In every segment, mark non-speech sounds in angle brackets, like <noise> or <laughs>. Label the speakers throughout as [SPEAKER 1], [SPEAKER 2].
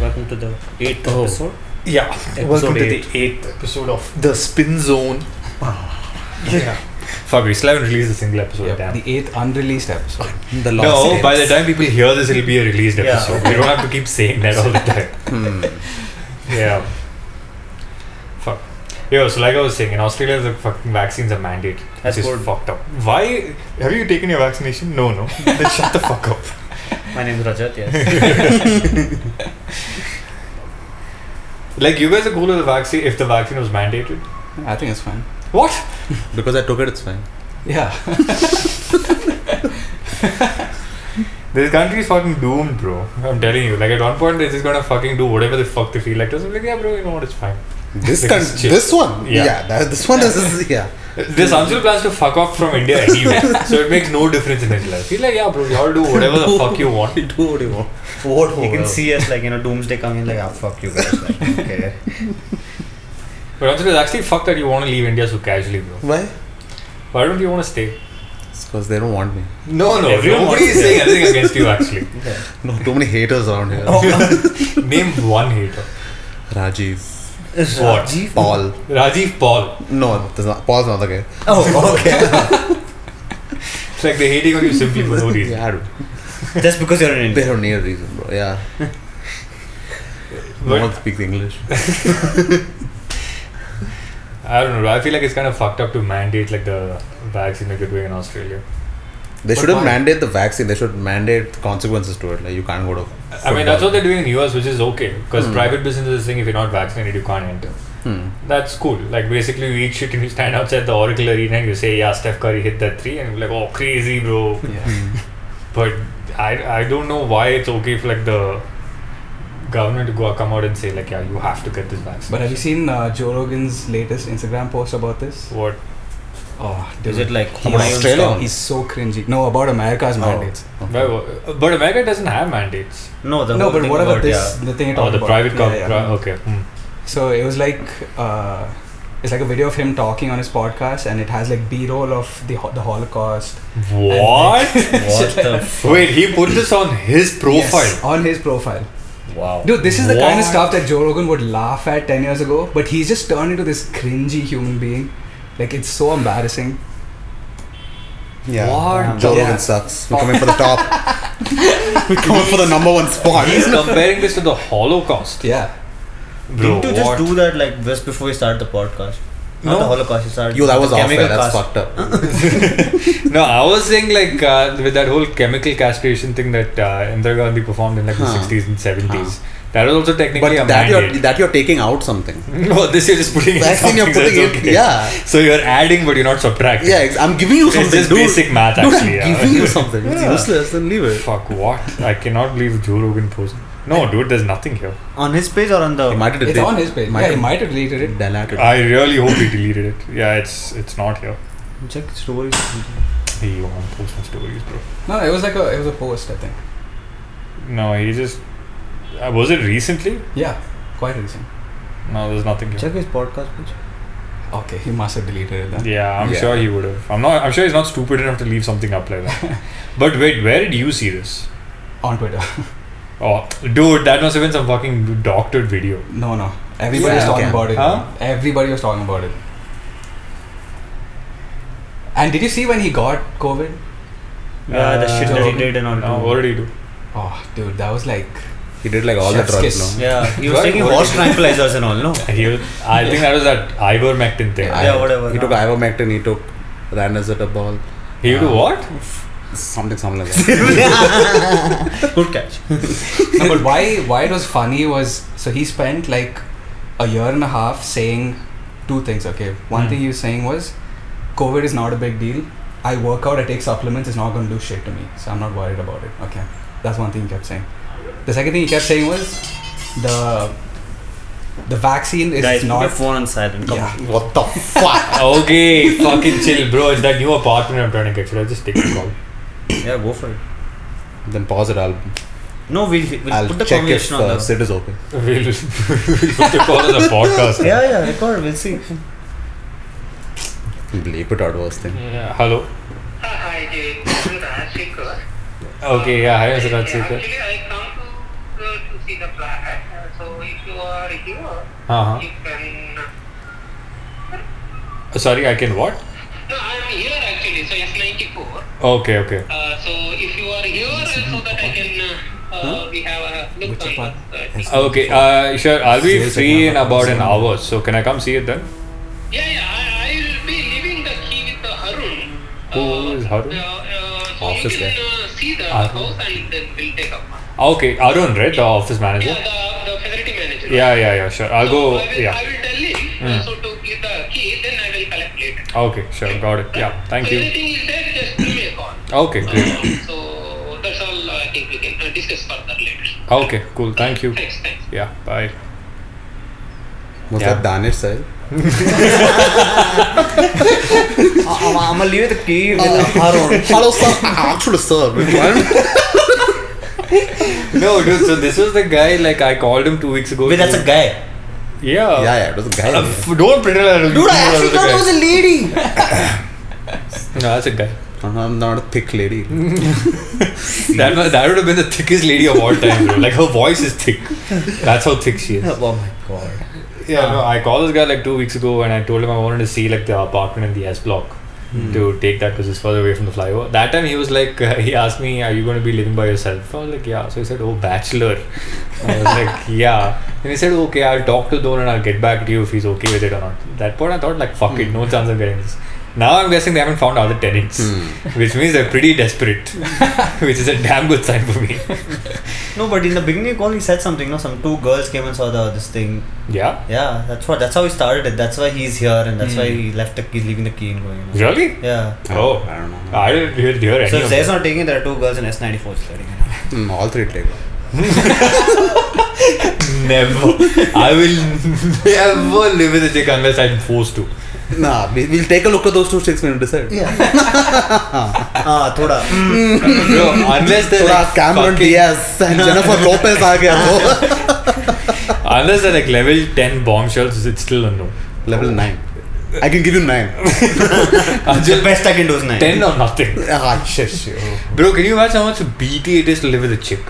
[SPEAKER 1] welcome to the eighth
[SPEAKER 2] Oh.
[SPEAKER 1] episode.
[SPEAKER 2] Yeah, welcome
[SPEAKER 1] eight.
[SPEAKER 2] to the eighth episode of
[SPEAKER 3] The Spin Zone.
[SPEAKER 2] yeah. Fuck, we still haven't released a single episode. Damn.
[SPEAKER 4] The eighth unreleased episode.
[SPEAKER 1] The last
[SPEAKER 2] no,
[SPEAKER 1] eight.
[SPEAKER 2] by the time people hear this, it'll be a released
[SPEAKER 1] Yeah.
[SPEAKER 2] episode. We don't have to keep saying that <laughs> all the time.
[SPEAKER 4] Hmm.
[SPEAKER 2] Yeah. Fuck. Yo, so like I was saying, in Australia, the fucking vaccines are mandated.
[SPEAKER 1] That's
[SPEAKER 2] That's just
[SPEAKER 1] good.
[SPEAKER 2] fucked up. Why? Have you taken your vaccination? No, no. then shut the fuck up.
[SPEAKER 1] my name is Rajat.
[SPEAKER 5] <laughs>
[SPEAKER 1] Yes,
[SPEAKER 2] Like, you guys are cool with the vaccine if the vaccine was mandated.
[SPEAKER 4] I think it's fine.
[SPEAKER 2] What?
[SPEAKER 5] <laughs> Because I took it, it's fine.
[SPEAKER 2] <laughs>
[SPEAKER 4] Yeah.
[SPEAKER 2] This country is fucking doomed, bro. I'm telling you. Like, at one point, they're just gonna fucking do whatever the fuck they feel like. Just like, yeah, bro, you know what? It's fine.
[SPEAKER 5] This
[SPEAKER 2] Like
[SPEAKER 5] con-
[SPEAKER 2] it's chill.
[SPEAKER 5] this one,
[SPEAKER 2] Yeah.
[SPEAKER 5] yeah, that, this one is yeah.
[SPEAKER 2] <laughs> This Anshul plans to fuck off from India
[SPEAKER 5] <laughs>
[SPEAKER 2] anyway, so it makes no difference in his life. He's like, yeah, bro, y'all do whatever the fuck you
[SPEAKER 5] <laughs>
[SPEAKER 2] want.
[SPEAKER 5] You do what you want. What
[SPEAKER 1] you can see us like you know doomsday coming like ah fuck you guys. Like, <laughs> okay.
[SPEAKER 2] But Anshul, it's actually fucked that you want to leave India so casually, bro.
[SPEAKER 5] Why?
[SPEAKER 2] Why don't you want to stay?
[SPEAKER 5] It's because they don't want me.
[SPEAKER 2] No, no,
[SPEAKER 1] Everyone
[SPEAKER 2] nobody
[SPEAKER 1] wants
[SPEAKER 2] is saying <laughs> anything against you actually.
[SPEAKER 5] No, too many haters around here.
[SPEAKER 2] Name one hater.
[SPEAKER 5] Rajiv,
[SPEAKER 2] What?
[SPEAKER 5] Paul.
[SPEAKER 2] Rajiv Paul.
[SPEAKER 5] No, there's not, Paul's not the guy.
[SPEAKER 1] Oh, okay.
[SPEAKER 2] It's like they're hating on you simply for no reason.
[SPEAKER 5] <laughs> Yeah, I don't-
[SPEAKER 1] <laughs> Just because you're in
[SPEAKER 5] they
[SPEAKER 1] India.
[SPEAKER 5] don't need a reason, bro. Yeah, no
[SPEAKER 2] <laughs>
[SPEAKER 5] one
[SPEAKER 2] But
[SPEAKER 5] speaks English.
[SPEAKER 2] I don't know. I feel like it's kind of fucked up to mandate like the vaccine like they're doing in Australia.
[SPEAKER 5] They
[SPEAKER 2] But
[SPEAKER 5] shouldn't
[SPEAKER 2] why?
[SPEAKER 5] mandate the vaccine. They should mandate consequences to it. Like you can't go to.
[SPEAKER 2] I mean, that's what they're doing in US, which is okay because
[SPEAKER 5] Hmm.
[SPEAKER 2] private businesses are saying if you're not vaccinated, you can't enter.
[SPEAKER 5] Hmm.
[SPEAKER 2] That's cool. Like basically, you eat shit and you stand outside the Oracle Arena and you say, "Yeah, Steph Curry hit that three and you're like, "Oh, crazy, bro."
[SPEAKER 4] Yeah.
[SPEAKER 2] But I, I don't know why it's okay for like the government to go come out and say like, "Yeah, you have to get this vaccine."
[SPEAKER 4] But have you seen uh, Joe Rogan's latest Instagram post about this?
[SPEAKER 2] what?
[SPEAKER 4] Oh, dude.
[SPEAKER 1] Is it like
[SPEAKER 4] He's-
[SPEAKER 1] Hawaiian
[SPEAKER 5] Australia?
[SPEAKER 1] style?
[SPEAKER 4] He's so cringy. No, about America's
[SPEAKER 5] Oh.
[SPEAKER 4] mandates.
[SPEAKER 2] Why- wha- But America doesn't have mandates.
[SPEAKER 1] No, the
[SPEAKER 4] No,
[SPEAKER 1] whole
[SPEAKER 4] but
[SPEAKER 1] thing
[SPEAKER 4] whatever
[SPEAKER 1] about,
[SPEAKER 4] this, the thing you
[SPEAKER 2] Oh,
[SPEAKER 4] talked
[SPEAKER 2] the
[SPEAKER 4] about.
[SPEAKER 2] private
[SPEAKER 4] Yeah,
[SPEAKER 2] com-
[SPEAKER 4] yeah.
[SPEAKER 2] pri- okay. Hmm.
[SPEAKER 4] So it was like uh, it's like a video of him talking on his podcast, and it has like B-roll of the ho- the Holocaust.
[SPEAKER 5] <laughs>
[SPEAKER 2] What?
[SPEAKER 1] <laughs> Yeah. What the f-
[SPEAKER 2] Wait, he put this on his profile.
[SPEAKER 4] Yes, on his profile.
[SPEAKER 1] wow?
[SPEAKER 4] Dude, this is the kind of
[SPEAKER 2] What?
[SPEAKER 4] stuff that Joe Rogan would laugh at 10 years ago, but he's just turned into this cringy human being. Like, it's so embarrassing.
[SPEAKER 5] Yeah.
[SPEAKER 2] What?
[SPEAKER 5] Joe
[SPEAKER 4] Yeah.
[SPEAKER 5] Rogan sucks. We're coming for the <laughs> top. We're coming for the number one spot. <laughs>
[SPEAKER 2] He's comparing this to the Holocaust.
[SPEAKER 4] Yeah.
[SPEAKER 2] Bro,
[SPEAKER 1] Didn't you
[SPEAKER 2] what?
[SPEAKER 1] just do that like just before we started the podcast? Not
[SPEAKER 2] No.
[SPEAKER 1] the Holocaust. You started.
[SPEAKER 5] Yo, that was
[SPEAKER 1] the
[SPEAKER 5] off.
[SPEAKER 1] chemical
[SPEAKER 5] air. That's
[SPEAKER 1] cast.
[SPEAKER 5] fucked up.
[SPEAKER 2] No, I was saying like uh, with that whole chemical castration thing that uh, Indira Gandhi performed in like the
[SPEAKER 5] Huh.
[SPEAKER 2] 60s and 70s. That was also technically
[SPEAKER 5] But
[SPEAKER 2] a
[SPEAKER 5] that you're
[SPEAKER 2] mandate. <laughs>
[SPEAKER 5] that you're taking out something.
[SPEAKER 2] no, this you're just putting in
[SPEAKER 5] That's when
[SPEAKER 2] something
[SPEAKER 5] you're putting
[SPEAKER 2] that's
[SPEAKER 5] it.
[SPEAKER 2] okay.
[SPEAKER 5] Yeah,
[SPEAKER 2] So you're adding, but you're not subtracting.
[SPEAKER 5] yeah. ex- I'm giving you
[SPEAKER 2] It's
[SPEAKER 5] something.
[SPEAKER 2] just
[SPEAKER 5] dude.
[SPEAKER 2] basic math,
[SPEAKER 5] Dude,
[SPEAKER 2] actually.
[SPEAKER 5] I'm
[SPEAKER 2] yeah.
[SPEAKER 5] giving you something. It's useless. Then leave it.
[SPEAKER 2] Fuck what? I cannot believe Joe Rogan post. No, dude, there's nothing here.
[SPEAKER 1] On his page or on
[SPEAKER 6] Oh.
[SPEAKER 1] the?
[SPEAKER 5] He might have
[SPEAKER 4] It's
[SPEAKER 5] deleted-
[SPEAKER 4] on his page.
[SPEAKER 5] might
[SPEAKER 4] yeah, he
[SPEAKER 5] have Mm.
[SPEAKER 4] might have deleted it.
[SPEAKER 5] Deleted.
[SPEAKER 2] I really hope he deleted it. Yeah, it's it's not here.
[SPEAKER 1] Check stories.
[SPEAKER 2] He won't post my stories, bro.
[SPEAKER 4] No, it was like a, it was a post, I think.
[SPEAKER 2] No, he just. Uh, was it recently?
[SPEAKER 4] Yeah, quite recent.
[SPEAKER 2] No, there's nothing here.
[SPEAKER 1] Check his podcast page.
[SPEAKER 4] Okay, he must have deleted it then.
[SPEAKER 2] Yeah, I'm
[SPEAKER 5] Yeah.
[SPEAKER 2] sure he would have. I'm not. I'm sure he's not stupid enough to leave something up like that. but wait, where did you see this?
[SPEAKER 4] On Twitter.
[SPEAKER 2] Oh, dude, that must have been some fucking doctored video.
[SPEAKER 4] No, no. Everybody
[SPEAKER 5] Yeah.
[SPEAKER 4] was talking
[SPEAKER 5] Okay.
[SPEAKER 4] about it.
[SPEAKER 2] Huh?
[SPEAKER 4] Everybody was talking about it. And did you see when he got COVID?
[SPEAKER 1] Yeah, the shit that he did and all.
[SPEAKER 2] No, what did he do?
[SPEAKER 4] Oh, dude, that was like.
[SPEAKER 5] He did like all the
[SPEAKER 4] Chef's
[SPEAKER 5] drugs.
[SPEAKER 4] kiss.
[SPEAKER 5] No?
[SPEAKER 1] Yeah, he was
[SPEAKER 2] What-
[SPEAKER 1] taking
[SPEAKER 2] what
[SPEAKER 1] horse
[SPEAKER 2] did
[SPEAKER 1] tranquilizers and all. No.
[SPEAKER 2] He was, I think that was that ivermectin thing.
[SPEAKER 1] Yeah, whatever,
[SPEAKER 5] He
[SPEAKER 1] no.
[SPEAKER 5] took ivermectin. He took ranazepam.
[SPEAKER 2] He would do what?
[SPEAKER 5] Something, something like that.
[SPEAKER 1] <laughs>
[SPEAKER 6] <laughs>
[SPEAKER 1] Good catch.
[SPEAKER 4] No, but why why it was funny was so he spent like a year and a half saying two things. Okay, one
[SPEAKER 2] Hmm.
[SPEAKER 4] thing he was saying was COVID is not a big deal. I work out, I take supplements, it's not going to do shit to me, so I'm not worried about it. Okay, that's one thing he kept saying. The second thing he kept saying was the the vaccine is
[SPEAKER 1] Guys, put your
[SPEAKER 4] not.
[SPEAKER 1] phone on silent. Come
[SPEAKER 4] Yeah.
[SPEAKER 1] on.
[SPEAKER 5] what the fuck?
[SPEAKER 2] okay, fucking chill, bro. It's that new apartment I'm trying to get. Should I just take a call?
[SPEAKER 1] Yeah, go for it.
[SPEAKER 5] Then pause it. I'll
[SPEAKER 1] No, we'll, we'll
[SPEAKER 5] I'll
[SPEAKER 1] put the
[SPEAKER 5] check if
[SPEAKER 1] conversation on
[SPEAKER 5] uh,
[SPEAKER 1] the.
[SPEAKER 5] Sid is okay.
[SPEAKER 2] We'll, <laughs> we'll put the call as a podcast.
[SPEAKER 1] Yeah, yeah, record. We'll see.
[SPEAKER 5] Bleep it out. Worst thing.
[SPEAKER 2] Yeah, Hello.
[SPEAKER 7] Hi, Jay. This is Raj Shekhar.
[SPEAKER 2] Okay. Yeah. Hi, Mr. Rajsekhar.
[SPEAKER 7] Actually, I come to the
[SPEAKER 3] to see the flag. Uh, So if you are here,
[SPEAKER 2] Uh-huh.
[SPEAKER 3] you can.
[SPEAKER 2] Sorry, I can what?
[SPEAKER 3] No, I'm here actually. So it's 94.
[SPEAKER 2] Okay, okay.
[SPEAKER 3] Uh, so if you are here, uh, so that I can. Uh, uh, we have a look
[SPEAKER 4] Which
[SPEAKER 3] on
[SPEAKER 4] part?
[SPEAKER 3] the uh,
[SPEAKER 4] Yes.
[SPEAKER 2] Okay, uh, sure. I'll be
[SPEAKER 4] Sales
[SPEAKER 2] free in
[SPEAKER 4] account.
[SPEAKER 2] about an hour, so can I come see it then?
[SPEAKER 3] Yeah, yeah. I, I'll be leaving the key with uh, Harun.
[SPEAKER 2] Who is Harun?
[SPEAKER 3] Uh, uh, so
[SPEAKER 1] Office
[SPEAKER 3] you can
[SPEAKER 1] guy.
[SPEAKER 3] uh, see the
[SPEAKER 2] Harun.
[SPEAKER 3] house and then we'll take up.
[SPEAKER 2] Okay, Arun, right? The office manager.
[SPEAKER 3] Yeah, the, the facility manager.
[SPEAKER 2] Yeah, yeah, yeah. Sure, I'll
[SPEAKER 3] So
[SPEAKER 2] go.
[SPEAKER 3] I will, I
[SPEAKER 2] Yeah.
[SPEAKER 3] will tell him uh,
[SPEAKER 2] Mm.
[SPEAKER 3] so to give the key, then I will collect later.
[SPEAKER 2] Okay, sure. Got it. Yeah. Thank
[SPEAKER 3] so
[SPEAKER 2] you.
[SPEAKER 3] Everything is there, just give me a call.
[SPEAKER 2] Okay, great.
[SPEAKER 3] Uh, so that's all uh, I think we can uh, discuss further later.
[SPEAKER 2] Okay, cool. Thank you.
[SPEAKER 3] Thanks, thanks.
[SPEAKER 2] Yeah. Bye.
[SPEAKER 5] Was
[SPEAKER 2] Yeah.
[SPEAKER 5] that Danish said?
[SPEAKER 1] I'm gonna leave the key with Harun.
[SPEAKER 5] Hello, sir. Actually, sir.
[SPEAKER 2] <laughs>
[SPEAKER 5] we can't-
[SPEAKER 2] No, dude. So this was the guy. Like I called him two weeks ago.
[SPEAKER 1] Wait, that's a guy.
[SPEAKER 2] Yeah.
[SPEAKER 5] yeah, yeah, it was a guy.
[SPEAKER 2] Uh, f- don't pretend I don't
[SPEAKER 1] Dude, I
[SPEAKER 2] know
[SPEAKER 1] actually
[SPEAKER 2] that's
[SPEAKER 1] thought
[SPEAKER 2] a guy.
[SPEAKER 1] it was a lady.
[SPEAKER 2] No, that's a guy.
[SPEAKER 5] Uh-huh, I'm not a thick
[SPEAKER 2] <laughs>
[SPEAKER 5] lady. Hmm.
[SPEAKER 2] That, wa- that would have been the thickest lady of all time, bro. Like, her voice is thick. That's how thick she is.
[SPEAKER 1] oh my god.
[SPEAKER 2] Yeah, no, I called this guy like two weeks ago and I told him I wanted to see like the apartment in the S block
[SPEAKER 1] Hmm.
[SPEAKER 2] to take that because it's further away from the flyover. That time he was like, uh, he asked me, Are you going to be living by yourself? I was like, Yeah. So he said, Oh, bachelor. I
[SPEAKER 1] <laughs>
[SPEAKER 2] was like, Yeah. And he said, Okay, I'll talk to Don and I'll get back to you if he's okay with it or not. That point I thought, like, fuck
[SPEAKER 1] Hmm.
[SPEAKER 2] it, no chance of getting this. Now I'm guessing they haven't found other tenants, which means they're pretty <laughs> desperate, which is a damn good sign for me.
[SPEAKER 1] No, but in the beginning, call he said something. No, some two girls came and saw the this thing.
[SPEAKER 2] yeah.
[SPEAKER 1] Yeah, that's what. That's how he started it. That's why he's here, and that's why
[SPEAKER 5] Hmm.
[SPEAKER 1] he left the key, leaving the key and going. You know?
[SPEAKER 2] Really?
[SPEAKER 1] Yeah.
[SPEAKER 2] Oh.
[SPEAKER 5] I don't know.
[SPEAKER 2] I didn't hear, hear any
[SPEAKER 1] So
[SPEAKER 2] of
[SPEAKER 1] if
[SPEAKER 2] that.
[SPEAKER 1] Zay's not taking it, there are two girls in S94 studying.
[SPEAKER 5] <laughs> Mm, all three take.
[SPEAKER 2] Never. I will never live with a chick unless I'm forced to.
[SPEAKER 5] Nah, we, we'll take a look at those two chicks when we decide.
[SPEAKER 1] Ah, thoda.
[SPEAKER 5] Hmm.
[SPEAKER 2] Bro, unless they're
[SPEAKER 5] थोड़ा
[SPEAKER 2] like
[SPEAKER 5] Cameron
[SPEAKER 2] fucking-
[SPEAKER 5] Diaz and Jennifer Lopez आ गया तो
[SPEAKER 2] unless they're like level ten bombshells, it's still a no.
[SPEAKER 5] level 9 I can give you 9
[SPEAKER 1] The best I can do is nine.
[SPEAKER 2] <laughs> Ten or nothing.
[SPEAKER 5] ah shit shit
[SPEAKER 2] Bro, can you imagine how much BT it is to live with a chick?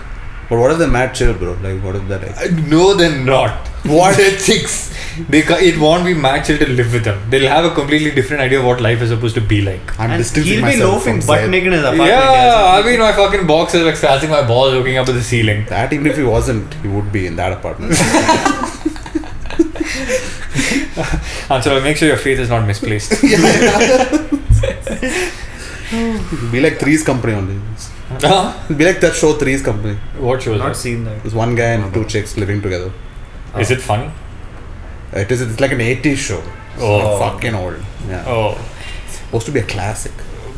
[SPEAKER 5] but what if they're mad chill bro like what if they're like
[SPEAKER 2] Uh, No, they're not. What are chicks? They ca- it won't be my chill to live with them. They'll have a completely different idea of what life is supposed to be like.
[SPEAKER 5] I'm
[SPEAKER 1] And
[SPEAKER 5] distancing
[SPEAKER 1] he'll be
[SPEAKER 5] myself
[SPEAKER 1] loafing
[SPEAKER 5] from
[SPEAKER 1] butt
[SPEAKER 5] Zaid.
[SPEAKER 1] naked in his apartment.
[SPEAKER 2] Yeah, I'll be in my fucking boxes, like scratching my balls, looking up at the ceiling.
[SPEAKER 5] that even if he wasn't he would be in that apartment <laughs>
[SPEAKER 2] And so make sure your faith is not misplaced. <laughs>
[SPEAKER 5] It'd be like Three's Company only It'd
[SPEAKER 2] Huh?
[SPEAKER 5] be like that show Three's Company
[SPEAKER 2] what show
[SPEAKER 1] I've
[SPEAKER 2] is
[SPEAKER 1] not
[SPEAKER 2] that?
[SPEAKER 1] seen that.
[SPEAKER 5] there's one guy and two chicks living together
[SPEAKER 2] Is it funny?
[SPEAKER 5] it is it's like an 80s show
[SPEAKER 2] Oh.
[SPEAKER 5] fucking old yeah
[SPEAKER 2] Oh,
[SPEAKER 5] supposed to be a classic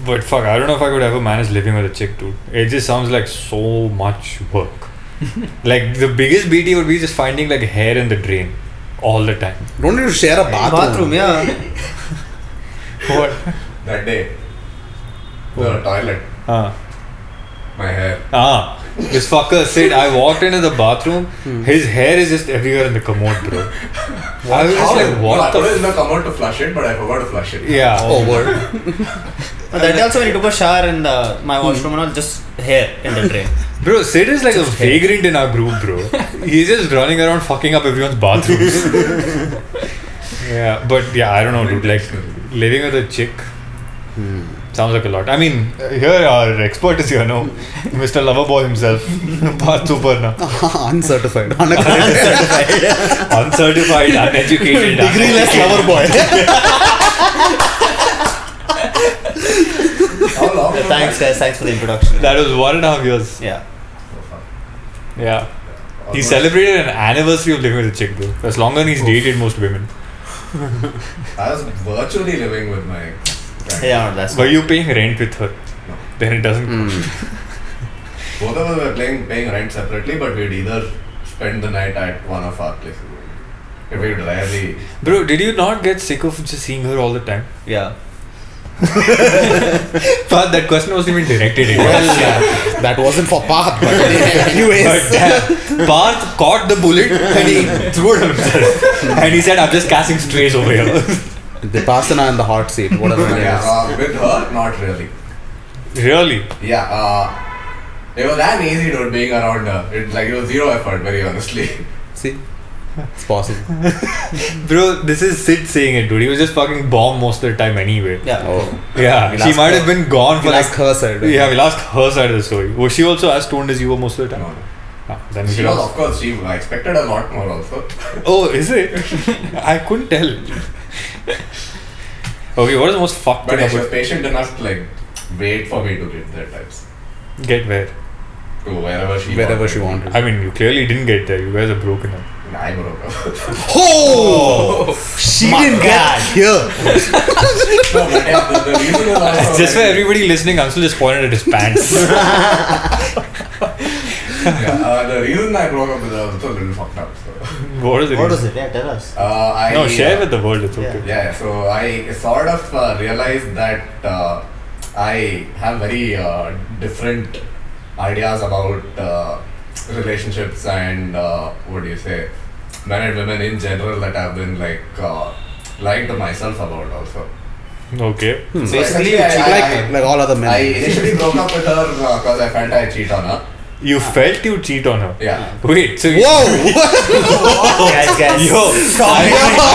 [SPEAKER 2] but fuck, I don't know if I could ever manage living with a chick, dude. It just sounds like so much work. <laughs> like the biggest BT would be just finding like hair in the drain all the time.
[SPEAKER 5] don't need to share a bathroom
[SPEAKER 1] Bathroom, yeah.
[SPEAKER 2] <laughs> What?
[SPEAKER 7] That day, the toilet,
[SPEAKER 2] <laughs> Ah,
[SPEAKER 7] my hair.
[SPEAKER 2] ah. This fucker said I walked into the bathroom. His hair is just everywhere in the commode, bro. I was just like,
[SPEAKER 7] No, I
[SPEAKER 2] what Oh, the?
[SPEAKER 7] always not come out to flush it, but I forgot to flush it.
[SPEAKER 2] Yeah.
[SPEAKER 5] over <laughs>
[SPEAKER 1] But that day also when he took a shower in the my washroom and all, just hair in the drain.
[SPEAKER 2] Bro, Sid is like a vagrant in our group, bro. He's just running around fucking up everyone's bathrooms. yeah, but yeah, I don't know, dude. Like, living with a chick
[SPEAKER 7] Hmm.
[SPEAKER 2] sounds like a lot. I mean, uh, here our expert is here, no? Mr. Loverboy himself, <laughs> Parth Suparna.
[SPEAKER 5] uncertified <laughs> unaccredited
[SPEAKER 2] Uncertified,
[SPEAKER 7] <laughs>
[SPEAKER 2] uneducated,
[SPEAKER 5] degree-less lover boy
[SPEAKER 7] How long?
[SPEAKER 6] <laughs>
[SPEAKER 7] was
[SPEAKER 1] <laughs> Thanks guys, thanks for the introduction.
[SPEAKER 2] That was one and a half years.
[SPEAKER 1] yeah.
[SPEAKER 2] Yeah.
[SPEAKER 7] that?
[SPEAKER 2] He
[SPEAKER 7] Almost-
[SPEAKER 2] celebrated an anniversary of living with a chick, bro. That's longer than he's dated most women.
[SPEAKER 7] I was virtually living with my. parents.
[SPEAKER 1] Yeah, no, that's
[SPEAKER 2] Were you paying rent with her?
[SPEAKER 7] No.
[SPEAKER 2] Then it doesn't.
[SPEAKER 7] Both of us were playing, paying rent separately, but we'd either spend the night at one of our places. If we'd rarely.
[SPEAKER 2] Bro, did you not get sick of just seeing her all the time?
[SPEAKER 1] yeah.
[SPEAKER 2] But that question wasn't even directed at you.
[SPEAKER 5] well yeah, that wasn't for Path but anyways
[SPEAKER 2] But uh, Parth caught the bullet and he threw it on himself. And he said, I'm just casting strays over here.
[SPEAKER 5] Vipassana in the hot seat, whatever it
[SPEAKER 7] Yeah,
[SPEAKER 5] is.
[SPEAKER 7] uh, with her, not really.
[SPEAKER 2] <laughs> really?
[SPEAKER 7] Yeah, uh, It was that easy, dude, being around her. It like it was zero effort, very honestly. <laughs>
[SPEAKER 5] See, it's possible.
[SPEAKER 2] Bro, this is Sid saying it, dude. He was just fucking bomb most of the time anyway.
[SPEAKER 1] Yeah.
[SPEAKER 5] Oh,
[SPEAKER 2] Yeah,
[SPEAKER 5] We'll
[SPEAKER 2] she
[SPEAKER 5] ask
[SPEAKER 2] might
[SPEAKER 5] her.
[SPEAKER 2] have been gone for
[SPEAKER 5] we'll
[SPEAKER 2] like.
[SPEAKER 5] ask her side.
[SPEAKER 2] Yeah, we'll ask her side of the story. Was she also as stoned as you were most of the time?
[SPEAKER 7] No.
[SPEAKER 2] Ah, then we
[SPEAKER 7] She
[SPEAKER 2] should
[SPEAKER 7] was,
[SPEAKER 2] ask.
[SPEAKER 7] of course, she I expected a lot more also.
[SPEAKER 2] Oh, is it?
[SPEAKER 5] <laughs>
[SPEAKER 2] I couldn't tell. Okay, what is the most fucked
[SPEAKER 7] But
[SPEAKER 2] up
[SPEAKER 7] yeah, she was
[SPEAKER 2] about
[SPEAKER 7] patient enough to like wait for me to get there types.
[SPEAKER 2] get where?
[SPEAKER 7] To wherever she
[SPEAKER 5] Wherever she wanted.
[SPEAKER 2] I mean, you clearly didn't get there. You guys are broken <laughs> up.
[SPEAKER 7] And I broke up. <laughs>
[SPEAKER 5] Oh, she
[SPEAKER 1] My
[SPEAKER 5] didn't
[SPEAKER 1] God.
[SPEAKER 5] get here.
[SPEAKER 7] no, but yeah, the, the reason is also
[SPEAKER 2] Just for
[SPEAKER 7] like-
[SPEAKER 2] everybody listening, Anshul just pointed at his pants.
[SPEAKER 7] yeah, uh, the reason I broke up with her was also a little fucked up. So.
[SPEAKER 2] <laughs> what is it?
[SPEAKER 1] What was it? Yeah, tell us.
[SPEAKER 7] Uh, I
[SPEAKER 2] No, share
[SPEAKER 7] uh,
[SPEAKER 2] with the world. It's
[SPEAKER 1] Yeah.
[SPEAKER 2] okay.
[SPEAKER 7] Yeah, so I sort of uh, realized that uh, I have very uh, different ideas about uh, relationships and uh, what do you say, men and women in general that I've been like uh, lying to myself about also.
[SPEAKER 2] Okay.
[SPEAKER 5] Hmm.
[SPEAKER 7] So
[SPEAKER 1] Basically,
[SPEAKER 7] essentially,
[SPEAKER 1] you
[SPEAKER 7] I-
[SPEAKER 1] cheat
[SPEAKER 7] I-
[SPEAKER 5] Like, like all other men.
[SPEAKER 7] I initially broke up with her because I felt I cheat on her.
[SPEAKER 2] You felt you cheat on her.
[SPEAKER 7] Yeah.
[SPEAKER 2] Wait, so you-
[SPEAKER 5] Whoa!
[SPEAKER 1] guys, guys.
[SPEAKER 6] <laughs>
[SPEAKER 2] Yo, I,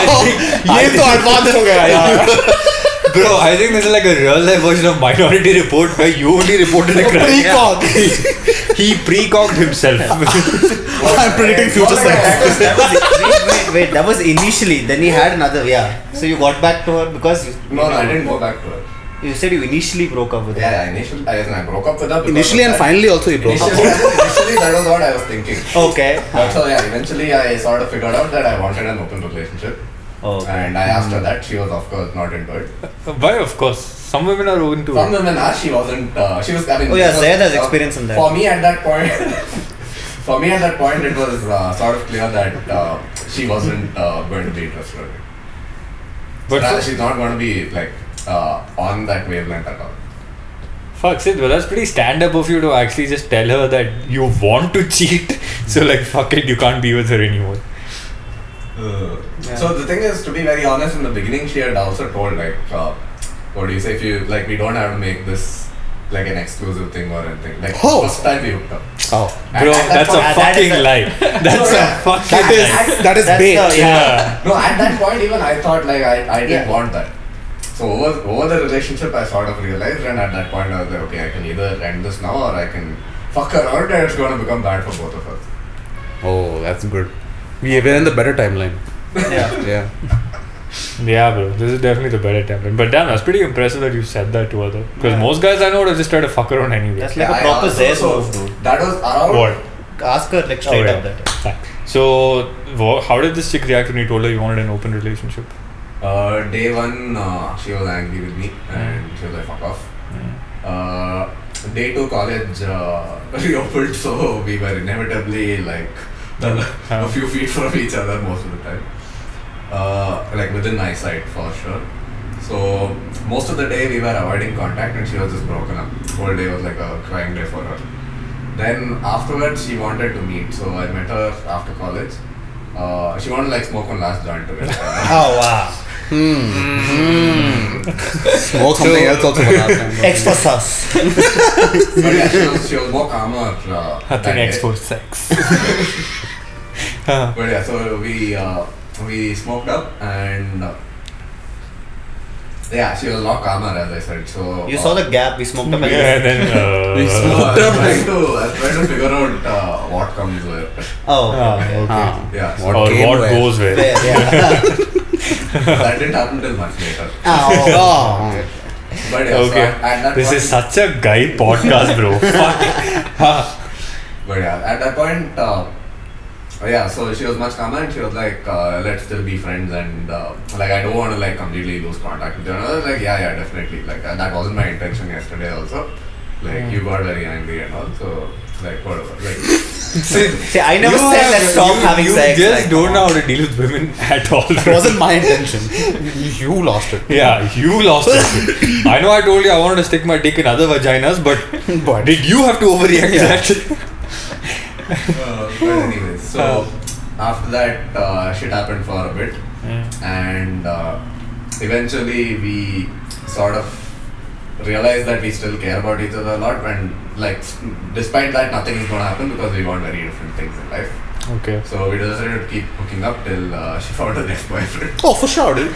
[SPEAKER 2] I think, <laughs> I
[SPEAKER 5] ये तो
[SPEAKER 2] think-
[SPEAKER 5] advance हो गया यार
[SPEAKER 2] bro, I think this is like a real life version of Minority Report where you only reported a crime.
[SPEAKER 5] Peacock.
[SPEAKER 2] He precocked himself.
[SPEAKER 5] <laughs> I'm
[SPEAKER 7] uh,
[SPEAKER 5] predicting future sex.
[SPEAKER 1] That was, wait, wait, wait, that was initially. Then he had another, yeah. So you got back to her because you,
[SPEAKER 7] No, no, I didn't go back to her.
[SPEAKER 1] you said you initially broke up with her.
[SPEAKER 7] Yeah, yeah initially, I, I broke up with her. because
[SPEAKER 5] Initially
[SPEAKER 7] of
[SPEAKER 5] and
[SPEAKER 7] that.
[SPEAKER 5] finally also he broke
[SPEAKER 7] Initially,
[SPEAKER 5] up.
[SPEAKER 7] initially, that was what I was thinking.
[SPEAKER 1] Okay.
[SPEAKER 7] But so yeah, eventually I sort of figured out that I wanted an open relationship,
[SPEAKER 1] Okay.
[SPEAKER 7] and I asked her that. She was of course not into it.
[SPEAKER 2] <laughs> Why, of course. Some women are open to
[SPEAKER 7] Some
[SPEAKER 2] it.
[SPEAKER 7] women are. She wasn't. Uh, she was. I mean,
[SPEAKER 1] Oh, yeah,
[SPEAKER 7] it was,
[SPEAKER 1] Zaid has experience in that.
[SPEAKER 7] For me at that point, <laughs> for me at that point, it was uh, sort of clear that uh, she wasn't uh, going to be interested. in me.
[SPEAKER 2] But
[SPEAKER 7] Rather,
[SPEAKER 2] for-
[SPEAKER 7] she's not going to be like uh, on that wavelength at all.
[SPEAKER 2] fuck, Sid, well, that's pretty stand up of you to actually just tell her that you want to <laughs> cheat. So, like, fuck it, you can't be with her anymore.
[SPEAKER 1] Yeah.
[SPEAKER 7] Uh, So the thing is, to be very honest, in the beginning she had also told like, uh, what do you say if you like we don't have to make this like an exclusive thing or anything. Like
[SPEAKER 5] Oh.
[SPEAKER 7] first time we hooked up.
[SPEAKER 5] Oh.
[SPEAKER 2] Bro,
[SPEAKER 7] At- at
[SPEAKER 2] that's a
[SPEAKER 7] that
[SPEAKER 1] point-
[SPEAKER 2] fucking
[SPEAKER 1] that is a-
[SPEAKER 2] lie. That's a
[SPEAKER 7] Yeah.
[SPEAKER 2] fucking
[SPEAKER 5] That
[SPEAKER 2] lie.
[SPEAKER 5] is that is
[SPEAKER 1] That's
[SPEAKER 5] bait.
[SPEAKER 1] the-
[SPEAKER 2] Yeah.
[SPEAKER 7] No, at that point even I thought like I, I didn't
[SPEAKER 1] Yeah.
[SPEAKER 7] want that. So over over the relationship I sort of realized and at that point I was like, okay, I can either end this now or I can fuck her out and it's gonna become bad for both of us.
[SPEAKER 5] Oh, that's good. We we're in the better timeline.
[SPEAKER 1] Yeah.
[SPEAKER 5] Yeah.
[SPEAKER 2] Yeah, bro. This is definitely the better template. But damn, that's pretty impressive that you said that to her, though. Because
[SPEAKER 1] Yeah.
[SPEAKER 2] most guys I know would have just tried to fuck around anyway.
[SPEAKER 1] That's like a
[SPEAKER 7] I
[SPEAKER 1] proper
[SPEAKER 7] also-
[SPEAKER 1] Zaid
[SPEAKER 7] so
[SPEAKER 1] move, dude.
[SPEAKER 7] That was around
[SPEAKER 2] What?
[SPEAKER 1] Ask her like straight
[SPEAKER 2] yeah.
[SPEAKER 1] up that.
[SPEAKER 2] So, wha- how did this chick react when you told her you wanted an open relationship?
[SPEAKER 7] Uh, day one, uh, she was angry with me and she was like, fuck off. Uh, day two, college uh, <laughs> reopened, so we were inevitably like <laughs> a few feet from each other most of the time. Uh, like within eyesight for sure. So, most of the day we were avoiding contact and she was just broken up. Whole day was like a crying day for her. Then afterwards, she wanted to meet, so I met her after college. Uh, she wanted to like smoke one last joint together.
[SPEAKER 1] Oh wow.
[SPEAKER 5] Smoke something else also for last
[SPEAKER 1] <laughs>
[SPEAKER 5] time.
[SPEAKER 1] Extra sauce.
[SPEAKER 7] But yeah, she was, she was more calmer. Uh, that
[SPEAKER 2] Nothing
[SPEAKER 7] day.
[SPEAKER 2] export
[SPEAKER 1] eh,
[SPEAKER 2] sex. Huh.
[SPEAKER 7] But yeah, so we uh, we smoked up and uh, yeah, she was a lot calmer as I said. So
[SPEAKER 1] You
[SPEAKER 7] uh,
[SPEAKER 1] saw the gap. We smoked up.
[SPEAKER 2] yeah, and
[SPEAKER 1] <laughs>
[SPEAKER 2] then.
[SPEAKER 5] We
[SPEAKER 7] So
[SPEAKER 2] Uh,
[SPEAKER 5] smoke.
[SPEAKER 7] I was trying to I was trying to figure out uh, what comes where.
[SPEAKER 1] Oh.
[SPEAKER 2] Ah,
[SPEAKER 1] okay.
[SPEAKER 2] okay.
[SPEAKER 5] Ah.
[SPEAKER 7] Yeah, so
[SPEAKER 2] or
[SPEAKER 5] What game
[SPEAKER 2] what
[SPEAKER 5] where?
[SPEAKER 2] goes where?
[SPEAKER 1] There, yeah.
[SPEAKER 7] that didn't happen till much later.
[SPEAKER 1] oh.
[SPEAKER 5] Oh.
[SPEAKER 7] But yeah, so
[SPEAKER 2] Okay.
[SPEAKER 7] at, at that
[SPEAKER 2] This
[SPEAKER 7] point,
[SPEAKER 2] is such a
[SPEAKER 1] <laughs>
[SPEAKER 2] guy podcast, bro. Fuck. Huh.
[SPEAKER 7] but yeah, at that point. Uh, uh, yeah, so she was much calmer and she was like, uh, let's still be friends and uh, like I don't want to like completely lose contact with her. And I was like, yeah, yeah, definitely. Like uh, that wasn't my intention yesterday also. Like you got very angry and all, so like whatever. Like
[SPEAKER 1] See, I never said let's stop
[SPEAKER 2] you,
[SPEAKER 1] having
[SPEAKER 2] you
[SPEAKER 1] sex.
[SPEAKER 2] just
[SPEAKER 1] like,
[SPEAKER 2] don't know how to deal with women <laughs> at all.
[SPEAKER 5] It wasn't my intention. You lost it.
[SPEAKER 2] Yeah, you lost
[SPEAKER 1] <laughs>
[SPEAKER 2] it. I know I told you I wanted to stick my dick in other vaginas, but
[SPEAKER 5] But
[SPEAKER 2] did you have to overreact
[SPEAKER 1] <laughs>
[SPEAKER 2] that?
[SPEAKER 7] uh, but anyways, so after that uh, shit happened for a bit and uh, eventually we sort of realize that we still care about each other a lot, and like despite that, nothing is gonna happen because we want very different things in life.
[SPEAKER 2] Okay.
[SPEAKER 7] So we decided to keep hooking up till uh, she found her next boyfriend.
[SPEAKER 5] Oh, for sure, dude.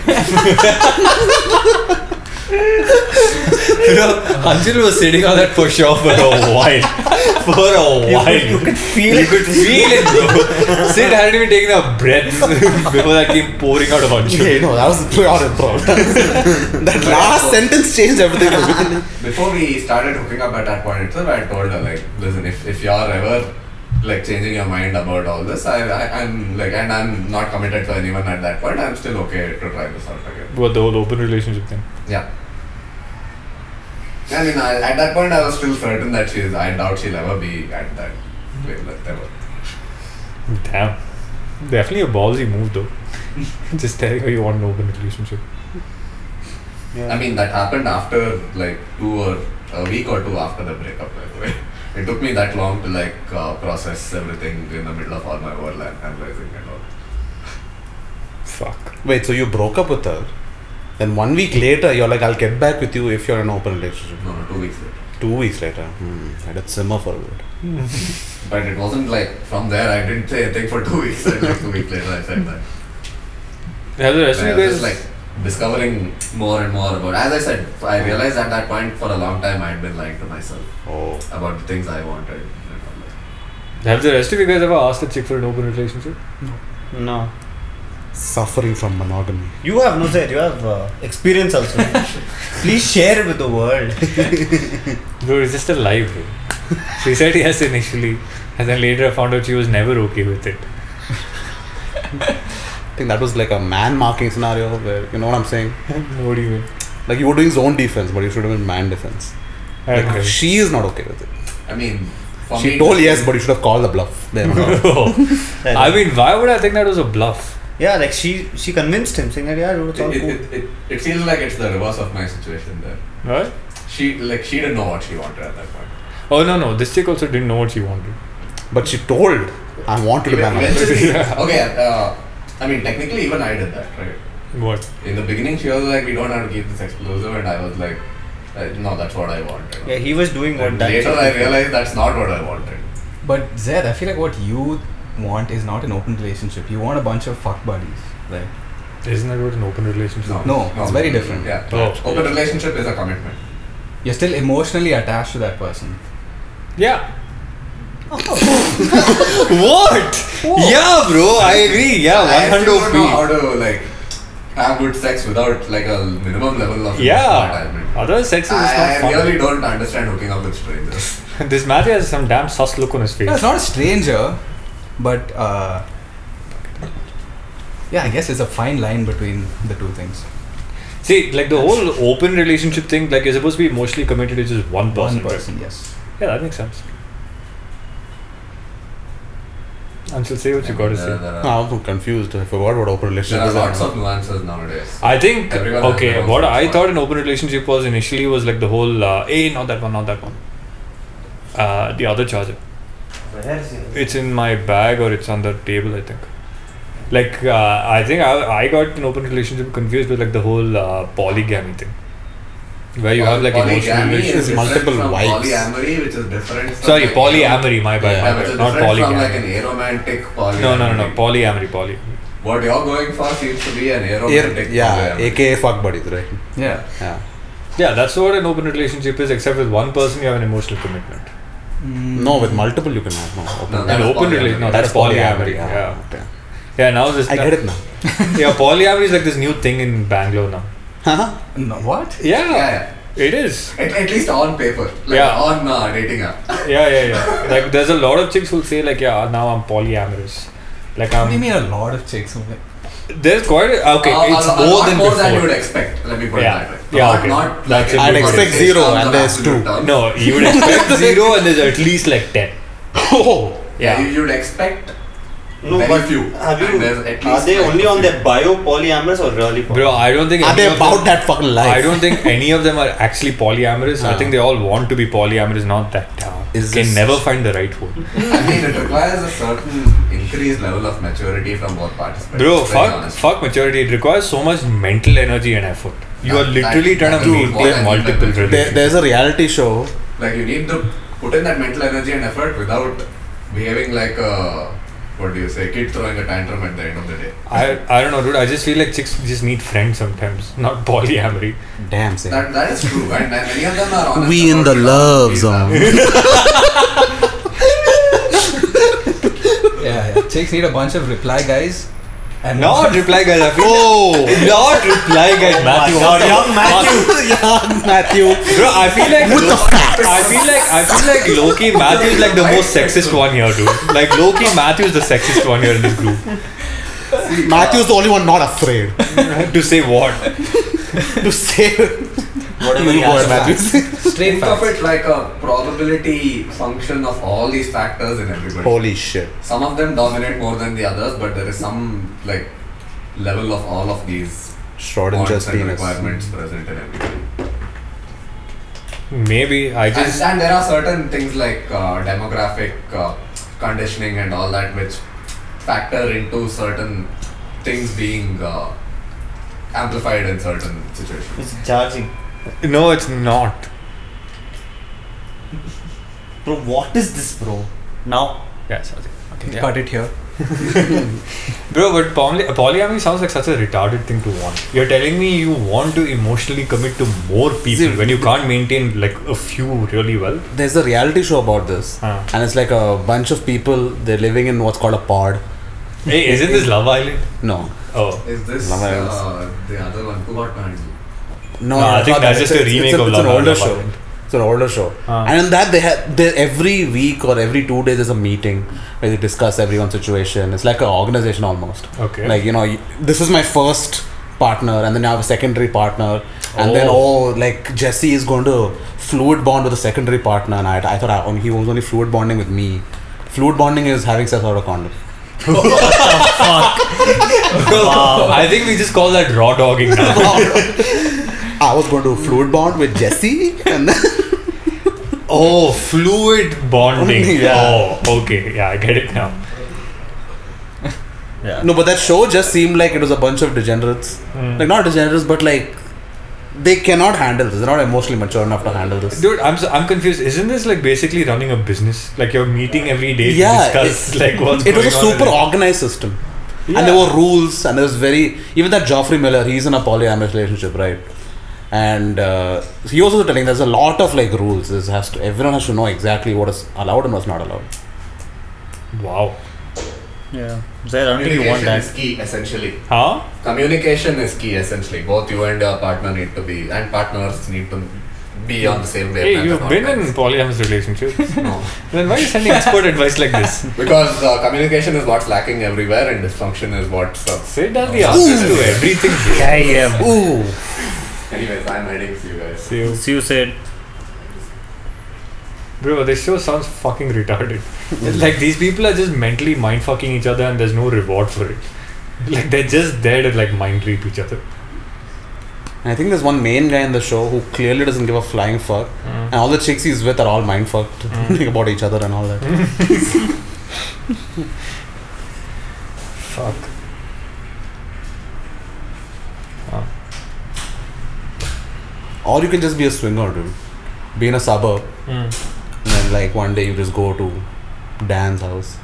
[SPEAKER 2] <laughs> you know, Anjil was sitting on that for sure for a while. For a while. You could feel it. You could feel it, bro. Sid hadn't even taken a breath <laughs> before that came pouring out of Anjil.
[SPEAKER 5] Yeah, <laughs> no, that was chaotic, bro. that last sentence changed everything. for me.
[SPEAKER 7] Before we started hooking up at that point itself, I told her like, listen, if, if you're ever like changing your mind about all this, I, I I'm like, and I'm not committed to anyone at that point. I'm still okay to try this out again.
[SPEAKER 2] What the whole open relationship thing.
[SPEAKER 7] Yeah. I mean, I, at that point, I was still certain that she is. I doubt she'll ever be at that level. ever.
[SPEAKER 2] Damn. Definitely a ballsy move though. <laughs> Just telling her you want an open relationship.
[SPEAKER 7] I mean, that happened after like two or a week or two after the breakup. By the way, it took me that long to like uh, process everything in the middle of all my overlap analyzing and all.
[SPEAKER 2] Fuck.
[SPEAKER 5] Wait, so you broke up with her. Then one week later, you're like, I'll get back with you if you're in an open relationship.
[SPEAKER 7] No, no, two weeks later.
[SPEAKER 5] Two weeks later, hmm, let it simmer for a bit.
[SPEAKER 7] But it wasn't like from there. I didn't say anything for two weeks. And like two weeks later, I said that.
[SPEAKER 2] Have the rest
[SPEAKER 7] When I
[SPEAKER 2] of you
[SPEAKER 7] was
[SPEAKER 2] guys
[SPEAKER 7] just like discovering more and more about. As I said, I realized at that point for a long time I had been lying to myself
[SPEAKER 5] Oh.
[SPEAKER 7] about the things I wanted. and all that.
[SPEAKER 2] have the rest of you guys ever asked a chick for an open relationship?
[SPEAKER 1] No.
[SPEAKER 5] Suffering from monogamy.
[SPEAKER 1] You have no said. You have uh, experience also. Please share it with the world.
[SPEAKER 2] Bro, it's just a lie, bro. <laughs> She said yes initially, and then later I found out she was never okay with it. <laughs>
[SPEAKER 5] I think that was like a man marking scenario where, you know what I'm saying?
[SPEAKER 2] what do you mean?
[SPEAKER 5] Like you were doing zone defense, but you should have been man defense. Like
[SPEAKER 2] Okay.
[SPEAKER 5] she is not okay with it.
[SPEAKER 7] I mean, for
[SPEAKER 5] she
[SPEAKER 7] me,
[SPEAKER 5] told yes, but you should have called the bluff. There. <laughs>
[SPEAKER 2] I mean, why would I think that was a bluff?
[SPEAKER 1] yeah, like she she convinced him saying that yeah, dude, it's all
[SPEAKER 7] It,
[SPEAKER 1] cool.
[SPEAKER 7] it, it, it feels like it's the reverse of my situation there.
[SPEAKER 2] What?
[SPEAKER 7] She like she didn't know what she wanted at that point.
[SPEAKER 2] Oh no no, this chick also didn't know what she wanted.
[SPEAKER 5] but she told, I want you to be
[SPEAKER 7] Even-
[SPEAKER 5] man. defense."
[SPEAKER 7] eventually,
[SPEAKER 2] Yeah.
[SPEAKER 7] okay. Uh, I mean, technically, even I did that, right?
[SPEAKER 2] What?
[SPEAKER 7] In the beginning, she was like, "We don't have to keep this exclusive," and I was like, uh, "No, that's what I wanted."
[SPEAKER 1] yeah, he was doing what
[SPEAKER 7] And
[SPEAKER 1] that
[SPEAKER 7] later,
[SPEAKER 1] chick
[SPEAKER 7] I
[SPEAKER 1] did.
[SPEAKER 7] realized that's not what I wanted.
[SPEAKER 4] But Zed, I feel like what you want is not an open relationship. You want a bunch of fuck buddies. Like
[SPEAKER 2] Isn't that what an open relationship? is?
[SPEAKER 4] No, it's very different.
[SPEAKER 7] Yeah.
[SPEAKER 2] Oh.
[SPEAKER 7] Open relationship is a commitment.
[SPEAKER 4] you're still emotionally attached to that person.
[SPEAKER 2] <laughs> Yeah. what? Yeah, bro. I agree.
[SPEAKER 7] I
[SPEAKER 2] Yeah,
[SPEAKER 7] still don't know how
[SPEAKER 2] 100
[SPEAKER 7] to like have good sex without like a minimum level of
[SPEAKER 2] p.
[SPEAKER 7] emotional
[SPEAKER 2] Yeah.
[SPEAKER 7] attachment.
[SPEAKER 2] Other sex is
[SPEAKER 7] I,
[SPEAKER 2] not
[SPEAKER 7] I
[SPEAKER 2] fun.
[SPEAKER 7] really don't understand hooking up with strangers.
[SPEAKER 2] <laughs> This Matthew has some damn sus look on his
[SPEAKER 4] No, it's
[SPEAKER 2] face.
[SPEAKER 4] not a stranger, but uh, yeah, I guess it's a fine line between the two things.
[SPEAKER 2] See, like the whole open relationship thing, like you're supposed to be emotionally committed to just one person.
[SPEAKER 4] One person, yes.
[SPEAKER 2] right? Yeah, that makes sense. And she'll say what you gotta
[SPEAKER 7] There-
[SPEAKER 2] say.
[SPEAKER 7] uh, there are-
[SPEAKER 5] No, I'm confused. I forgot what open
[SPEAKER 7] There
[SPEAKER 5] relationship
[SPEAKER 7] are
[SPEAKER 5] is.
[SPEAKER 7] lots of nuances nowadays.
[SPEAKER 2] I think
[SPEAKER 7] Everyone has their
[SPEAKER 2] okay.
[SPEAKER 7] own
[SPEAKER 2] What
[SPEAKER 7] sweet
[SPEAKER 2] I
[SPEAKER 7] spot.
[SPEAKER 2] thought an open relationship was initially was like the whole uh, hey, not that one, not that one. Uh, the other charger. It's in my bag or it's on the table. I think. Like uh, I think I, I got an open relationship confused with like the whole uh, polygamy thing, where you have like emotional
[SPEAKER 7] Polygamy
[SPEAKER 2] relationships.
[SPEAKER 7] is different
[SPEAKER 5] multiple
[SPEAKER 7] from
[SPEAKER 5] wives.
[SPEAKER 7] Polyamory, which is different. from,
[SPEAKER 2] Sorry,
[SPEAKER 7] like,
[SPEAKER 2] polyamory. My bad,
[SPEAKER 5] Yeah,
[SPEAKER 7] Yeah,
[SPEAKER 2] my
[SPEAKER 7] which is
[SPEAKER 2] bad. Not
[SPEAKER 7] different from like
[SPEAKER 2] polygamy.
[SPEAKER 7] an aromantic polyamory.
[SPEAKER 2] No, no, no, no. Polyamory, poly.
[SPEAKER 7] What you're going for seems to be an aromantic.
[SPEAKER 5] Air, yeah,
[SPEAKER 7] polyamory.
[SPEAKER 5] aka fuck buddies, right?
[SPEAKER 4] Yeah.
[SPEAKER 5] Yeah.
[SPEAKER 2] Yeah, that's what an open relationship is. Except with one person, you have an emotional commitment.
[SPEAKER 4] Mm,
[SPEAKER 5] No, with multiple you can have. No, open.
[SPEAKER 7] No,
[SPEAKER 2] An
[SPEAKER 7] That's
[SPEAKER 2] open
[SPEAKER 7] polyamory.
[SPEAKER 2] relationship. No,
[SPEAKER 5] Hmm. That
[SPEAKER 2] that's
[SPEAKER 5] is polyamory.
[SPEAKER 2] polyamory. Yeah.
[SPEAKER 5] okay.
[SPEAKER 2] Yeah, now this.
[SPEAKER 5] I get it now.
[SPEAKER 2] <laughs>
[SPEAKER 5] <laughs>
[SPEAKER 2] Yeah, polyamory is like this new thing in Bangalore now.
[SPEAKER 5] Huh?
[SPEAKER 4] No, what?
[SPEAKER 2] Yeah,
[SPEAKER 7] Yeah, yeah.
[SPEAKER 2] it is.
[SPEAKER 7] At, at least on paper, like
[SPEAKER 2] Yeah.
[SPEAKER 7] on uh, dating app.
[SPEAKER 2] Yeah, yeah, yeah. like there's a lot of chicks who say like, yeah, now I'm polyamorous. Like
[SPEAKER 4] What do you
[SPEAKER 2] I'm.
[SPEAKER 4] mean a lot of chicks? I'm like,
[SPEAKER 2] There's quite a, okay.
[SPEAKER 7] Uh,
[SPEAKER 2] it's
[SPEAKER 7] a, a
[SPEAKER 2] more
[SPEAKER 7] lot
[SPEAKER 2] than
[SPEAKER 7] more
[SPEAKER 2] before.
[SPEAKER 7] than you would expect. Let me put
[SPEAKER 2] Yeah.
[SPEAKER 7] it that way.
[SPEAKER 2] Yeah,
[SPEAKER 7] not,
[SPEAKER 2] okay.
[SPEAKER 7] not
[SPEAKER 2] That's
[SPEAKER 7] like
[SPEAKER 2] it.
[SPEAKER 5] I'd
[SPEAKER 7] everyone
[SPEAKER 5] expect
[SPEAKER 7] takes
[SPEAKER 5] zero
[SPEAKER 7] terms
[SPEAKER 5] and
[SPEAKER 7] of
[SPEAKER 5] there's
[SPEAKER 7] absolute
[SPEAKER 5] two.
[SPEAKER 7] terms.
[SPEAKER 2] no, you would expect zero, and there's at least like ten.
[SPEAKER 5] Oh,
[SPEAKER 7] Yeah,
[SPEAKER 2] Yeah.
[SPEAKER 7] you, you'd expect.
[SPEAKER 1] No,
[SPEAKER 7] Very
[SPEAKER 1] but
[SPEAKER 7] few.
[SPEAKER 1] have you?
[SPEAKER 7] And there's at
[SPEAKER 1] Are
[SPEAKER 7] least
[SPEAKER 1] they
[SPEAKER 7] like
[SPEAKER 1] only
[SPEAKER 7] a
[SPEAKER 1] on
[SPEAKER 7] few.
[SPEAKER 1] their bio polyamorous or really? poly-
[SPEAKER 2] Bro, I don't think.
[SPEAKER 5] are
[SPEAKER 2] any
[SPEAKER 5] they
[SPEAKER 2] of
[SPEAKER 5] about
[SPEAKER 2] them-
[SPEAKER 5] that fucking life?
[SPEAKER 2] I don't think any of them are actually polyamorous. I
[SPEAKER 5] Ah.
[SPEAKER 2] think they all want to be polyamorous. Not that down.
[SPEAKER 5] Is
[SPEAKER 2] Can
[SPEAKER 5] this-
[SPEAKER 2] never find the right word.
[SPEAKER 7] I mean, it requires a certain increased level of maturity from both participants.
[SPEAKER 2] Bro,
[SPEAKER 7] Very
[SPEAKER 2] fuck,
[SPEAKER 7] honest.
[SPEAKER 2] fuck maturity. It requires so much mental energy and effort. You are
[SPEAKER 7] That-
[SPEAKER 2] literally
[SPEAKER 7] that-
[SPEAKER 2] trying to
[SPEAKER 7] that
[SPEAKER 2] make
[SPEAKER 7] means more than
[SPEAKER 2] multiple
[SPEAKER 7] people.
[SPEAKER 2] relationships.
[SPEAKER 5] There, there's a reality show.
[SPEAKER 7] Like you need to put in that mental energy and effort without behaving like a what do you say, kid throwing a tantrum at the end of the day.
[SPEAKER 2] I, I don't know, dude. I just feel like chicks just need friends sometimes, not polyamory.
[SPEAKER 5] Damn, same.
[SPEAKER 7] That that is true, and, and many of them are honest
[SPEAKER 5] We in
[SPEAKER 7] about
[SPEAKER 5] the
[SPEAKER 7] it.
[SPEAKER 5] love
[SPEAKER 7] These <laughs>
[SPEAKER 5] zone.
[SPEAKER 7] are-
[SPEAKER 4] yeah, yeah. Chicks need a bunch of reply guys. And
[SPEAKER 2] Not reply, guys. I feel
[SPEAKER 5] Oh,
[SPEAKER 2] not reply, guys. Matthew, what the
[SPEAKER 1] Young Matthew.
[SPEAKER 5] <laughs> yeah, Matthew.
[SPEAKER 2] Bro, I feel like
[SPEAKER 5] With the facts.
[SPEAKER 2] I feel like I feel like Loki Matthew is like the most sexist one here, dude. Like Loki Matthew is the sexist one here in this group.
[SPEAKER 5] Matthew's the only one not afraid
[SPEAKER 2] to say what?
[SPEAKER 5] <laughs> to say
[SPEAKER 4] Whatever
[SPEAKER 5] you
[SPEAKER 4] he has
[SPEAKER 5] word,
[SPEAKER 4] to
[SPEAKER 5] Matthew.
[SPEAKER 4] <laughs> Straight
[SPEAKER 7] Think of
[SPEAKER 4] facts.
[SPEAKER 7] it like a probability function of all these factors in
[SPEAKER 5] <laughs>
[SPEAKER 7] everybody.
[SPEAKER 5] Holy shit.
[SPEAKER 7] Some of them dominate more than the others, but there is some like level of all of these
[SPEAKER 5] Schrodinger's
[SPEAKER 7] wants and
[SPEAKER 5] penis.
[SPEAKER 7] requirements present in everybody.
[SPEAKER 2] Maybe I
[SPEAKER 7] And,
[SPEAKER 2] just
[SPEAKER 7] and there are certain things like uh, demographic uh, conditioning and all that which factor into certain things being uh, amplified in certain situations.
[SPEAKER 1] It's charging.
[SPEAKER 2] no, it's not.
[SPEAKER 1] Bro, what is this, bro? Now,
[SPEAKER 2] Yeah, sorry. Okay, yeah.
[SPEAKER 4] Cut it here.
[SPEAKER 2] Bro, but poly- polyamory sounds like such a retarded thing to want. You're telling me you want to emotionally commit to more people
[SPEAKER 5] See,
[SPEAKER 2] when you can't maintain like a few really well.
[SPEAKER 5] There's a reality show about this.
[SPEAKER 2] Huh.
[SPEAKER 5] And it's like a bunch of people, they're living in what's called a pod.
[SPEAKER 2] Hey, isn't this Love Island?
[SPEAKER 5] No. <laughs>
[SPEAKER 2] Oh,
[SPEAKER 7] Is this
[SPEAKER 5] Love Island.
[SPEAKER 7] uh, the other one? Who got married?
[SPEAKER 5] No,
[SPEAKER 2] No, I think
[SPEAKER 5] not
[SPEAKER 2] that's
[SPEAKER 5] that.
[SPEAKER 2] just a
[SPEAKER 5] It's- it's
[SPEAKER 2] remake
[SPEAKER 5] an-
[SPEAKER 2] of
[SPEAKER 5] It's an
[SPEAKER 2] Love
[SPEAKER 5] older
[SPEAKER 2] Island.
[SPEAKER 5] show. It's an older show.
[SPEAKER 2] Ah.
[SPEAKER 5] And in that, they have they, every week or every two days, there's a meeting where they discuss everyone's situation. It's like an organization almost.
[SPEAKER 2] okay.
[SPEAKER 5] Like, you know, y- this is my first partner, and then I have a secondary partner. And then,
[SPEAKER 2] Oh.
[SPEAKER 5] oh, like Jesse is going to fluid bond with a secondary partner. And I, I thought I, he was only fluid bonding with me. Fluid bonding is having sex without a condom.
[SPEAKER 2] wow. I think we just call that raw dogging now.
[SPEAKER 5] <laughs> I was going to fluid bond with Jesse, <laughs> and then
[SPEAKER 2] Oh, fluid bonding.
[SPEAKER 5] <laughs> Yeah.
[SPEAKER 2] Oh, okay. Yeah, I get it now.
[SPEAKER 5] No, but that show just seemed like it was a bunch of degenerates.
[SPEAKER 2] Hmm.
[SPEAKER 5] Like not degenerates, but like they cannot handle this. They're not emotionally mature enough to handle this.
[SPEAKER 2] Dude, I'm so, I'm confused. Isn't this like basically running a business? Like you're meeting every day
[SPEAKER 5] Yeah,
[SPEAKER 2] to discuss <laughs> like what's
[SPEAKER 5] It was
[SPEAKER 2] going
[SPEAKER 5] a
[SPEAKER 2] on in
[SPEAKER 5] super
[SPEAKER 2] it?
[SPEAKER 5] organized system. And there were rules, and there was very even that Joffrey Miller. He's in a polyamorous relationship, right? And uh, he was also telling there's a lot of like rules. This has to everyone has to know exactly what is allowed and what's not allowed.
[SPEAKER 2] Wow.
[SPEAKER 1] yeah. Zaid, I don't think you want
[SPEAKER 7] Communication is
[SPEAKER 1] that.
[SPEAKER 7] key, essentially.
[SPEAKER 2] Huh?
[SPEAKER 7] Communication is key, essentially. Both you and your partner need to be, and partners need to be on the same wavelength.
[SPEAKER 2] Hey,
[SPEAKER 7] at
[SPEAKER 2] you've
[SPEAKER 7] all
[SPEAKER 2] been in
[SPEAKER 7] times.
[SPEAKER 2] polyamorous relationships. <laughs>
[SPEAKER 7] No.
[SPEAKER 2] then why are you sending
[SPEAKER 5] <laughs>
[SPEAKER 2] expert advice like this?
[SPEAKER 7] because uh, communication is what's lacking everywhere, and dysfunction is what's. Uh,
[SPEAKER 2] Say that the answers to everything. bro.
[SPEAKER 1] Yeah, yeah.
[SPEAKER 5] Ooh,
[SPEAKER 7] anyways, I'm heading to you guys.
[SPEAKER 2] See you.
[SPEAKER 1] So you said,
[SPEAKER 2] Bro, this show sounds fucking
[SPEAKER 5] <laughs>
[SPEAKER 2] retarded. It's like these people are just mentally mind fucking each other and there's no reward for it. <laughs> Like they're just there to like mind reap each other.
[SPEAKER 5] and I think there's one main guy in the show who clearly doesn't give a flying fuck,
[SPEAKER 2] Mm.
[SPEAKER 5] and all the chicks he's with are all mind fucked <laughs> like about each other and all that.
[SPEAKER 2] Fuck.
[SPEAKER 5] Or you can just be a swinger, dude. Be in a suburb,
[SPEAKER 2] Mm,
[SPEAKER 5] and then like one day you just go to Dan's house,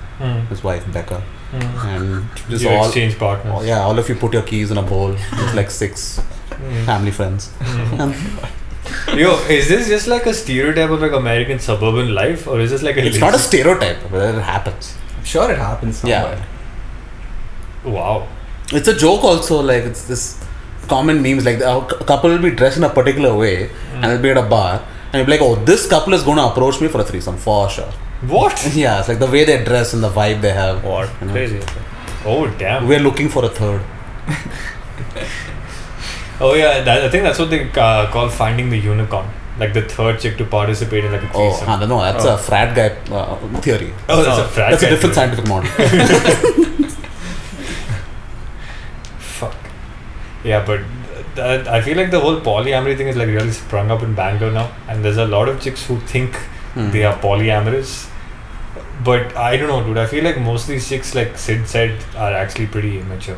[SPEAKER 5] his wife Becca, and
[SPEAKER 2] <laughs> mm,
[SPEAKER 5] just
[SPEAKER 2] You
[SPEAKER 5] all,
[SPEAKER 2] exchange partners.
[SPEAKER 5] all- yeah, all of you put your keys in a bowl. It's like
[SPEAKER 2] <laughs>
[SPEAKER 5] six family friends.
[SPEAKER 2] Mm. Yo, is this just like a stereotype of like American suburban life, or is this like a?
[SPEAKER 5] It's not a stereotype, but it happens.
[SPEAKER 4] I'm sure it happens somewhere.
[SPEAKER 5] Yeah,
[SPEAKER 2] wow.
[SPEAKER 5] it's a joke also. Like it's this common memes. Like a cou- couple will be dressed in a particular way,
[SPEAKER 2] Hmm.
[SPEAKER 5] and they'll be at a bar, and you'll be like, "Oh, this couple is gonna approach me for a threesome for sure." <laughs>
[SPEAKER 2] What?
[SPEAKER 5] yeah, it's like the way they dress and the vibe they have.
[SPEAKER 1] what?
[SPEAKER 5] You know?
[SPEAKER 1] Crazy.
[SPEAKER 2] Oh damn.
[SPEAKER 5] We're looking for a third.
[SPEAKER 2] Oh yeah, that, I think that's what they uh, call finding the unicorn, like the third chick to participate in like a
[SPEAKER 5] Oh,
[SPEAKER 2] threesome.
[SPEAKER 5] I don't know. That's
[SPEAKER 2] Oh.
[SPEAKER 5] a frat guy uh, theory.
[SPEAKER 2] Oh, that's a frat
[SPEAKER 5] That's a
[SPEAKER 2] guy
[SPEAKER 5] different
[SPEAKER 2] theory. <laughs>
[SPEAKER 5] scientific model.
[SPEAKER 2] Fuck. Yeah, but that, I feel like the whole polyamory thing is like really sprung up in Bangalore now, and there's a lot of chicks who think
[SPEAKER 5] Hmm.
[SPEAKER 2] they are polyamorous. But I don't know, dude. I feel like most of these chicks, like Sid said, are actually pretty immature.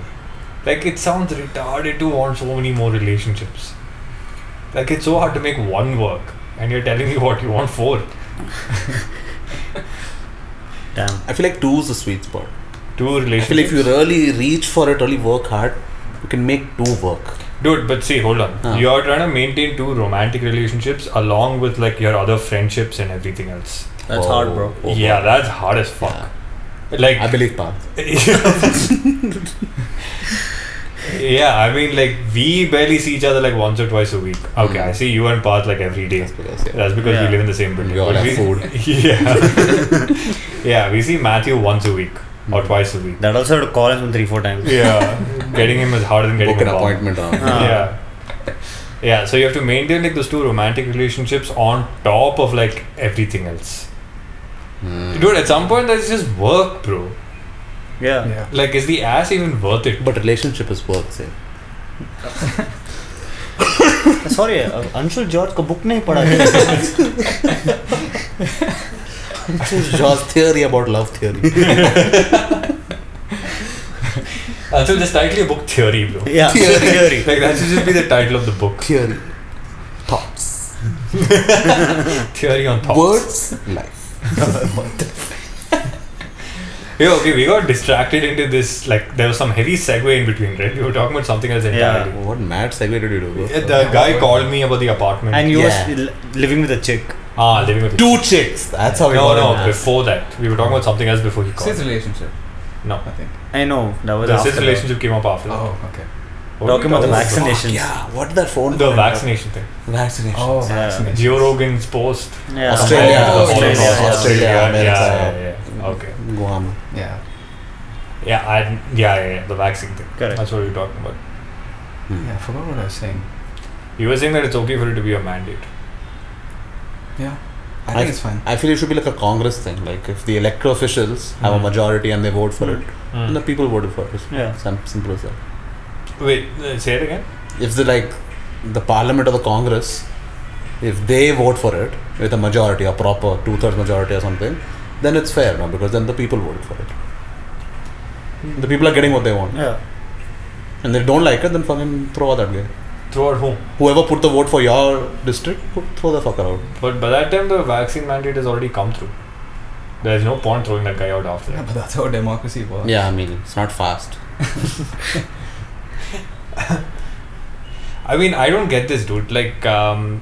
[SPEAKER 2] Like it sounds retarded to want so many more relationships. Like it's so hard to make one work, and you're telling me <laughs> what you want four.
[SPEAKER 1] Damn.
[SPEAKER 5] I feel like two is the sweet spot.
[SPEAKER 2] Two
[SPEAKER 5] I feel
[SPEAKER 2] relationships.
[SPEAKER 5] if you really reach for it, really work hard, you can make two work.
[SPEAKER 2] Dude, but see, hold on.
[SPEAKER 5] Huh.
[SPEAKER 2] You're trying to maintain two romantic relationships along with like your other friendships and everything else.
[SPEAKER 1] That's
[SPEAKER 5] Whoa.
[SPEAKER 1] hard, bro.
[SPEAKER 5] Whoa.
[SPEAKER 2] yeah, that's hard as fuck. Like <laughs>
[SPEAKER 5] I believe Parth.
[SPEAKER 2] yeah, I mean, like we barely see each other like once or twice a week. Okay,
[SPEAKER 5] Mm.
[SPEAKER 2] I see you and Path like every day.
[SPEAKER 5] That's because, yeah.
[SPEAKER 2] That's because
[SPEAKER 1] Yeah.
[SPEAKER 2] we live in the same building.
[SPEAKER 5] We all
[SPEAKER 2] But
[SPEAKER 5] have
[SPEAKER 2] we,
[SPEAKER 5] food.
[SPEAKER 2] Yeah, <laughs> yeah. We see Matthew once a week or
[SPEAKER 5] Mm.
[SPEAKER 2] twice a week.
[SPEAKER 1] That also had to call him three, four times.
[SPEAKER 2] Yeah, <laughs> getting him is harder than getting
[SPEAKER 5] Book an
[SPEAKER 2] a bomb.
[SPEAKER 5] appointment. on.
[SPEAKER 2] <laughs>
[SPEAKER 1] Huh.
[SPEAKER 2] yeah Ah. yeah so you have to maintain like those two romantic relationships on top of like everything else
[SPEAKER 5] Hmm.
[SPEAKER 2] dude at some point that's just work bro
[SPEAKER 1] Yeah.
[SPEAKER 4] Yeah.
[SPEAKER 2] like is the ass even worth it
[SPEAKER 5] But relationship is work, say.
[SPEAKER 1] Sorry Anshul George का book नहीं पढ़ा
[SPEAKER 5] <laughs>
[SPEAKER 1] क्या
[SPEAKER 5] Jaws theory about love theory.
[SPEAKER 2] uh, so just title your book theory bro
[SPEAKER 1] या theory
[SPEAKER 2] like that should just be the title of the book
[SPEAKER 5] theory. Thoughts.
[SPEAKER 2] theory on thoughts
[SPEAKER 5] Words. Life.
[SPEAKER 2] yeah okay we got distracted into this like there was some heavy segue in between right we were talking about something else entirely
[SPEAKER 5] What mad segue did you do? bro?
[SPEAKER 2] Yeah, the guy called me about the apartment
[SPEAKER 1] and you
[SPEAKER 5] Yeah.
[SPEAKER 1] Was living with a chick
[SPEAKER 2] ah living with
[SPEAKER 5] Two chicks. That's how we
[SPEAKER 2] no
[SPEAKER 5] got
[SPEAKER 2] no
[SPEAKER 5] it.
[SPEAKER 2] before that we were talking about something else before he
[SPEAKER 4] It's his
[SPEAKER 2] called
[SPEAKER 4] relationship,
[SPEAKER 2] no
[SPEAKER 4] I think.
[SPEAKER 1] I know that was
[SPEAKER 2] the sis relationship came up after that.
[SPEAKER 4] Oh, okay.
[SPEAKER 2] What are we
[SPEAKER 1] Talking about the
[SPEAKER 2] talking
[SPEAKER 1] vaccine. vaccinations.
[SPEAKER 5] Oh, Yeah. What did that phone?
[SPEAKER 2] The
[SPEAKER 5] call?
[SPEAKER 2] vaccination thing.
[SPEAKER 5] Vaccination.
[SPEAKER 4] Oh,
[SPEAKER 1] Yeah.
[SPEAKER 4] vaccination.
[SPEAKER 2] Joe Rogan's post.
[SPEAKER 1] Yeah.
[SPEAKER 5] Australia,
[SPEAKER 2] Oh,
[SPEAKER 5] Australia,
[SPEAKER 2] Australia,
[SPEAKER 5] Australia,
[SPEAKER 2] yeah,
[SPEAKER 5] America.
[SPEAKER 2] yeah, yeah. Okay.
[SPEAKER 5] Guam.
[SPEAKER 4] Yeah.
[SPEAKER 2] Yeah, I, yeah, yeah, yeah, the vaccine thing.
[SPEAKER 1] Correct.
[SPEAKER 2] That's what we we're talking about.
[SPEAKER 4] Yeah, I forgot what I was saying.
[SPEAKER 2] You were saying that it's okay for it to be a mandate.
[SPEAKER 4] Yeah. I
[SPEAKER 5] I-
[SPEAKER 4] think it's fine.
[SPEAKER 5] I feel it should be like a Congress thing. Like if the elected officials have a
[SPEAKER 2] Mm.
[SPEAKER 5] majority and they vote for it, then the
[SPEAKER 2] Mm.
[SPEAKER 5] people voted for it.
[SPEAKER 1] Yeah.
[SPEAKER 5] Sim- simple as that.
[SPEAKER 2] Wait, uh, say it again?
[SPEAKER 5] If the like the Parliament or the Congress, if they vote for it with a majority, a proper two-thirds majority or something, then it's fair, no? Because then the people voted for it.
[SPEAKER 2] Hmm.
[SPEAKER 5] The people are getting what they want,
[SPEAKER 1] Yeah.
[SPEAKER 5] and they don't like it. Then fucking throw out that guy.
[SPEAKER 2] Throughout whom?
[SPEAKER 5] Whoever put the vote for your district, put, throw the fucker out.
[SPEAKER 2] But by that time, the vaccine mandate has already come through. There's no point throwing that guy out after
[SPEAKER 4] Yeah,
[SPEAKER 2] that.
[SPEAKER 4] but that's how democracy works.
[SPEAKER 5] Yeah, I mean it's not fast.
[SPEAKER 2] I mean, I don't get this, dude. Like, um,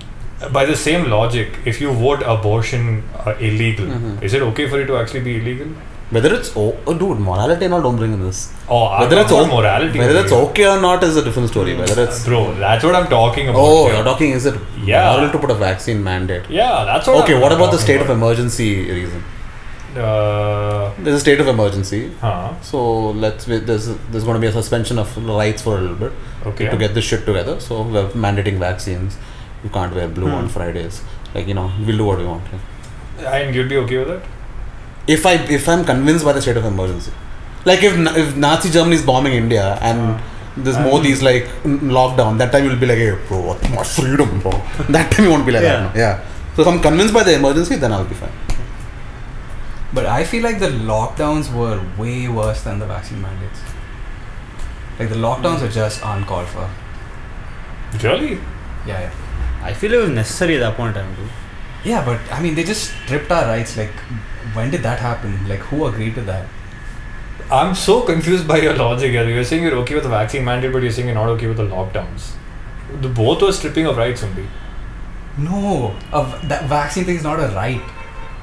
[SPEAKER 2] by the same logic, if you vote abortion uh, illegal,
[SPEAKER 5] Mhm.
[SPEAKER 2] is it okay for it to actually be illegal?
[SPEAKER 5] Whether it's oh, oh dude, morality and all don't bring in this.
[SPEAKER 2] Or I
[SPEAKER 5] Whether
[SPEAKER 2] don't
[SPEAKER 5] it's
[SPEAKER 2] know
[SPEAKER 5] o-
[SPEAKER 2] morality.
[SPEAKER 5] Whether
[SPEAKER 2] is Hmm.
[SPEAKER 5] that's
[SPEAKER 2] illegal.
[SPEAKER 5] okay or not is a different story. Whether it's
[SPEAKER 2] Bro, that's what I'm talking about.
[SPEAKER 5] oh,
[SPEAKER 2] here.
[SPEAKER 5] you're talking is it
[SPEAKER 2] Yeah.
[SPEAKER 5] moral to put a vaccine mandate?
[SPEAKER 2] Yeah, that's what.
[SPEAKER 5] Okay,
[SPEAKER 2] I'm
[SPEAKER 5] what about the
[SPEAKER 2] talking
[SPEAKER 5] state of emergency reason?
[SPEAKER 2] Uh,
[SPEAKER 5] There's a state of emergency,
[SPEAKER 2] huh.
[SPEAKER 5] so let's wi- there's there's going to be a suspension of rights for a little bit
[SPEAKER 2] Okay.
[SPEAKER 5] to get this shit together. So we're mandating vaccines. You can't wear blue on Fridays. Like you know, we'll do what we want.
[SPEAKER 2] And you'd be okay with it?
[SPEAKER 5] If I if I'm convinced by the state of emergency, like if Na- if Nazi Germany is bombing India and there's Modi's like n- lockdown, that time you'll be like, hey bro, what my freedom, bro. <laughs> that time you won't be like
[SPEAKER 1] Yeah.
[SPEAKER 5] that. no. Yeah. So if I'm convinced by the emergency, then I'll be fine.
[SPEAKER 4] But I feel like the lockdowns were way worse than the vaccine mandates. Like the lockdowns are just uncalled for.
[SPEAKER 2] Really?
[SPEAKER 4] Yeah, yeah.
[SPEAKER 1] I feel it was necessary at that point in time, dude.
[SPEAKER 4] Yeah, but I mean, they just stripped our rights. Like, when did that happen? Like, who agreed to that?
[SPEAKER 2] I'm so confused by your logic. here. You're saying you're okay with the vaccine mandate, but you're saying you're not okay with the lockdowns. The both were stripping of rights only.
[SPEAKER 4] No, a v- that vaccine thing is not a right.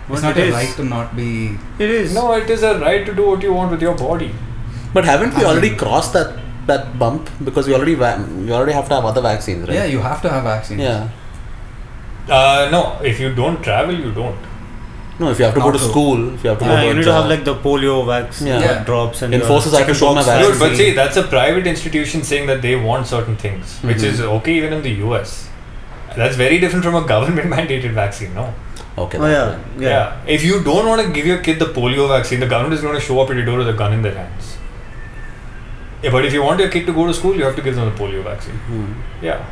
[SPEAKER 1] What
[SPEAKER 4] it's not
[SPEAKER 1] it
[SPEAKER 4] a
[SPEAKER 1] is.
[SPEAKER 4] right to not be.
[SPEAKER 1] It is.
[SPEAKER 2] No, it is a right to do what you want with your body.
[SPEAKER 5] But haven't we
[SPEAKER 4] I
[SPEAKER 5] already
[SPEAKER 4] mean-
[SPEAKER 5] crossed that that bump because we already va- we already have to have other vaccines, right?
[SPEAKER 4] Yeah, you have to have vaccines.
[SPEAKER 5] Yeah.
[SPEAKER 2] Uh, no, if you don't travel, you don't.
[SPEAKER 5] No, if you have to go
[SPEAKER 4] Not
[SPEAKER 5] to
[SPEAKER 4] true.
[SPEAKER 5] school, if you have to
[SPEAKER 1] Yeah,
[SPEAKER 5] go
[SPEAKER 1] you
[SPEAKER 5] a
[SPEAKER 1] need to
[SPEAKER 5] job.
[SPEAKER 1] have like the polio vax
[SPEAKER 5] Yeah.
[SPEAKER 4] Yeah.
[SPEAKER 1] drops and
[SPEAKER 5] Enforcers
[SPEAKER 1] your
[SPEAKER 5] have to show
[SPEAKER 1] chickenpox
[SPEAKER 5] my vaccine.
[SPEAKER 2] Dude, but
[SPEAKER 1] vaccine.
[SPEAKER 2] see, that's a private institution saying that they want certain things, which is okay even in the US. That's very different from a government <laughs> mandated vaccine, no?
[SPEAKER 5] okay.
[SPEAKER 1] Oh yeah, yeah.
[SPEAKER 2] Yeah. If you don't want to give your kid the polio vaccine, the government is going to show up at your door with a gun in their hands. Yeah, but if you want your kid to go to school, you have to give them the polio vaccine.
[SPEAKER 5] Hmm.
[SPEAKER 2] Yeah.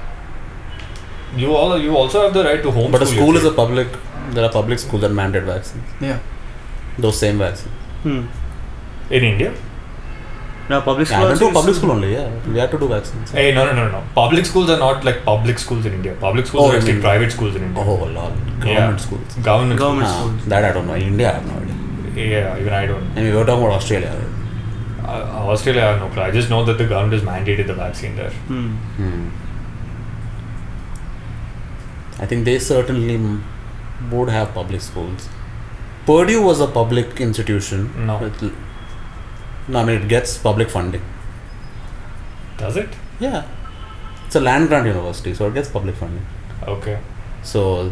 [SPEAKER 2] You all you also have the right to home.
[SPEAKER 5] But a school is a public. There are public schools that mandate vaccines.
[SPEAKER 4] Yeah.
[SPEAKER 5] Those same vaccines.
[SPEAKER 1] Hmm.
[SPEAKER 2] in India.
[SPEAKER 6] No, public
[SPEAKER 5] Yeah, I
[SPEAKER 6] school.
[SPEAKER 5] had to do
[SPEAKER 6] also
[SPEAKER 5] public
[SPEAKER 6] is-
[SPEAKER 5] school only, yeah. We had to do vaccines.
[SPEAKER 2] Hey, Eh, no, no, no, no. Public schools are not like public schools in India. Public schools
[SPEAKER 5] Oh,
[SPEAKER 2] are
[SPEAKER 5] in
[SPEAKER 2] actually
[SPEAKER 5] India.
[SPEAKER 2] private schools in India.
[SPEAKER 5] Oh, lol. Government
[SPEAKER 2] Yeah.
[SPEAKER 5] schools.
[SPEAKER 2] Government.
[SPEAKER 6] Government
[SPEAKER 5] Ah,
[SPEAKER 6] schools.
[SPEAKER 5] that I don't know. India, I have no idea.
[SPEAKER 2] Yeah, even I don't.
[SPEAKER 5] And we were talking about Australia. right?
[SPEAKER 2] Uh, Australia, I have no clue. I just know that the government has mandated the vaccine there.
[SPEAKER 6] Hmm.
[SPEAKER 5] Hmm. I think they certainly m- would have public schools. Purdue was a public institution.
[SPEAKER 2] No.
[SPEAKER 5] With l- no, I mean, it gets public funding.
[SPEAKER 2] Does it?
[SPEAKER 5] Yeah. It's a land grant university, so it gets public funding.
[SPEAKER 2] Okay.
[SPEAKER 5] So,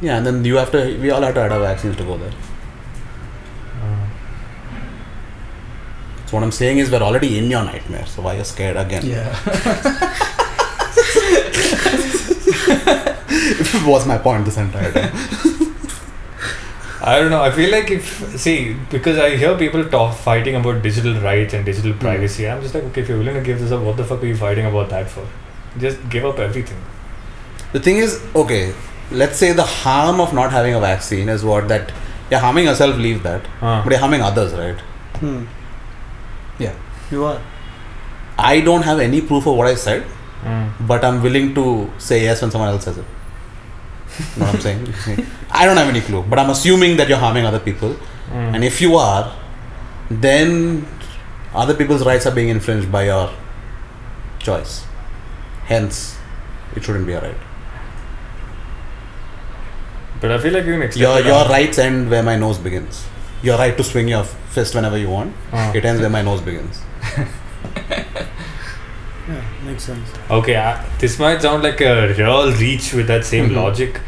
[SPEAKER 5] yeah, and then you have to, we all have to add our vaccines to go there.
[SPEAKER 2] Mm.
[SPEAKER 5] So, what I'm saying is, we're already in your nightmare, so why are you scared again? <laughs>
[SPEAKER 4] Yeah. <laughs>
[SPEAKER 5] was my point this entire time.
[SPEAKER 2] I don't know. I feel like if see because I hear people talk fighting about digital rights and digital privacy. I'm just like, okay, if you're willing to give this up, what the fuck are you fighting about that for? Just give up everything.
[SPEAKER 5] the thing is, okay, let's say the harm of not having a vaccine is what that you're harming yourself, leave that.
[SPEAKER 2] Huh.
[SPEAKER 5] But you're harming others, right?
[SPEAKER 6] Hmm.
[SPEAKER 4] Yeah.
[SPEAKER 6] You are.
[SPEAKER 5] I don't have any proof of what I said,
[SPEAKER 2] Mm.
[SPEAKER 5] but I'm willing to say yes when someone else says it. You know what I'm saying? I don't have any clue, but I'm assuming that you're harming other people.
[SPEAKER 2] Mm.
[SPEAKER 5] And if you are, then other people's rights are being infringed by your choice. Hence, it shouldn't be a right.
[SPEAKER 2] but I feel like you can extend
[SPEAKER 5] Your
[SPEAKER 2] it
[SPEAKER 5] your
[SPEAKER 2] out.
[SPEAKER 5] rights end where my nose begins. Your right to swing your fist whenever you want.
[SPEAKER 2] Huh.
[SPEAKER 5] It ends where my nose begins.
[SPEAKER 6] Yeah, makes sense.
[SPEAKER 2] Okay, I, this might sound like a real reach with that same
[SPEAKER 5] Mhm.
[SPEAKER 2] logic,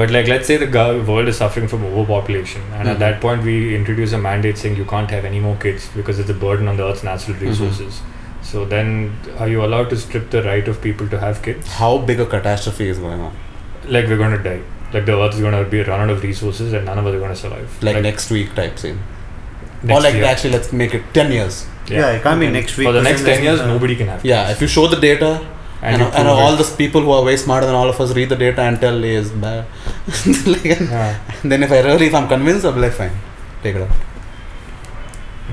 [SPEAKER 2] but like let's say the go- world is suffering from overpopulation, and at
[SPEAKER 5] Mhm.
[SPEAKER 2] that point we introduce a mandate saying you can't have any more kids because it's a burden on the earth's natural resources. So then, are you allowed to strip the right of people to have kids?
[SPEAKER 5] How big a catastrophe is going on?
[SPEAKER 2] Like we're going to die. Like the earth is going to be run out of resources, and none of us are going to survive.
[SPEAKER 5] Like, next week type scene.
[SPEAKER 2] next
[SPEAKER 5] or like
[SPEAKER 2] year.
[SPEAKER 5] actually let's make it ten years.
[SPEAKER 2] Yeah.
[SPEAKER 6] Yeah, it can't be next week.
[SPEAKER 2] For the next
[SPEAKER 6] because
[SPEAKER 2] ten years,
[SPEAKER 6] then-
[SPEAKER 2] nobody can have.
[SPEAKER 5] Yeah, if you show the data and,
[SPEAKER 2] you
[SPEAKER 5] and,
[SPEAKER 2] prove
[SPEAKER 5] all
[SPEAKER 2] it.
[SPEAKER 5] these people who are way smarter than all of us read the data and tell is bad. <laughs> like,
[SPEAKER 2] Yeah.
[SPEAKER 5] then if I really if I'm convinced I'll be like fine. Take it up.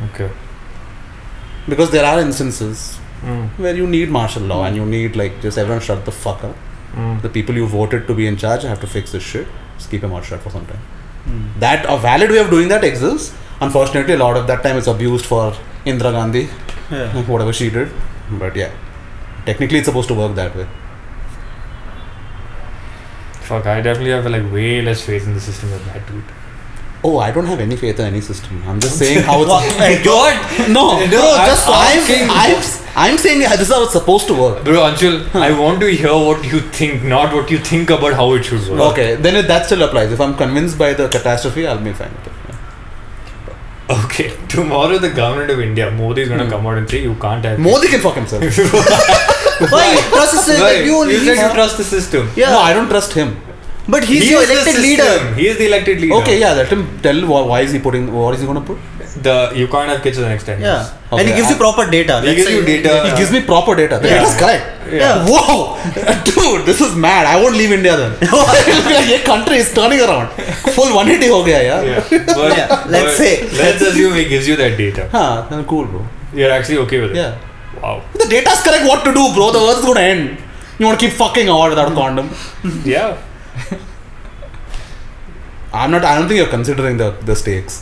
[SPEAKER 2] Okay.
[SPEAKER 5] Because there are instances
[SPEAKER 2] Mm.
[SPEAKER 5] where you need martial law and you need like just everyone shut the fuck up.
[SPEAKER 2] Mm.
[SPEAKER 5] The people you voted to be in charge have to fix this shit. Just keep your mouth shut for some time.
[SPEAKER 6] Hmm.
[SPEAKER 5] That a valid way of doing that exists. Unfortunately, a lot of that time is abused for Indira Gandhi,
[SPEAKER 6] Yeah.
[SPEAKER 5] like whatever she did. But yeah, technically it's supposed to work that way.
[SPEAKER 2] Fuck! I definitely have like way less faith in the system than that dude.
[SPEAKER 5] Oh, I don't have any faith in any system. I'm just saying how it's. my <laughs> God! No, no,
[SPEAKER 2] I'm
[SPEAKER 5] just I'm,
[SPEAKER 2] asking.
[SPEAKER 5] I'm, I'm saying this is how it's supposed to work.
[SPEAKER 2] <laughs> Bro, Anshul, I want to hear what you think, not what you think about how it should work.
[SPEAKER 5] Okay, then it, that still applies. If I'm convinced by the catastrophe, I'll be fine with it.
[SPEAKER 2] Okay. Tomorrow, the government of India, Modi, is gonna come out and say you can't have.
[SPEAKER 5] Modi can fuck <laughs> himself.
[SPEAKER 6] Why? Process is
[SPEAKER 2] Right.
[SPEAKER 6] that you
[SPEAKER 2] You said
[SPEAKER 6] leave.
[SPEAKER 2] you trust the system.
[SPEAKER 6] Yeah.
[SPEAKER 5] No, I don't trust him.
[SPEAKER 6] But he's
[SPEAKER 2] He
[SPEAKER 6] your
[SPEAKER 2] is the
[SPEAKER 6] elected
[SPEAKER 2] system.
[SPEAKER 6] leader.
[SPEAKER 2] He is the elected leader.
[SPEAKER 5] Okay, yeah, let him tell why, why is he putting, what is he going to put?
[SPEAKER 2] The you can't have kids for the next ten
[SPEAKER 6] Yeah.
[SPEAKER 2] years.
[SPEAKER 6] and he
[SPEAKER 5] Okay,
[SPEAKER 6] gives you
[SPEAKER 5] I-
[SPEAKER 6] proper data.
[SPEAKER 2] He
[SPEAKER 6] Let's
[SPEAKER 2] gives
[SPEAKER 6] say-
[SPEAKER 2] you data.
[SPEAKER 5] He gives me proper data. The
[SPEAKER 2] Yeah.
[SPEAKER 5] data's correct.
[SPEAKER 2] Yeah.
[SPEAKER 5] Wow, <laughs> dude, this is mad. I won't leave India then. <laughs> It'll be like, "Ye country is turning around. Full 180 ho gaya, yeah.
[SPEAKER 2] Yeah. But,
[SPEAKER 6] Yeah, let's
[SPEAKER 2] but
[SPEAKER 6] say-
[SPEAKER 2] Let's assume he gives you that data.
[SPEAKER 5] Huh, then cool, bro.
[SPEAKER 2] You're actually okay with it.
[SPEAKER 5] Yeah.
[SPEAKER 2] Wow.
[SPEAKER 5] The data's correct. What to do, bro? The earth is gonna end. You wanna keep fucking out without a condom?
[SPEAKER 2] Yeah.
[SPEAKER 5] I'm not. I don't think you're considering the the stakes.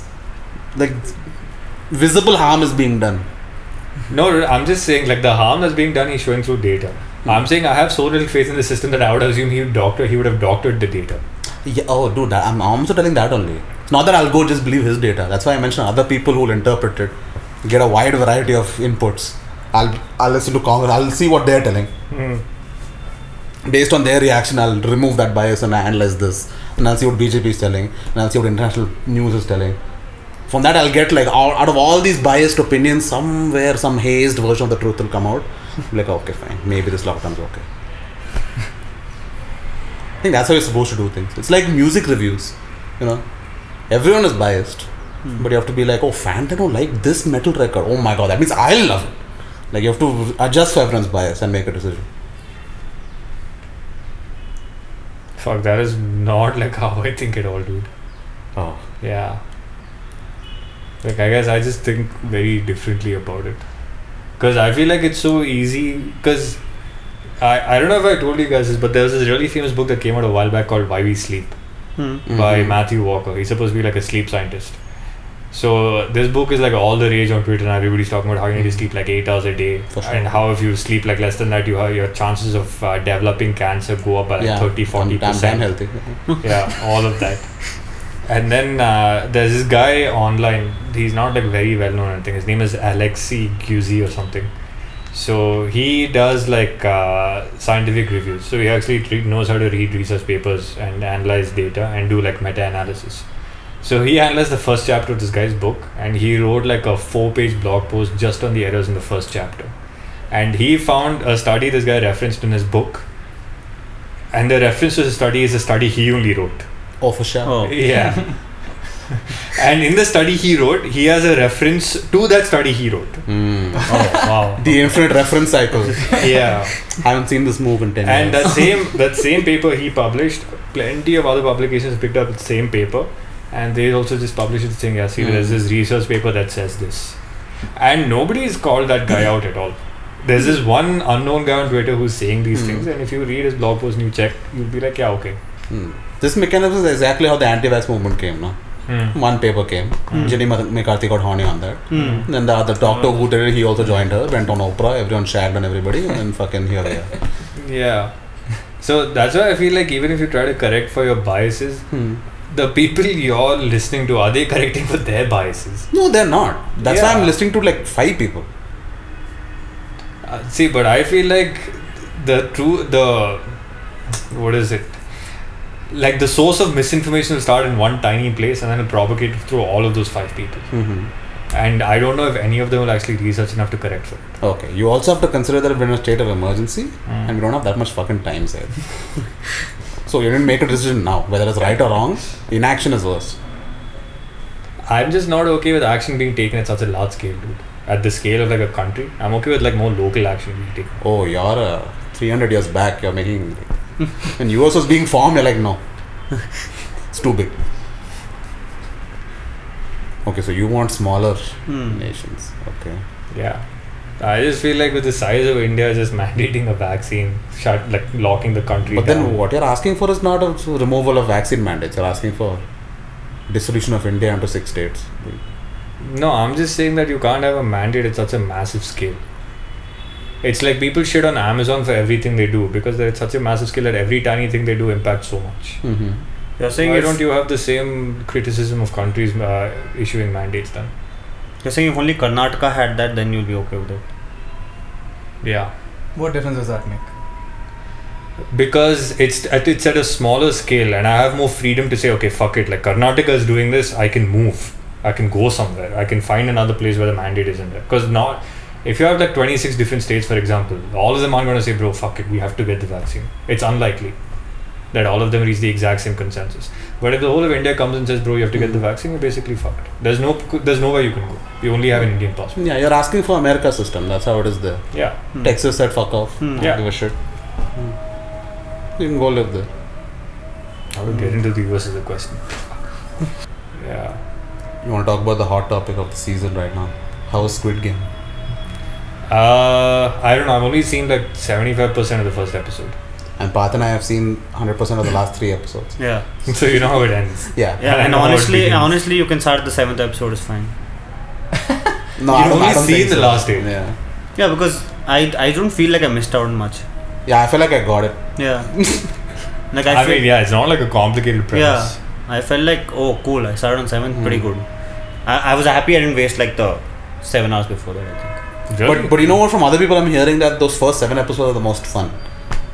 [SPEAKER 5] Like, visible harm is being done.
[SPEAKER 2] No, I'm just saying like the harm that's being done is showing through data. I'm saying I have so little faith in the system that I would assume he would doctor he would have doctored the data.
[SPEAKER 5] Yeah, oh, dude, I- I'm also telling that only. It's not that I'll go just believe his data. That's why I mentioned other people who'll interpret it, get a wide variety of inputs. I'll I'll listen to Congress. I'll see what they're telling. Based on their reaction, I'll remove that bias and analyze this, and I'll see what BJP is telling, and I'll see what international news is telling. From that, I'll get like out, out of all these biased opinions, somewhere some hazed version of the truth will come out. like, okay, fine, maybe this lockdown's okay. I think that's how you're supposed to do things. It's like music reviews, you know. Everyone is biased, but you have to be like, oh, Fantano like this metal record. Oh my god, that means I'll love it. Like you have to adjust for everyone's bias and make a decision.
[SPEAKER 2] Fuck, that <laughs> is not like how I think at all, dude.
[SPEAKER 5] Oh,
[SPEAKER 2] Yeah. Like I guess I just think very differently about it, because I feel like it's so easy. Because I I don't know if I told you guys this, but there was this really famous book that came out a while back called Why We Sleep
[SPEAKER 6] Hmm.
[SPEAKER 2] by
[SPEAKER 5] Mhm.
[SPEAKER 2] Matthew Walker. He's supposed to be like a sleep scientist. So this book is like all the rage on Twitter, and everybody's talking about how you need to sleep like eight hours a day,
[SPEAKER 5] Mm-hmm. For sure.
[SPEAKER 2] and how if you sleep like less than that, you have your chances of uh, developing cancer go up by like
[SPEAKER 5] yeah.
[SPEAKER 2] 30, 40
[SPEAKER 5] I'm, I'm damn
[SPEAKER 2] percent.
[SPEAKER 5] healthy.
[SPEAKER 2] Yeah, all of that. And then uh, there's this guy online. He's not like very well known or anything. His name is Alexei Guzzi or something. So he does like uh, scientific reviews. So he actually tre- knows how to read research papers and analyze data and do like meta-analysis. So he analyzed the first chapter of this guy's book and he wrote like a four-page blog post just on the errors in the first chapter. And he found a study this guy referenced in his book. And the reference to the study is a study he only wrote.
[SPEAKER 5] Oh, for sure.
[SPEAKER 6] Oh.
[SPEAKER 2] Yeah. <laughs> and in the study he wrote, he has a reference to that study he wrote.
[SPEAKER 5] Mm.
[SPEAKER 2] Oh, wow.
[SPEAKER 5] <laughs> The infinite reference cycle.
[SPEAKER 2] yeah.
[SPEAKER 5] Haven't seen this move in ten
[SPEAKER 2] And uh,
[SPEAKER 5] years.
[SPEAKER 2] that same that same paper he published, plenty of other publications picked up the same paper and they also just published it saying, Yeah, see there's
[SPEAKER 5] Mm.
[SPEAKER 2] this research paper that says this. And nobody's called that guy out at all. There's this one unknown guy on Twitter who's saying these
[SPEAKER 5] Mm.
[SPEAKER 2] things and if you read his blog post and you check, you'll be like, Yeah, okay.
[SPEAKER 5] Mm. This mechanism is exactly how the anti-vax movement came. No?
[SPEAKER 2] Hmm.
[SPEAKER 5] One paper came.
[SPEAKER 2] Mm.
[SPEAKER 5] Jenny Mac- McCarthy got horny on that.
[SPEAKER 6] Hmm.
[SPEAKER 5] Then the other doctor
[SPEAKER 2] Oh.
[SPEAKER 5] who did it, he also joined her. Went on Oprah. Everyone shagged on everybody. And then fucking here they are.
[SPEAKER 2] Yeah. So that's why I feel like even if you try to correct for your biases,
[SPEAKER 5] Hmm.
[SPEAKER 2] the people you're listening to are they correcting for their biases?
[SPEAKER 5] No, they're not. That's why
[SPEAKER 2] Yeah.
[SPEAKER 5] I'm listening to like five people.
[SPEAKER 2] Uh, see, but I feel like the true the what is it? Like the source of misinformation will start in one tiny place and then it'll propagate through all of those five people.
[SPEAKER 5] Mm-hmm.
[SPEAKER 2] And I don't know if any of them will actually research enough to correct for it.
[SPEAKER 5] Okay. You also have to consider that we're in a state of emergency and we don't have that much fucking time, sir. so you didn't make a decision now, whether it's right or wrong. Inaction is worse.
[SPEAKER 2] I'm just not okay with action being taken at such a large scale, dude. At the scale of like a country, I'm okay with like more local action being taken.
[SPEAKER 5] Oh, you're uh, 300 years back. You're making when US was being formed. You're like, no, it's too big. Okay, so you want smaller
[SPEAKER 6] Hmm.
[SPEAKER 5] nations. Okay.
[SPEAKER 2] Yeah. I just feel like with the size of India, just <laughs> mandating a vaccine, shut like locking the country.
[SPEAKER 5] But then
[SPEAKER 2] down.
[SPEAKER 5] what you're asking for is not a s- removal of vaccine mandates. You're asking for dissolution of India into six states.
[SPEAKER 2] No, I'm just saying that you can't have a mandate at such a massive scale. It's like people shit on Amazon for everything they do because they're at such a massive scale that every tiny thing they do impacts so much.
[SPEAKER 5] Mm-hmm.
[SPEAKER 6] You're saying
[SPEAKER 2] Why
[SPEAKER 6] if,
[SPEAKER 2] don't you have the same criticism of countries uh, issuing mandates then?
[SPEAKER 6] you're saying if only Karnataka had that, then you'll be okay with it.
[SPEAKER 2] Yeah.
[SPEAKER 4] What difference does that make?
[SPEAKER 2] Because it's at, it's at a smaller scale and I have more freedom to say, okay, fuck it. Like Karnataka is doing this, I can move. I can go somewhere. I can find another place where the mandate isn't there. Because not, if you have like 26 different states, for example, all of them aren't going to say, bro, fuck it, we have to get the vaccine. It's unlikely that all of them reach the exact same consensus. But if the whole of India comes and says, bro, you have to get the vaccine, you're basically fucked. There's no, there's nowhere you can go. You only have an Indian passport.
[SPEAKER 5] Yeah, you're asking for America system. That's how it is there.
[SPEAKER 2] Yeah.
[SPEAKER 5] Texas said fuck off.
[SPEAKER 6] Hmm.
[SPEAKER 5] Don't
[SPEAKER 2] Yeah. Hmm.
[SPEAKER 5] give a shit. You can go live there.
[SPEAKER 2] How to get into the US is the question. <laughs> yeah.
[SPEAKER 5] You want to talk about the hot topic of the season right now? How is Squid Game?
[SPEAKER 2] Uh, I don't know. I've only seen like seventy-five percent of the first episode, <laughs>
[SPEAKER 5] And Path and I have seen 100% of the last three episodes.
[SPEAKER 6] Yeah. <laughs>
[SPEAKER 2] so you know how it ends.
[SPEAKER 5] Yeah.
[SPEAKER 6] Yeah,
[SPEAKER 2] I
[SPEAKER 6] and
[SPEAKER 2] know how it
[SPEAKER 6] honestly,
[SPEAKER 2] begins.
[SPEAKER 6] honestly, you can start the seventh episode is fine.
[SPEAKER 5] No,
[SPEAKER 2] You've
[SPEAKER 5] I don't, I
[SPEAKER 2] only
[SPEAKER 5] don't
[SPEAKER 2] seen
[SPEAKER 5] think
[SPEAKER 2] the
[SPEAKER 5] so.
[SPEAKER 2] last eight.
[SPEAKER 5] Yeah.
[SPEAKER 6] Yeah, because I I don't feel like I missed out on much.
[SPEAKER 5] Yeah, I feel like I got it.
[SPEAKER 6] Yeah. <laughs> like I,
[SPEAKER 2] I,
[SPEAKER 6] feel,
[SPEAKER 2] mean, yeah, it's not like a complicated premise.
[SPEAKER 6] I felt like oh cool, I started on seventh, pretty good. I, I was happy I didn't waste like the seven hours before that. I think.
[SPEAKER 2] Really?
[SPEAKER 5] But but you know what? From other people, I'm hearing that those first seven episodes are the most fun.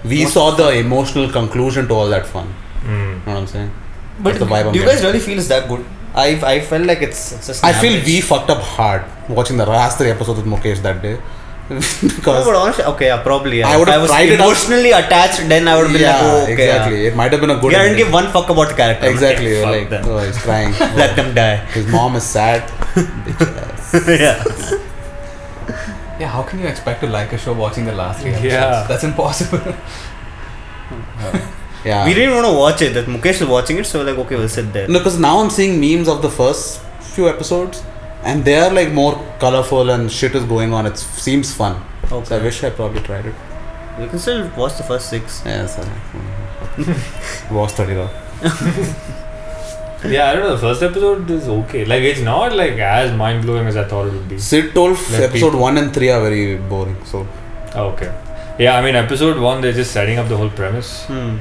[SPEAKER 5] We saw the emotional conclusion to all that fun.
[SPEAKER 2] Mm.
[SPEAKER 5] You know what I'm saying?
[SPEAKER 1] But
[SPEAKER 5] That's the vibe I'm
[SPEAKER 1] do you
[SPEAKER 5] getting.
[SPEAKER 1] guys really feel it's that good? I I felt like it's it's just.
[SPEAKER 5] I feel
[SPEAKER 1] average.
[SPEAKER 5] we fucked up hard watching the last three episodes with Mukesh that day <laughs>
[SPEAKER 1] No,
[SPEAKER 5] because
[SPEAKER 1] but honestly, okay, yeah, probably. Yeah.
[SPEAKER 5] I would've
[SPEAKER 1] If was
[SPEAKER 5] tried it out-
[SPEAKER 1] emotionally attached, then I would have been like, oh, okay,
[SPEAKER 5] exactly. It might have been a
[SPEAKER 1] Yeah.
[SPEAKER 5] good.
[SPEAKER 1] Yeah, I didn't
[SPEAKER 5] ending.
[SPEAKER 1] give one fuck about the character. I'm
[SPEAKER 5] Exactly.
[SPEAKER 6] Okay,
[SPEAKER 5] you're
[SPEAKER 6] fuck
[SPEAKER 5] like,
[SPEAKER 6] them.
[SPEAKER 5] oh, he's trying.
[SPEAKER 6] like, Let
[SPEAKER 5] Oh,
[SPEAKER 6] them die. <laughs>
[SPEAKER 5] his mom is sad.
[SPEAKER 6] yeah.
[SPEAKER 4] Yeah, how can you expect to like a show watching the last three episodes?
[SPEAKER 2] Yeah.
[SPEAKER 4] That's impossible. <laughs>
[SPEAKER 5] Yeah.
[SPEAKER 6] We didn't want to watch it. That Mukesh was watching it, so we're like okay, we'll sit there.
[SPEAKER 5] No, because now I'm seeing memes of the first few episodes, and they are like more colorful and shit is going on. It seems fun. So I
[SPEAKER 6] Okay.
[SPEAKER 5] wish I probably tried it.
[SPEAKER 6] We can still watch the first six.
[SPEAKER 5] Yeah, so <laughs> was thirty though.
[SPEAKER 2] Yeah, I don't know. The first episode is okay. Like it's not like as mind blowing as I thought it would be.
[SPEAKER 5] Sid told
[SPEAKER 2] Like
[SPEAKER 5] episode
[SPEAKER 2] people-
[SPEAKER 5] one and three are very boring. So
[SPEAKER 2] Oh, okay. Yeah, I mean episode one they're just setting up the whole premise.
[SPEAKER 6] Hmm.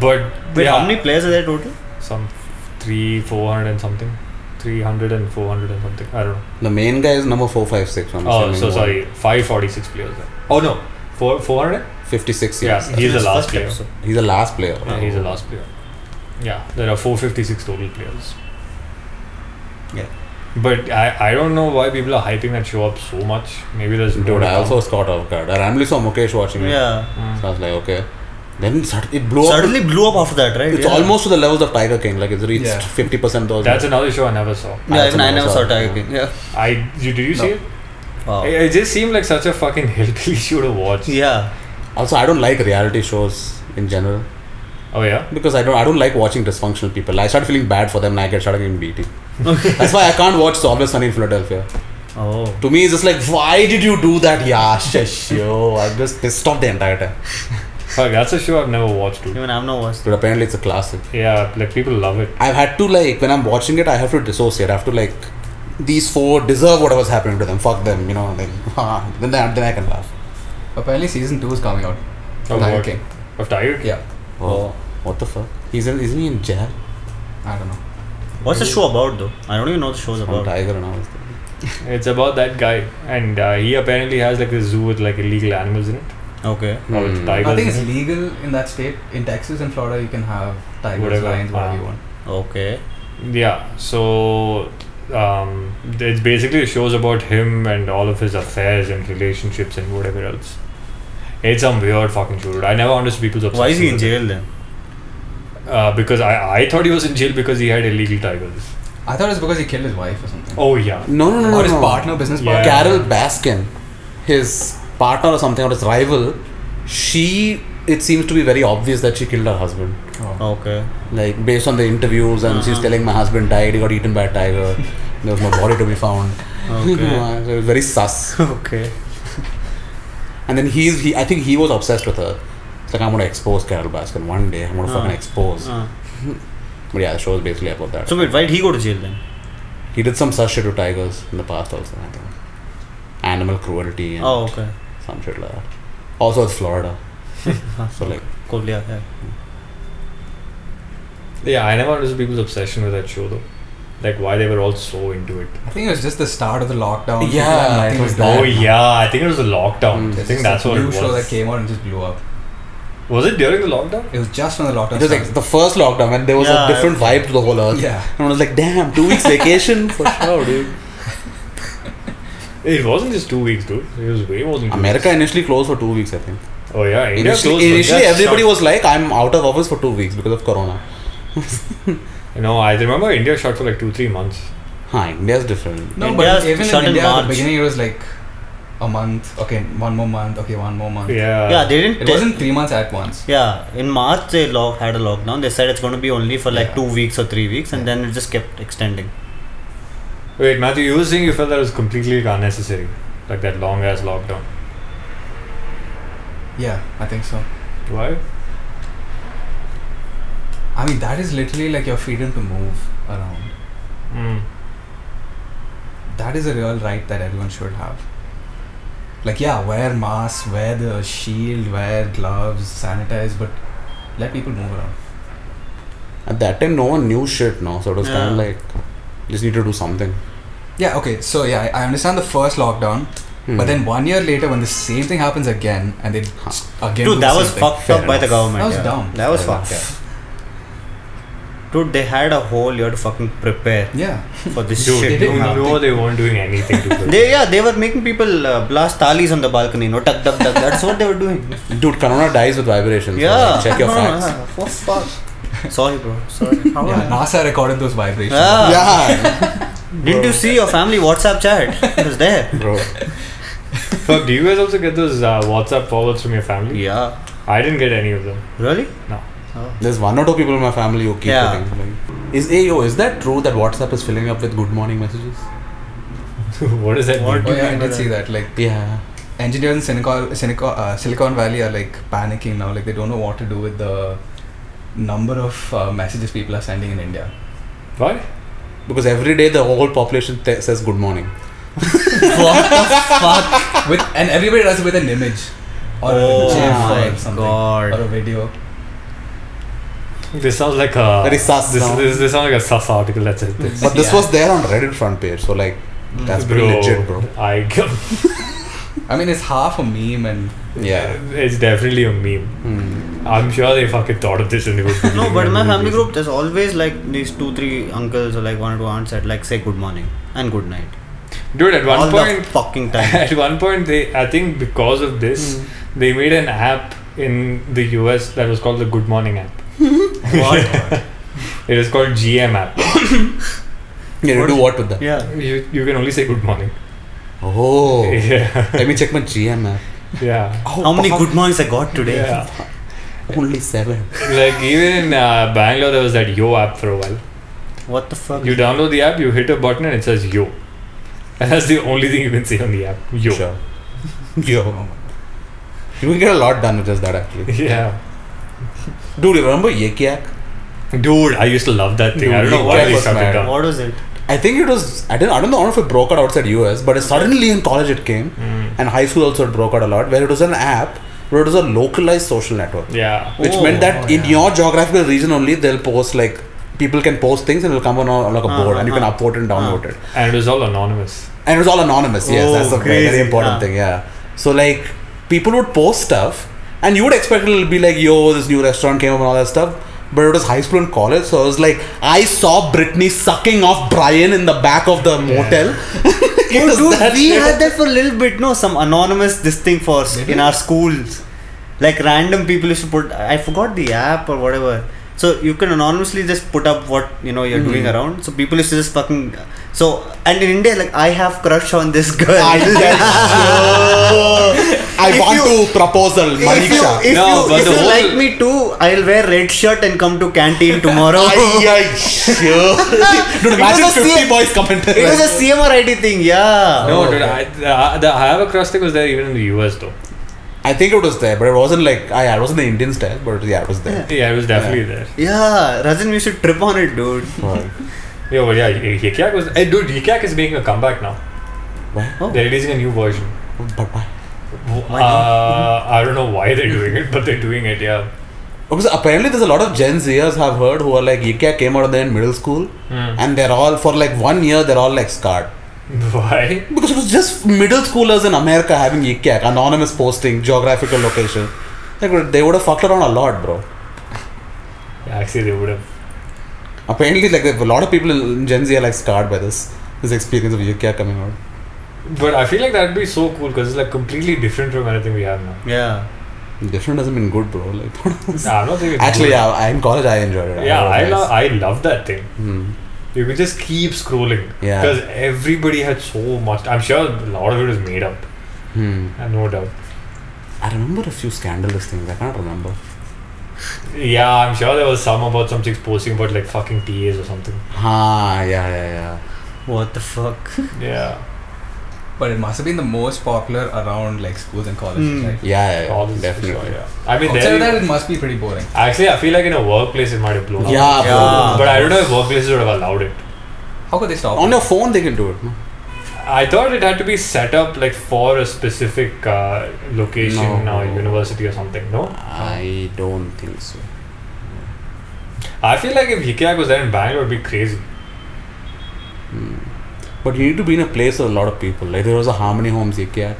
[SPEAKER 2] But
[SPEAKER 6] Wait,
[SPEAKER 2] yeah,
[SPEAKER 6] how many players are there total?
[SPEAKER 2] Some three, four hundred and something. 300 and 400 and something. I don't know.
[SPEAKER 5] the main guy is number four five six. I'm
[SPEAKER 2] Oh,
[SPEAKER 5] assuming
[SPEAKER 2] so
[SPEAKER 5] one.
[SPEAKER 2] sorry. 546 players. then. Oh, no. Four, 400?
[SPEAKER 5] Fifty six.
[SPEAKER 2] Yeah,
[SPEAKER 5] Yes.
[SPEAKER 2] he's the
[SPEAKER 6] That's
[SPEAKER 2] last
[SPEAKER 6] first
[SPEAKER 2] player.
[SPEAKER 6] episode.
[SPEAKER 5] He's the last player.
[SPEAKER 2] Yeah, he's the last player. Yeah, there are 456 total players.
[SPEAKER 5] Yeah.
[SPEAKER 2] But I, I don't know why people are hyping that show up so much. Maybe there's more
[SPEAKER 5] Dude,
[SPEAKER 2] to
[SPEAKER 5] I
[SPEAKER 2] come.
[SPEAKER 5] also was caught off guard. I randomly saw Mukesh watching it.
[SPEAKER 6] Yeah.
[SPEAKER 2] Mm.
[SPEAKER 5] So I was like, okay. Then sud- it blew up.
[SPEAKER 6] Suddenly blew up after that, right?
[SPEAKER 5] It's
[SPEAKER 6] Yeah.
[SPEAKER 5] almost to the levels of Tiger King. Like it's reached
[SPEAKER 4] Yeah.
[SPEAKER 5] fifty percent. Those.
[SPEAKER 2] That's another show I never saw.
[SPEAKER 6] Yeah, even I never saw
[SPEAKER 5] Almost
[SPEAKER 6] Tiger
[SPEAKER 5] up.
[SPEAKER 6] King. Yeah.
[SPEAKER 2] I you, did you see it?
[SPEAKER 5] Oh.
[SPEAKER 6] Wow.
[SPEAKER 2] it? It just seemed like such a fucking <laughs> hillbilly show to watch.
[SPEAKER 6] Yeah.
[SPEAKER 5] Also, I don't like reality shows in general
[SPEAKER 2] Oh yeah.
[SPEAKER 5] because I don't. I don't like watching dysfunctional people. I start feeling bad for them, and I get started getting beating. That's why I can't watch It's Always Sunny in Philadelphia.
[SPEAKER 6] Oh.
[SPEAKER 5] To me, it's just like, why did you do that? Yeah, shush, yo. I'm just pissed off the entire time.
[SPEAKER 2] Fuck, that's a show I've never watched. Dude.
[SPEAKER 6] Even I've not watched.
[SPEAKER 5] But apparently, it's a classic.
[SPEAKER 2] Yeah, like people love it.
[SPEAKER 5] I've had to like when I'm watching it, I have to dissociate. I have to like these four deserve whatever's happening to them. Fuck them, you know. Then <laughs> then, I- then I can laugh.
[SPEAKER 4] Apparently, season two is coming out.
[SPEAKER 2] Of
[SPEAKER 4] Tiger
[SPEAKER 2] Oh, what?
[SPEAKER 4] King.
[SPEAKER 2] Of Tiger King.
[SPEAKER 4] Yeah,
[SPEAKER 5] Oh, what the fuck? He's in, isn't he in jail?
[SPEAKER 4] I don't know.
[SPEAKER 6] What's the show about though? I don't even know what the show's
[SPEAKER 5] From
[SPEAKER 6] about.
[SPEAKER 5] Tiger and all. this thing.
[SPEAKER 2] It's about that guy, and uh, he apparently has like a zoo with like illegal animals in it,
[SPEAKER 6] Okay.
[SPEAKER 2] or with
[SPEAKER 5] Hmm.
[SPEAKER 2] tigers.
[SPEAKER 4] I think it's
[SPEAKER 2] in it.
[SPEAKER 4] legal in that state. In Texas and Florida, you can have tigers,
[SPEAKER 2] Whatever.
[SPEAKER 4] lions, whatever
[SPEAKER 2] Ah.
[SPEAKER 4] you want.
[SPEAKER 6] Okay.
[SPEAKER 2] Yeah, so um, it basically shows about him and all of his affairs and relationships and whatever else. It's some weird fucking show. dude. I never understood people's obsession.
[SPEAKER 6] Why is he in
[SPEAKER 2] with
[SPEAKER 6] jail then?
[SPEAKER 2] it. Uh, because I, I thought he was in jail because he had illegal tigers.
[SPEAKER 4] I thought it was because he killed his wife or something.
[SPEAKER 2] Oh yeah.
[SPEAKER 5] No, no, no, no.
[SPEAKER 4] or his
[SPEAKER 5] no.
[SPEAKER 4] partner, business
[SPEAKER 2] Yeah.
[SPEAKER 4] partner.
[SPEAKER 5] Carol Baskin, his partner or something or his rival, she. It seems to be very obvious that she killed her husband.
[SPEAKER 4] Oh.
[SPEAKER 6] Okay.
[SPEAKER 5] Like based on the interviews, and she's
[SPEAKER 6] Uh-huh.
[SPEAKER 5] telling my husband died. He got eaten by a tiger. there was no body to be found. <laughs>
[SPEAKER 4] <laughs>
[SPEAKER 6] Okay.
[SPEAKER 5] it was very sus.
[SPEAKER 6] okay.
[SPEAKER 5] And then he's he I think he was obsessed with her. It's like I'm gonna expose Carol Baskin one day. I'm gonna
[SPEAKER 6] Ah.
[SPEAKER 5] fucking expose.
[SPEAKER 6] Uh,
[SPEAKER 5] But yeah, the show is basically about that.
[SPEAKER 6] so wait, why did he go to jail then?
[SPEAKER 5] he did some such shit to tigers in the past also. I think animal cruelty and
[SPEAKER 6] Oh, okay.
[SPEAKER 5] some shit like that. Also, it's
[SPEAKER 6] <laughs>
[SPEAKER 5] Florida, so like
[SPEAKER 6] Cool. Yeah. yeah.
[SPEAKER 2] Yeah, I never understood people's obsession with that show though. Like why they were all so into it.
[SPEAKER 4] I think it was just the start of the lockdown. People
[SPEAKER 5] Yeah,
[SPEAKER 4] had
[SPEAKER 5] it
[SPEAKER 4] nothing
[SPEAKER 5] was
[SPEAKER 4] to do.
[SPEAKER 5] that.
[SPEAKER 2] Oh yeah, I think it was the lockdown.
[SPEAKER 5] Mm.
[SPEAKER 2] Oh,
[SPEAKER 6] Hmm.
[SPEAKER 2] I
[SPEAKER 4] It's
[SPEAKER 2] think
[SPEAKER 4] just
[SPEAKER 2] that's
[SPEAKER 4] a
[SPEAKER 2] what it
[SPEAKER 4] new show that
[SPEAKER 2] was.
[SPEAKER 4] came out and just blew up.
[SPEAKER 2] was it during the lockdown?
[SPEAKER 4] It was just when the lockdown.
[SPEAKER 5] it was like
[SPEAKER 4] started.
[SPEAKER 5] the first lockdown when there was
[SPEAKER 6] Yeah,
[SPEAKER 5] a different vibe to the whole earth.
[SPEAKER 4] yeah.
[SPEAKER 5] And I was like, damn, two weeks vacation
[SPEAKER 6] <laughs>
[SPEAKER 5] for sure, dude.
[SPEAKER 2] <laughs> It wasn't just two weeks, dude. It was way more than two
[SPEAKER 5] America initially closed for two weeks, I think.
[SPEAKER 2] Weeks. Oh yeah, India closed.
[SPEAKER 5] Initially,
[SPEAKER 2] for-
[SPEAKER 5] initially
[SPEAKER 2] Yeah,
[SPEAKER 5] everybody
[SPEAKER 2] shut-
[SPEAKER 5] was like, I'm out of office for two weeks because of Corona.
[SPEAKER 2] You know, I remember India shut for like two, three months.
[SPEAKER 5] Huh, India's different.
[SPEAKER 4] No,
[SPEAKER 6] India's
[SPEAKER 4] but even
[SPEAKER 6] shut
[SPEAKER 4] in
[SPEAKER 6] in
[SPEAKER 4] India, at
[SPEAKER 6] March.
[SPEAKER 4] the beginning it was like a month. Okay, one more month. Okay, one more month.
[SPEAKER 2] Yeah.
[SPEAKER 6] yeah, they didn't.
[SPEAKER 4] It
[SPEAKER 6] tell-
[SPEAKER 4] wasn't three months at once.
[SPEAKER 6] Yeah, in March they lock, had a lockdown. They said it's going to be only for like
[SPEAKER 4] Yeah.
[SPEAKER 6] two weeks or three weeks, and then it just kept extending.
[SPEAKER 2] Wait, Matthew, you were saying you felt that was completely unnecessary, like that long ass lockdown.
[SPEAKER 4] Yeah, I think so.
[SPEAKER 2] Why?
[SPEAKER 4] I mean, that is literally like your freedom to move around.
[SPEAKER 2] Mm.
[SPEAKER 4] That is a real right that everyone should have. Like, yeah, wear masks, wear the shield, wear gloves, sanitize, but let people move around.
[SPEAKER 5] At that time, no one knew shit, no. So it was kind of
[SPEAKER 6] Yeah.
[SPEAKER 5] like, just need to do something.
[SPEAKER 4] Yeah, okay, so yeah, I I understand the first lockdown,
[SPEAKER 5] Hmm.
[SPEAKER 4] but then one year later, when the same thing happens again, and they s- again do
[SPEAKER 6] Dude,
[SPEAKER 4] the
[SPEAKER 6] that
[SPEAKER 4] same
[SPEAKER 6] was
[SPEAKER 4] thing.
[SPEAKER 6] fucked
[SPEAKER 5] Fair
[SPEAKER 6] up by the
[SPEAKER 5] enough.
[SPEAKER 6] government.
[SPEAKER 4] That was
[SPEAKER 6] yeah.
[SPEAKER 4] dumb.
[SPEAKER 1] That was fucked. Yeah.
[SPEAKER 6] Dude, they had a whole year to fucking prepare
[SPEAKER 4] Yeah,
[SPEAKER 6] for this
[SPEAKER 2] Dude,
[SPEAKER 6] shit.
[SPEAKER 2] you
[SPEAKER 4] didn't
[SPEAKER 2] know
[SPEAKER 4] have
[SPEAKER 2] they weren't doing anything to it.
[SPEAKER 6] They yeah, they were making people uh, blast talis on the balcony. No, tuck, tuck, tuck. That's what they were doing.
[SPEAKER 5] Dude, Corona dies with vibrations. so,
[SPEAKER 6] Yeah.
[SPEAKER 5] like, check your
[SPEAKER 6] <laughs> No,
[SPEAKER 5] facts.
[SPEAKER 6] yeah. For fuck. Sorry, bro. Sorry. How
[SPEAKER 4] yeah. NASA recorded those vibrations.
[SPEAKER 6] Yeah. <laughs>
[SPEAKER 5] Yeah,
[SPEAKER 6] Didn't you see your family WhatsApp chat? It was there.
[SPEAKER 5] bro.
[SPEAKER 2] Fuck, do you guys also get those uh, WhatsApp forwards from your family?
[SPEAKER 6] Yeah.
[SPEAKER 2] I didn't get any of them. <laughs>
[SPEAKER 6] Really?
[SPEAKER 5] There's one or two people in my family who keep
[SPEAKER 6] Yeah.
[SPEAKER 5] getting like. Is hey, yo, is that true that WhatsApp is filling up with good morning messages?
[SPEAKER 2] what does that
[SPEAKER 6] What
[SPEAKER 2] mean?
[SPEAKER 4] Oh, yeah, I
[SPEAKER 6] mean by
[SPEAKER 4] did see that. Like
[SPEAKER 5] Yeah.
[SPEAKER 4] engineers in Silicon, Silicon, uh, Silicon Valley are like panicking now. Like they don't know what to do with the number of uh, messages people are sending in India.
[SPEAKER 2] Why?
[SPEAKER 5] Because every day the whole population te- says good morning.
[SPEAKER 4] what the fuck? With and everybody does it with an image or
[SPEAKER 6] Oh
[SPEAKER 4] a
[SPEAKER 6] my
[SPEAKER 4] GIF or something
[SPEAKER 6] God.
[SPEAKER 4] or a video.
[SPEAKER 2] This sounds like a
[SPEAKER 5] Very sus
[SPEAKER 2] This,
[SPEAKER 5] now.
[SPEAKER 2] this, this sounds like a sus article. That's it.
[SPEAKER 4] Hmm.
[SPEAKER 2] That's
[SPEAKER 5] But this
[SPEAKER 4] Yeah.
[SPEAKER 5] was there on Reddit front page, so like that's pretty legit, bro.
[SPEAKER 2] I g-
[SPEAKER 4] I mean, it's half a meme and
[SPEAKER 5] Yeah.
[SPEAKER 2] <laughs> it's definitely a meme. I'm sure they fucking thought of this and they would.
[SPEAKER 6] No, but in my family group, there's always like these two, three uncles or like one or two aunts that like say good morning and good night.
[SPEAKER 2] dude. At one
[SPEAKER 6] All
[SPEAKER 2] point,
[SPEAKER 6] the fucking time.
[SPEAKER 2] <laughs>
[SPEAKER 5] <laughs>
[SPEAKER 2] at one point they i think because of this
[SPEAKER 6] Hmm.
[SPEAKER 2] they made an app in the us that was called the good morning app
[SPEAKER 6] <laughs> what?
[SPEAKER 2] it is called gm app
[SPEAKER 5] Yeah, you do what with
[SPEAKER 6] <laughs>
[SPEAKER 5] that?
[SPEAKER 6] Yeah.
[SPEAKER 2] you, you can only say good morning
[SPEAKER 5] Oh.
[SPEAKER 2] <laughs> yeah
[SPEAKER 5] Let me check my GM app.
[SPEAKER 2] yeah
[SPEAKER 5] Oh,
[SPEAKER 6] How many
[SPEAKER 5] fuck.
[SPEAKER 6] good mornings I got today?
[SPEAKER 2] yeah
[SPEAKER 5] Only seven.
[SPEAKER 2] like even in uh, bangalore there was that yo app for a while
[SPEAKER 6] What the fuck?
[SPEAKER 2] you download the app you hit a button and it says yo and that's the only thing you can say on the app yo
[SPEAKER 5] Sure. <laughs> Yo. You can get a lot done with just that actually.
[SPEAKER 2] <laughs> yeah
[SPEAKER 5] Dude, you remember Yek Yak?
[SPEAKER 2] dude i used to love that thing i
[SPEAKER 5] Dude,
[SPEAKER 2] don't know
[SPEAKER 5] Yik
[SPEAKER 2] why
[SPEAKER 5] Yak
[SPEAKER 2] they
[SPEAKER 5] was
[SPEAKER 2] shut it
[SPEAKER 5] mad.
[SPEAKER 2] down
[SPEAKER 6] What was
[SPEAKER 5] <laughs>
[SPEAKER 6] it?
[SPEAKER 5] I think it was I didn't I don't know if it broke out outside US, but it suddenly in college it came,
[SPEAKER 6] Mm.
[SPEAKER 5] and high school also it broke out a lot. Where it was an app, where it was a localized social network,
[SPEAKER 2] yeah
[SPEAKER 5] which
[SPEAKER 6] Oh,
[SPEAKER 5] meant that
[SPEAKER 4] oh,
[SPEAKER 5] in
[SPEAKER 4] yeah.
[SPEAKER 5] your geographical region only they'll post like people can post things and it'll come on, a- on like a
[SPEAKER 6] Uh,
[SPEAKER 5] board and
[SPEAKER 6] uh,
[SPEAKER 5] you can
[SPEAKER 6] uh.
[SPEAKER 5] upvote and downvote it.
[SPEAKER 2] and it was all anonymous
[SPEAKER 5] And it was all anonymous. Yes,
[SPEAKER 6] Oh,
[SPEAKER 5] that's a very, very
[SPEAKER 6] crazy.
[SPEAKER 5] important
[SPEAKER 6] Uh.
[SPEAKER 5] thing. Yeah. So like people would post stuff, and you would expect it'll be like, yo, this new restaurant came up and all that stuff. But it was high school and college, so I was like, I saw Britney sucking off Brian in the back of the motel.
[SPEAKER 6] Oh,
[SPEAKER 5] <laughs> It was
[SPEAKER 6] dude,
[SPEAKER 5] that
[SPEAKER 6] we
[SPEAKER 5] shit.
[SPEAKER 6] had that for a little bit, no? Some anonymous this thing for us in our schools. Like random people used to put. I forgot the app or whatever. So you can anonymously just put up what you know you're
[SPEAKER 5] Hmm.
[SPEAKER 6] doing around. So people used to just fucking. So and in India, like I have crush on this girl. <laughs>
[SPEAKER 5] I, I
[SPEAKER 6] If
[SPEAKER 5] want
[SPEAKER 6] you-
[SPEAKER 5] to proposal,
[SPEAKER 6] if you,
[SPEAKER 5] Manisha.
[SPEAKER 6] if
[SPEAKER 2] No,
[SPEAKER 6] you,
[SPEAKER 2] but
[SPEAKER 6] if
[SPEAKER 2] the
[SPEAKER 6] you
[SPEAKER 2] whole-
[SPEAKER 6] like me too, I'll wear red shirt and come to canteen tomorrow.
[SPEAKER 5] Ay, ay, sure. Dude, imagine
[SPEAKER 6] was a
[SPEAKER 5] 50
[SPEAKER 6] CM
[SPEAKER 5] boys coming
[SPEAKER 6] it was a CMRIT thing, yeah.
[SPEAKER 5] Oh,
[SPEAKER 2] No, dude, I, the, the I have a crush thing was there even in the US though.
[SPEAKER 5] I think it was there, but it wasn't like, I, it wasn't the Indian style, but yeah, it was there.
[SPEAKER 2] Yeah, it was definitely there.
[SPEAKER 6] Yeah, Rajan, you should trip on it, dude.
[SPEAKER 2] Yeah, but yeah, Hikyak was. Hey, dude, Hikyak is making a comeback now.
[SPEAKER 5] Why?
[SPEAKER 6] Oh.
[SPEAKER 2] They're releasing a new version.
[SPEAKER 5] But why?
[SPEAKER 2] Uh, I don't know why they're doing it, but they're doing it. Yeah.
[SPEAKER 5] Because apparently there's a lot of Gen Zers I've heard who are like Ikea came out of there in middle school
[SPEAKER 2] Hmm.
[SPEAKER 5] and they're all for like one year they're all like scarred.
[SPEAKER 2] <laughs> Why?
[SPEAKER 5] Because it was just middle schoolers in America having Ikea, anonymous posting, geographical location. Like they would have fucked around a lot, bro.
[SPEAKER 2] Yeah, actually, they would have.
[SPEAKER 5] Apparently like a lot of people in Gen Z are like scarred by this this experience of Ikea coming out.
[SPEAKER 2] But I feel like that'd be so cool because it's like completely different from anything we have now.
[SPEAKER 6] Yeah.
[SPEAKER 5] Different doesn't mean good, bro. Like <laughs>
[SPEAKER 2] Nah, I'm not saying. it's
[SPEAKER 5] Actually
[SPEAKER 2] good.
[SPEAKER 5] yeah, I, in college I enjoyed it. I
[SPEAKER 2] Yeah,
[SPEAKER 5] thought
[SPEAKER 2] I
[SPEAKER 5] it was
[SPEAKER 2] love.
[SPEAKER 5] nice.
[SPEAKER 2] I love that thing.
[SPEAKER 5] Hmm.
[SPEAKER 2] You could just keep scrolling.
[SPEAKER 5] Yeah.
[SPEAKER 2] Because everybody had so much. I'm sure a lot of it is made up.
[SPEAKER 5] Hmm.
[SPEAKER 2] uh, No doubt.
[SPEAKER 5] I remember a few scandalous things, I can't remember.
[SPEAKER 2] Yeah, I'm sure there was some about some chicks posting about like fucking TAs or something.
[SPEAKER 5] Ah, yeah, yeah, yeah.
[SPEAKER 6] What the fuck?
[SPEAKER 2] Yeah.
[SPEAKER 4] But it must have been the most popular around like schools and colleges,
[SPEAKER 6] Hmm.
[SPEAKER 4] right?
[SPEAKER 5] Yeah, yeah,
[SPEAKER 2] All this
[SPEAKER 5] yeah
[SPEAKER 2] for
[SPEAKER 5] definitely.
[SPEAKER 2] sure, yeah. I mean,
[SPEAKER 4] Outside
[SPEAKER 2] there
[SPEAKER 4] of that,
[SPEAKER 2] you-
[SPEAKER 4] it must be pretty boring.
[SPEAKER 2] actually, I feel like in a workplace it might have blown up.
[SPEAKER 5] Yeah,
[SPEAKER 6] bro. Yeah.
[SPEAKER 2] But I don't know if workplaces would have allowed it.
[SPEAKER 4] How could they stop?
[SPEAKER 5] On
[SPEAKER 4] it?
[SPEAKER 5] your phone, they can do it. Oh, no?
[SPEAKER 2] I thought it had to be set up like for a specific uh, location
[SPEAKER 5] No.
[SPEAKER 2] or university or something. No,
[SPEAKER 5] I don't think so.
[SPEAKER 2] I feel like if Hikyak was there in Bangalore, it'd be crazy.
[SPEAKER 5] But you need to be in a place with a lot of people. Like there was a Harmony Homes Ikea.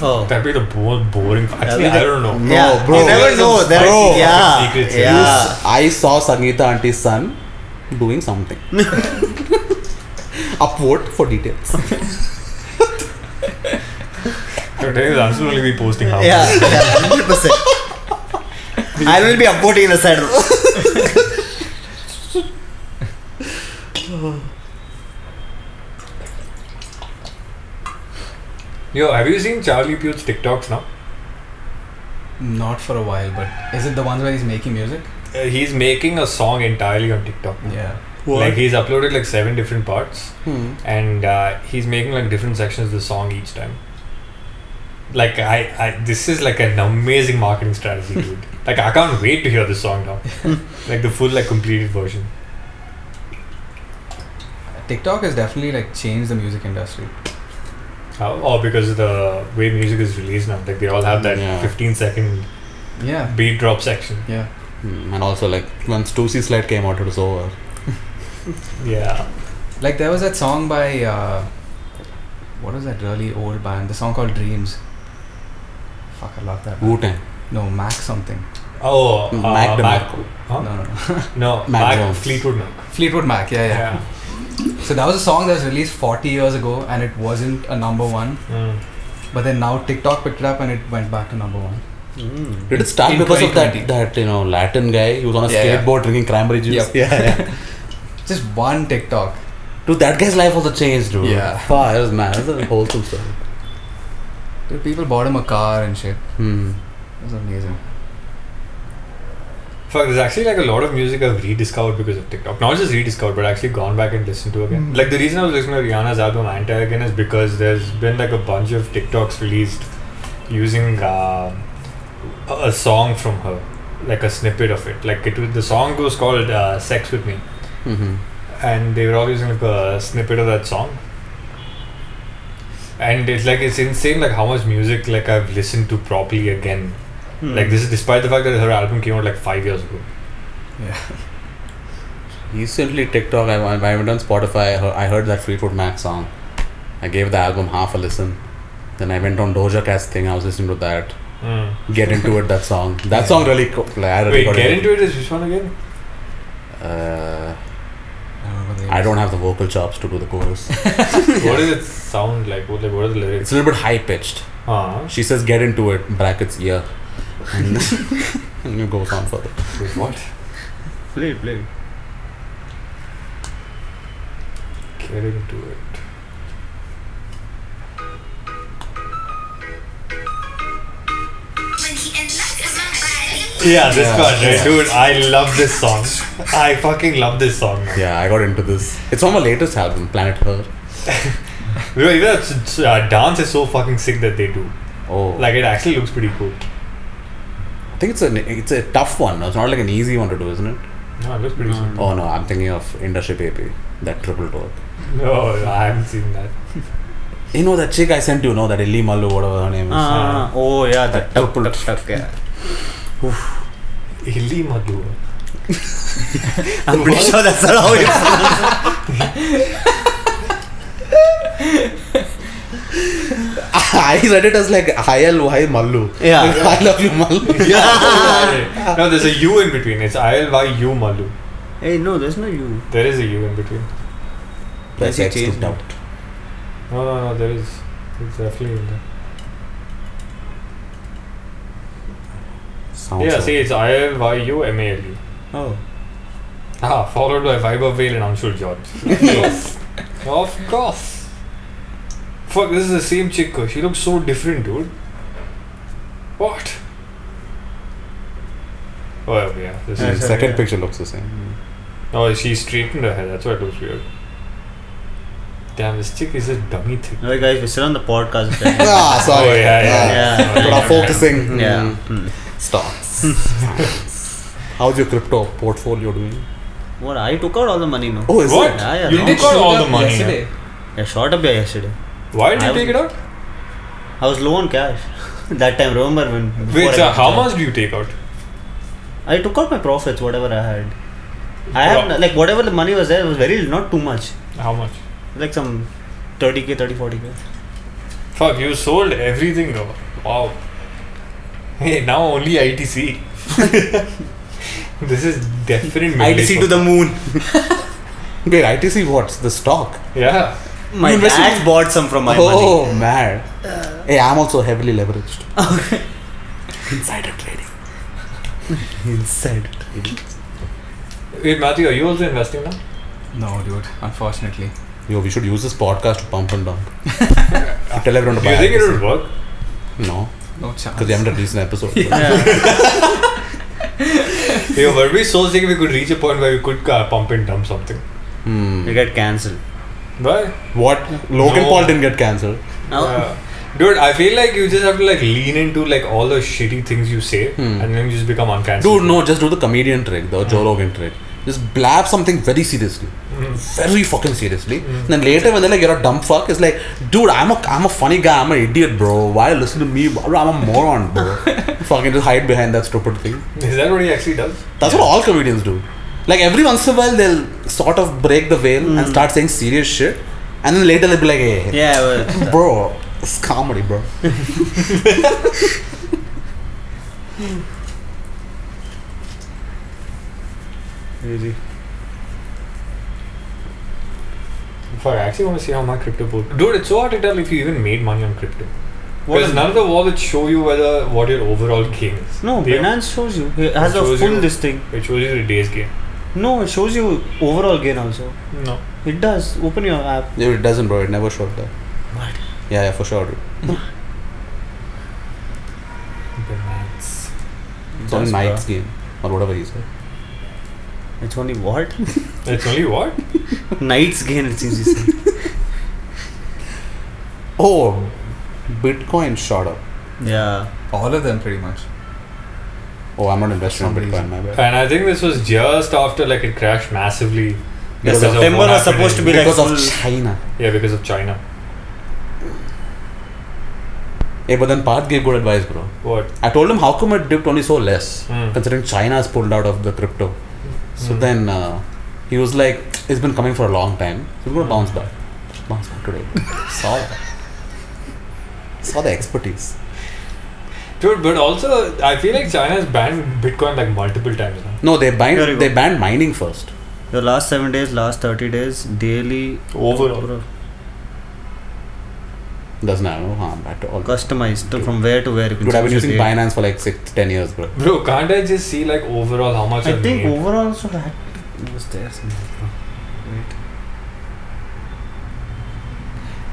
[SPEAKER 6] Oh.
[SPEAKER 2] That'd be the most boring.
[SPEAKER 6] That'd
[SPEAKER 2] Actually,
[SPEAKER 6] be
[SPEAKER 2] I
[SPEAKER 6] the-
[SPEAKER 2] don't know.
[SPEAKER 5] No,
[SPEAKER 6] yeah.
[SPEAKER 5] bro.
[SPEAKER 6] You never
[SPEAKER 5] There's
[SPEAKER 6] know.
[SPEAKER 5] some
[SPEAKER 6] There
[SPEAKER 5] bro.
[SPEAKER 6] is, yeah.
[SPEAKER 2] Secrets,
[SPEAKER 6] yeah.
[SPEAKER 5] I saw Sangeeta auntie's son doing something. Upvote for details.
[SPEAKER 2] <laughs> Today is absolutely be posting how.
[SPEAKER 6] Yeah, yeah, 100%. I will be upvoting in the side.
[SPEAKER 2] Yo, have you seen Charlie Puth's TikToks now?
[SPEAKER 4] Not for a while, but is it the ones where he's making music?
[SPEAKER 2] Uh, he's making a song entirely on TikTok.
[SPEAKER 4] Yeah.
[SPEAKER 2] Like he's uploaded like seven different parts, and uh, he's making like different sections of the song each time. Like I, I, this is like an amazing marketing strategy, dude. like I can't wait to hear this song now, like the full like completed version.
[SPEAKER 4] TikTok has definitely like changed the music industry.
[SPEAKER 2] Uh, or because of the way music is released now, like they all have that
[SPEAKER 5] Yeah.
[SPEAKER 2] 15 second
[SPEAKER 4] Yeah.
[SPEAKER 2] beat drop section.
[SPEAKER 4] Yeah.
[SPEAKER 5] Mm, and also like once 2C slide came out it was over
[SPEAKER 2] Yeah.
[SPEAKER 4] Like there was that song by uh, what was that really old band? The song called Dreams. Fuck, I love that. band.
[SPEAKER 5] Wu-Tang
[SPEAKER 4] No, Mac something.
[SPEAKER 2] Oh, uh,
[SPEAKER 5] Mac
[SPEAKER 2] Mac,
[SPEAKER 5] DeMarco
[SPEAKER 2] Huh?
[SPEAKER 4] No, no, no.
[SPEAKER 2] no, Mac,
[SPEAKER 5] Mac Jones.
[SPEAKER 2] Fleetwood Mac.
[SPEAKER 4] Fleetwood Mac. Yeah, yeah,
[SPEAKER 2] Yeah.
[SPEAKER 4] So that was a song that was released 40 years ago, and it wasn't a number one.
[SPEAKER 2] Mm.
[SPEAKER 4] But then now TikTok picked it up, and it went back to number one.
[SPEAKER 5] did it start
[SPEAKER 4] In
[SPEAKER 5] because of that
[SPEAKER 4] 2020.
[SPEAKER 5] that you know Latin guy he was on a
[SPEAKER 4] Yeah, yeah.
[SPEAKER 5] skateboard drinking cranberry juice
[SPEAKER 4] Yep.
[SPEAKER 5] <laughs> yeah, yeah.
[SPEAKER 4] Just one TikTok.
[SPEAKER 5] Dude, that guy's life also changed, dude.
[SPEAKER 4] Yeah.
[SPEAKER 5] Fuck, it was mad. It was a wholesome story.
[SPEAKER 4] Dude, people bought him a car and shit.
[SPEAKER 5] Hmm.
[SPEAKER 4] It was amazing.
[SPEAKER 2] Fuck, there's actually like a lot of music I've rediscovered because of TikTok. Not just rediscovered, but actually gone back and listened to again. Like the reason I was listening to Rihanna's album Anti again is because there's been like a bunch of TikToks released using uh, a a song from her, like a snippet of it. Like it was, the song was called uh, "Sex with Me,"
[SPEAKER 5] Mm-hmm.
[SPEAKER 2] and they were all using like a snippet of that song. And it's like it's insane, like how much music like I've listened to properly again.
[SPEAKER 6] Hmm.
[SPEAKER 2] Like this, is despite the fact that her album came out like five years ago.
[SPEAKER 5] Recently, TikTok, I, I went on Spotify. I heard, I heard that Fleetwood Mac song. I gave the album half a listen. Then I went on Doja Cat's thing. I was listening to that.
[SPEAKER 2] Mm.
[SPEAKER 5] Get into it. That song. That song really. Co- like, I really
[SPEAKER 2] Wait,
[SPEAKER 5] got
[SPEAKER 2] get into it is which one again? <laughs>
[SPEAKER 5] Uh,
[SPEAKER 4] I don't remember the
[SPEAKER 5] I don't have the vocal chops to do the chorus.
[SPEAKER 2] What does it sound like? What, like, what are the lyrics?
[SPEAKER 5] it's a little bit high pitched.
[SPEAKER 2] Ah,
[SPEAKER 5] She says, "Get into it." Brackets ear. And <laughs> and it goes on further.
[SPEAKER 2] what?
[SPEAKER 6] Play, play.
[SPEAKER 2] Get into it. Yeah, this
[SPEAKER 5] Yeah.
[SPEAKER 2] part, right? Dude, I love this song. I fucking love this song. Man.
[SPEAKER 5] Yeah, I got into this. It's on my latest album, Planet Her.
[SPEAKER 2] Because even that s- s- uh, dance is so fucking sick that they do.
[SPEAKER 5] Oh,
[SPEAKER 2] Like, it actually looks pretty cool.
[SPEAKER 5] I think it's a it's a tough one. It's not like an easy one to do, isn't it?
[SPEAKER 2] No, it looks pretty cool.
[SPEAKER 5] Oh no, I'm thinking of Industry Baby, that triple door.
[SPEAKER 2] No, I haven't seen that.
[SPEAKER 5] You know that chick I sent you, know that Illy Malu, whatever her name is.
[SPEAKER 6] Ah, oh yeah, that
[SPEAKER 5] That tuple.
[SPEAKER 6] yeah.
[SPEAKER 2] Illy Madhu.
[SPEAKER 6] I'm pretty sure that's not how it
[SPEAKER 5] <laughs> I read it as like Hayal Wahai Malu.
[SPEAKER 6] Yeah.
[SPEAKER 5] Like, <laughs> I love you, Malu.
[SPEAKER 2] <laughs> no, there's a U in between. It's I-L-Y-U Madhu.
[SPEAKER 6] Hey, no, there's no you.
[SPEAKER 2] There is a U in between.
[SPEAKER 6] Has
[SPEAKER 5] That's
[SPEAKER 6] he
[SPEAKER 5] X to
[SPEAKER 6] changed?
[SPEAKER 5] doubt.
[SPEAKER 2] No, no, no, there is. It's definitely in there.
[SPEAKER 5] Sounds
[SPEAKER 2] yeah,
[SPEAKER 5] like-
[SPEAKER 2] see, it's I-L-Y-U-M-A-L-U.
[SPEAKER 6] Oh.
[SPEAKER 2] Ah, followed by Viber Vale and Anshul George. <laughs> Yes. of course. Fuck, this is the same chick. uh, She looks so different, dude. What? Oh, yeah. This
[SPEAKER 5] The
[SPEAKER 2] is
[SPEAKER 5] second picture looks the same.
[SPEAKER 2] Oh, she straightened her hair. That's why it looks weird. Damn, this chick is a dummy thick.
[SPEAKER 6] Alright, guys, we're still on the <laughs> podcast.
[SPEAKER 5] <laughs> ah, sorry.
[SPEAKER 2] Oh, yeah, yeah,
[SPEAKER 6] yeah.
[SPEAKER 5] But I'm focusing.
[SPEAKER 6] yeah.
[SPEAKER 5] mm,
[SPEAKER 6] Hmm. <laughs>
[SPEAKER 5] Stocks. How's your crypto portfolio doing?
[SPEAKER 6] What? I took out all the money, no?
[SPEAKER 5] Oh, is
[SPEAKER 2] What?
[SPEAKER 5] it?
[SPEAKER 6] Yeah, yeah.
[SPEAKER 2] You
[SPEAKER 6] no.
[SPEAKER 2] did got
[SPEAKER 4] shoot
[SPEAKER 2] all
[SPEAKER 4] up
[SPEAKER 2] the money,
[SPEAKER 4] Yesterday.
[SPEAKER 6] I shot up yeah, yesterday.
[SPEAKER 2] Why did
[SPEAKER 6] I
[SPEAKER 2] you
[SPEAKER 6] was-
[SPEAKER 2] take it out?
[SPEAKER 6] I was low on cash. <laughs> that time, remember when? before
[SPEAKER 2] Wait,
[SPEAKER 6] I
[SPEAKER 2] so
[SPEAKER 6] got
[SPEAKER 2] how
[SPEAKER 6] the-
[SPEAKER 2] much do you take out?
[SPEAKER 6] I took out my profits, whatever I had. I
[SPEAKER 2] Pro-
[SPEAKER 6] had n- like whatever the money was there it was very not too much,
[SPEAKER 2] How much?
[SPEAKER 6] like some 30k, 30, 40k.
[SPEAKER 2] Fuck, you sold everything, bro. Wow. Hey, now only ITC. <laughs> this is definite.
[SPEAKER 6] ITC to the moon.
[SPEAKER 5] <laughs> Wait, ITC what's the stock?
[SPEAKER 2] Yeah.
[SPEAKER 6] My
[SPEAKER 5] You invested-
[SPEAKER 6] dad bought some from my
[SPEAKER 5] oh man. Hey, I'm also heavily leveraged. Insider trading. Insider trading.
[SPEAKER 2] Wait, Matthew, are you also investing now?
[SPEAKER 4] No, dude. Unfortunately.
[SPEAKER 5] Yo, we should use this podcast to pump and <laughs> dump. Tell everyone to
[SPEAKER 2] Do
[SPEAKER 5] buy.
[SPEAKER 2] you think it
[SPEAKER 5] ITC.
[SPEAKER 2] would work?
[SPEAKER 5] No,
[SPEAKER 4] No chance.
[SPEAKER 5] because we haven't released an episode.
[SPEAKER 6] money. Yeah.
[SPEAKER 2] Yo, were we so sick we could reach a point where we could uh, pump and dump something?
[SPEAKER 5] Hmm.
[SPEAKER 6] <laughs> You get cancelled.
[SPEAKER 2] Why?
[SPEAKER 5] What? Logan
[SPEAKER 2] No.
[SPEAKER 5] Paul didn't get cancelled.
[SPEAKER 6] Now,
[SPEAKER 2] Yeah. Dude, I feel like you just have to like lean into like all the shitty things you say
[SPEAKER 5] Hmm.
[SPEAKER 2] and then you just become uncancelled.
[SPEAKER 5] Dude, no, just do the comedian trick, the Joe Rogan trick. Just blab something very seriously,
[SPEAKER 2] Hmm.
[SPEAKER 5] very fucking seriously. And then later, when they're like, "You're a dumb fuck," it's like, "Dude, I'm a, I'm a funny guy. I'm an idiot, bro. Why listen to me? Bro, I'm a moron,
[SPEAKER 6] <laughs>
[SPEAKER 5] bro." fucking just hide behind that stupid thing.
[SPEAKER 2] Is that what he actually does?
[SPEAKER 5] That's what all comedians do. Like every once in a while, they'll sort of break the veil
[SPEAKER 6] Hmm.
[SPEAKER 5] and start saying serious shit, and then later they'll be like, "Hey,
[SPEAKER 6] yeah, <laughs> well,
[SPEAKER 5] bro, it's comedy, bro."
[SPEAKER 2] Crazy. Fuck, I actually want to see how my crypto pool. Dude, it's so hard to tell if you even made money on crypto. Because none of the wallets show you whether what your overall gain is.
[SPEAKER 6] no,
[SPEAKER 2] They-
[SPEAKER 6] Binance shows you. It has a
[SPEAKER 2] Shows
[SPEAKER 6] full
[SPEAKER 2] you.
[SPEAKER 6] this thing.
[SPEAKER 2] It shows you the day's gain.
[SPEAKER 6] No, it shows you overall gain also.
[SPEAKER 2] No.
[SPEAKER 6] It does. Open your app.
[SPEAKER 5] Dude, it doesn't, bro. It never showed that.
[SPEAKER 6] What?
[SPEAKER 5] Yeah, yeah, for sure, dude.
[SPEAKER 2] Binance.
[SPEAKER 5] It's only
[SPEAKER 6] Does,
[SPEAKER 5] Nike's game or whatever he said.
[SPEAKER 6] It's only what?
[SPEAKER 5] <laughs>
[SPEAKER 2] It's only what?
[SPEAKER 6] Knight's gain, it seems. you say.
[SPEAKER 5] Oh, Bitcoin shot up.
[SPEAKER 6] <laughs> yeah.
[SPEAKER 4] All of them, pretty much.
[SPEAKER 5] Oh, I'm not investing on
[SPEAKER 4] Some
[SPEAKER 5] Bitcoin,
[SPEAKER 4] reason.
[SPEAKER 5] my bad.
[SPEAKER 2] And I think this was just after like it crashed massively.
[SPEAKER 6] Yeah,
[SPEAKER 2] because of
[SPEAKER 6] September
[SPEAKER 2] what
[SPEAKER 6] was
[SPEAKER 2] happened
[SPEAKER 6] supposed
[SPEAKER 2] in-
[SPEAKER 6] to be like
[SPEAKER 5] Because of
[SPEAKER 6] full-
[SPEAKER 5] China.
[SPEAKER 2] Yeah, because of China.
[SPEAKER 5] Hey, but then Parth gave good advice, bro.
[SPEAKER 2] What?
[SPEAKER 5] I told him how come it dipped only so less,
[SPEAKER 2] Hmm.
[SPEAKER 5] considering China has pulled out of the crypto. So
[SPEAKER 2] Hmm.
[SPEAKER 5] then uh, he was like, it's been coming for a long time. It's gonna bounce back. Bounce
[SPEAKER 6] <laughs>
[SPEAKER 5] back today. Saw that. Saw the expertise.
[SPEAKER 2] Dude, but also I feel like China has banned Bitcoin like multiple times now.
[SPEAKER 5] No, they
[SPEAKER 6] Here you
[SPEAKER 5] banned.
[SPEAKER 6] go.
[SPEAKER 5] They banned mining first.
[SPEAKER 6] The last seven days, last thirty days, daily
[SPEAKER 2] Overall.
[SPEAKER 5] Doesn't have no harm at all.
[SPEAKER 6] customized to- from where to where. You can
[SPEAKER 5] Dude, I've been
[SPEAKER 6] choose
[SPEAKER 5] using
[SPEAKER 6] your date.
[SPEAKER 5] Binance for like six, ten years, bro.
[SPEAKER 2] Bro, can't I just see like overall how much
[SPEAKER 6] I
[SPEAKER 2] I've
[SPEAKER 6] think
[SPEAKER 2] made?
[SPEAKER 6] overall also that it was there somewhere. Wait.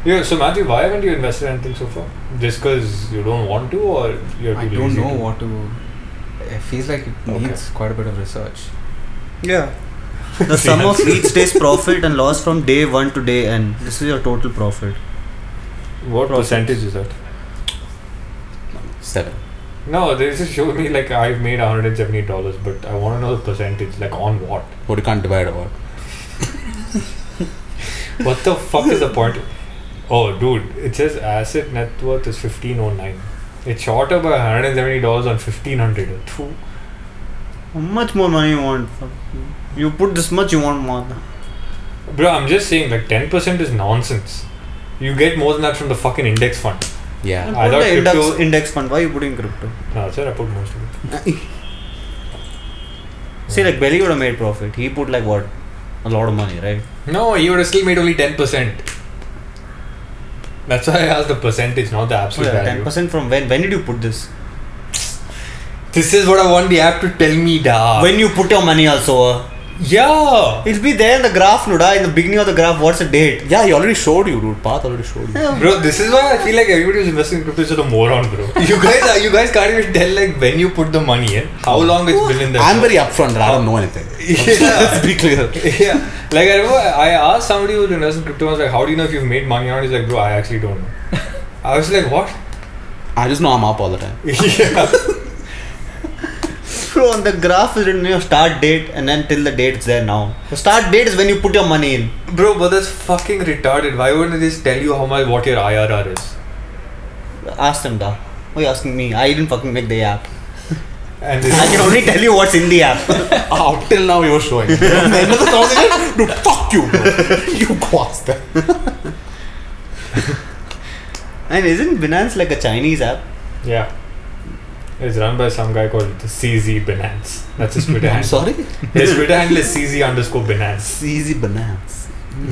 [SPEAKER 2] Yeah, so Matthew, why haven't you invested anything so far? Just because you don't want to, or you're too
[SPEAKER 4] I don't
[SPEAKER 2] lazy
[SPEAKER 4] know
[SPEAKER 2] to?
[SPEAKER 4] what to. It feels like it
[SPEAKER 2] Okay.
[SPEAKER 4] needs quite a bit of research.
[SPEAKER 6] Yeah. The sum of each day's profit and loss from day one to day n. This is your total profit.
[SPEAKER 2] What percentage is that?
[SPEAKER 5] Seven.
[SPEAKER 2] No, they just showed me like I've made 170 dollars, but I want to know the percentage, like on what?
[SPEAKER 5] What you can't divide about.
[SPEAKER 2] What the fuck is the point? Oh, dude, it says asset net worth is 1509. It's shot up by 170 dollars on 1500. Phew.
[SPEAKER 6] How much more money you want? Fuck you. You put this much, you want more.
[SPEAKER 2] Bro, I'm just saying, like 10% is nonsense. You get more than that from the fucking index fund.
[SPEAKER 5] Yeah.
[SPEAKER 6] And
[SPEAKER 2] I
[SPEAKER 6] put
[SPEAKER 2] thought
[SPEAKER 6] the index,
[SPEAKER 2] crypto-
[SPEAKER 6] index fund. Why you putting crypto?
[SPEAKER 2] No, sir, I put most of it.
[SPEAKER 6] <laughs> See, like Belly would have made profit. He put like what, a lot of money, right?
[SPEAKER 2] No, you would have still made only 10%. That's why I asked the percentage, not the absolute
[SPEAKER 6] Ten
[SPEAKER 2] value.
[SPEAKER 6] percent from when? When did you put this?
[SPEAKER 2] This is what I want the app to tell me, da.
[SPEAKER 6] when you put your money also. Uh,
[SPEAKER 2] yeah!
[SPEAKER 6] It'll be there in the graph, Nuda. In the beginning of the graph, what's the date?
[SPEAKER 5] Yeah, he already showed you, dude. Path already showed you.
[SPEAKER 2] Bro, this is why I feel like everybody who's investing in crypto is a moron, bro. You guys, are, you guys can't even tell like when you put the money in,
[SPEAKER 6] Oh.
[SPEAKER 2] how long it's been in the.
[SPEAKER 5] I'm very upfront that I don't know anything.
[SPEAKER 6] <laughs>
[SPEAKER 2] Yeah.
[SPEAKER 5] Let's be clear.
[SPEAKER 2] yeah. Like I remember, I asked somebody who's investing in crypto, I was like, "How do you know if you've made money or not?" He's like, "Bro, I actually don't know." I was like, "What?"
[SPEAKER 5] I just know I'm up all the time. <laughs>
[SPEAKER 2] yeah.
[SPEAKER 6] <laughs> Bro, on the graph is written your start date and then till the date is there now. The start date is when you put your money in.
[SPEAKER 2] <laughs> Bro, but that's fucking retarded. Why wouldn't they just tell you how much what your IRR is?
[SPEAKER 6] Ask them, da. Why you asking me? I didn't fucking make the app.
[SPEAKER 2] And
[SPEAKER 6] I can only tell you what's in the app.
[SPEAKER 5] up till now, you were <laughs> showing. At the end of the conversation, dude, fuck you, bro. <laughs> You crossed that.
[SPEAKER 6] <laughs> And isn't Binance like a Chinese app?
[SPEAKER 2] yeah, it's run by some guy called CZ Binance. That's his
[SPEAKER 5] <laughs>
[SPEAKER 2] Twitter
[SPEAKER 5] I'm
[SPEAKER 2] handle.
[SPEAKER 5] sorry?
[SPEAKER 2] His Twitter handle is CZ underscore Binance.
[SPEAKER 5] Easy bananas.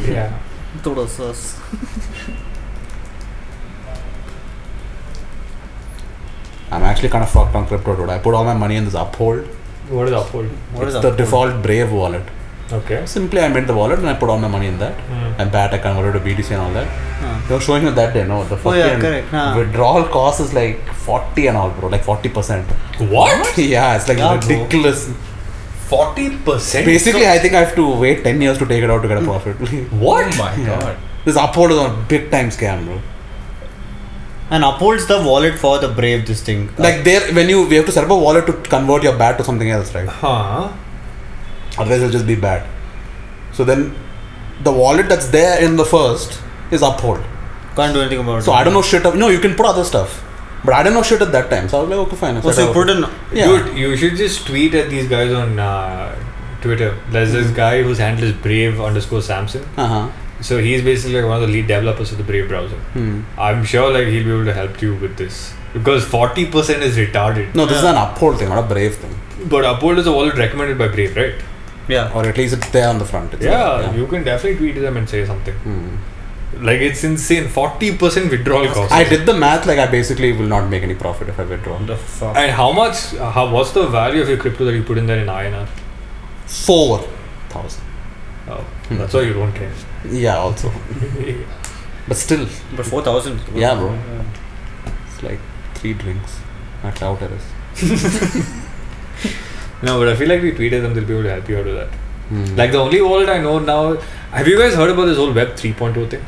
[SPEAKER 2] Yeah.
[SPEAKER 6] Thoda sus.
[SPEAKER 5] I'm actually kind of fucked on crypto, dude. I put all my money in this Uphold.
[SPEAKER 2] What is Uphold?
[SPEAKER 6] What
[SPEAKER 5] it's
[SPEAKER 6] is
[SPEAKER 5] the
[SPEAKER 6] Uphold?
[SPEAKER 5] default Brave wallet.
[SPEAKER 2] Okay.
[SPEAKER 5] Simply, I made the wallet and I put all my money in that.
[SPEAKER 2] Hmm.
[SPEAKER 5] And that I converted to BTC and all that.
[SPEAKER 6] Ah.
[SPEAKER 5] They were showing you that day, no? The
[SPEAKER 6] Oh,
[SPEAKER 5] fucking
[SPEAKER 6] yeah, correct, huh.
[SPEAKER 5] withdrawal cost is like 40 and all, bro. Like 40%.
[SPEAKER 2] What?
[SPEAKER 5] <laughs> Yeah, it's like
[SPEAKER 6] Yeah, bro.
[SPEAKER 5] ridiculous.
[SPEAKER 2] Forty percent.
[SPEAKER 5] Basically, I think I have to wait 10 years to take it out to get a profit.
[SPEAKER 2] What?
[SPEAKER 4] Oh <laughs> my
[SPEAKER 5] <laughs> Yeah.
[SPEAKER 4] god.
[SPEAKER 5] this Uphold is a big time scam, bro.
[SPEAKER 6] And upholds the wallet for the brave. This thing.
[SPEAKER 5] Like there, when you we have to set up a wallet to convert your bat to something else, right?
[SPEAKER 2] Huh.
[SPEAKER 5] Otherwise, it'll just be bad. So then, the wallet that's there in the first is Uphold.
[SPEAKER 6] can't do anything about it.
[SPEAKER 5] So I don't know shit. Of, no, you can put other stuff, but I didn't know shit at that time. So I was like, okay, fine. I
[SPEAKER 6] Oh,
[SPEAKER 5] set
[SPEAKER 6] so you
[SPEAKER 5] up-
[SPEAKER 6] put in.
[SPEAKER 5] yeah.
[SPEAKER 2] Dude, you should just tweet at these guys on uh, Twitter. There's this guy whose handle is Brave underscore Samson.
[SPEAKER 5] Uh huh.
[SPEAKER 2] So he's basically like one of the lead developers of the Brave browser.
[SPEAKER 5] Hmm.
[SPEAKER 2] I'm sure like he'll be able to help you with this because forty percent is retarded.
[SPEAKER 5] No, this is an Uphold thing, not a Brave thing.
[SPEAKER 2] But Uphold is a wallet recommended by Brave, right?
[SPEAKER 6] Yeah.
[SPEAKER 5] Or at least it's there on the front. It's
[SPEAKER 2] Yeah,
[SPEAKER 5] there,
[SPEAKER 2] you can definitely tweet to them and say something.
[SPEAKER 5] Hmm.
[SPEAKER 2] Like it's insane. Forty percent withdrawal cost.
[SPEAKER 5] I did the math. Like I basically will not make any profit if I withdraw.
[SPEAKER 6] The fuck.
[SPEAKER 2] And how much? uh, How what's the value of your crypto that you put in there in INR?
[SPEAKER 5] Four thousand.
[SPEAKER 2] Oh, that's why you don't care.
[SPEAKER 6] <laughs>
[SPEAKER 5] Yeah, also. But still,
[SPEAKER 6] But four thousand.
[SPEAKER 5] Yeah, bro. it's like three drinks at Tau Terrace.
[SPEAKER 2] no, but I feel like we tweeted them. They'll be able to help you out with that.
[SPEAKER 5] Hmm.
[SPEAKER 2] Like the only wallet I know now. Have you guys heard about this whole Web 3.0 thing?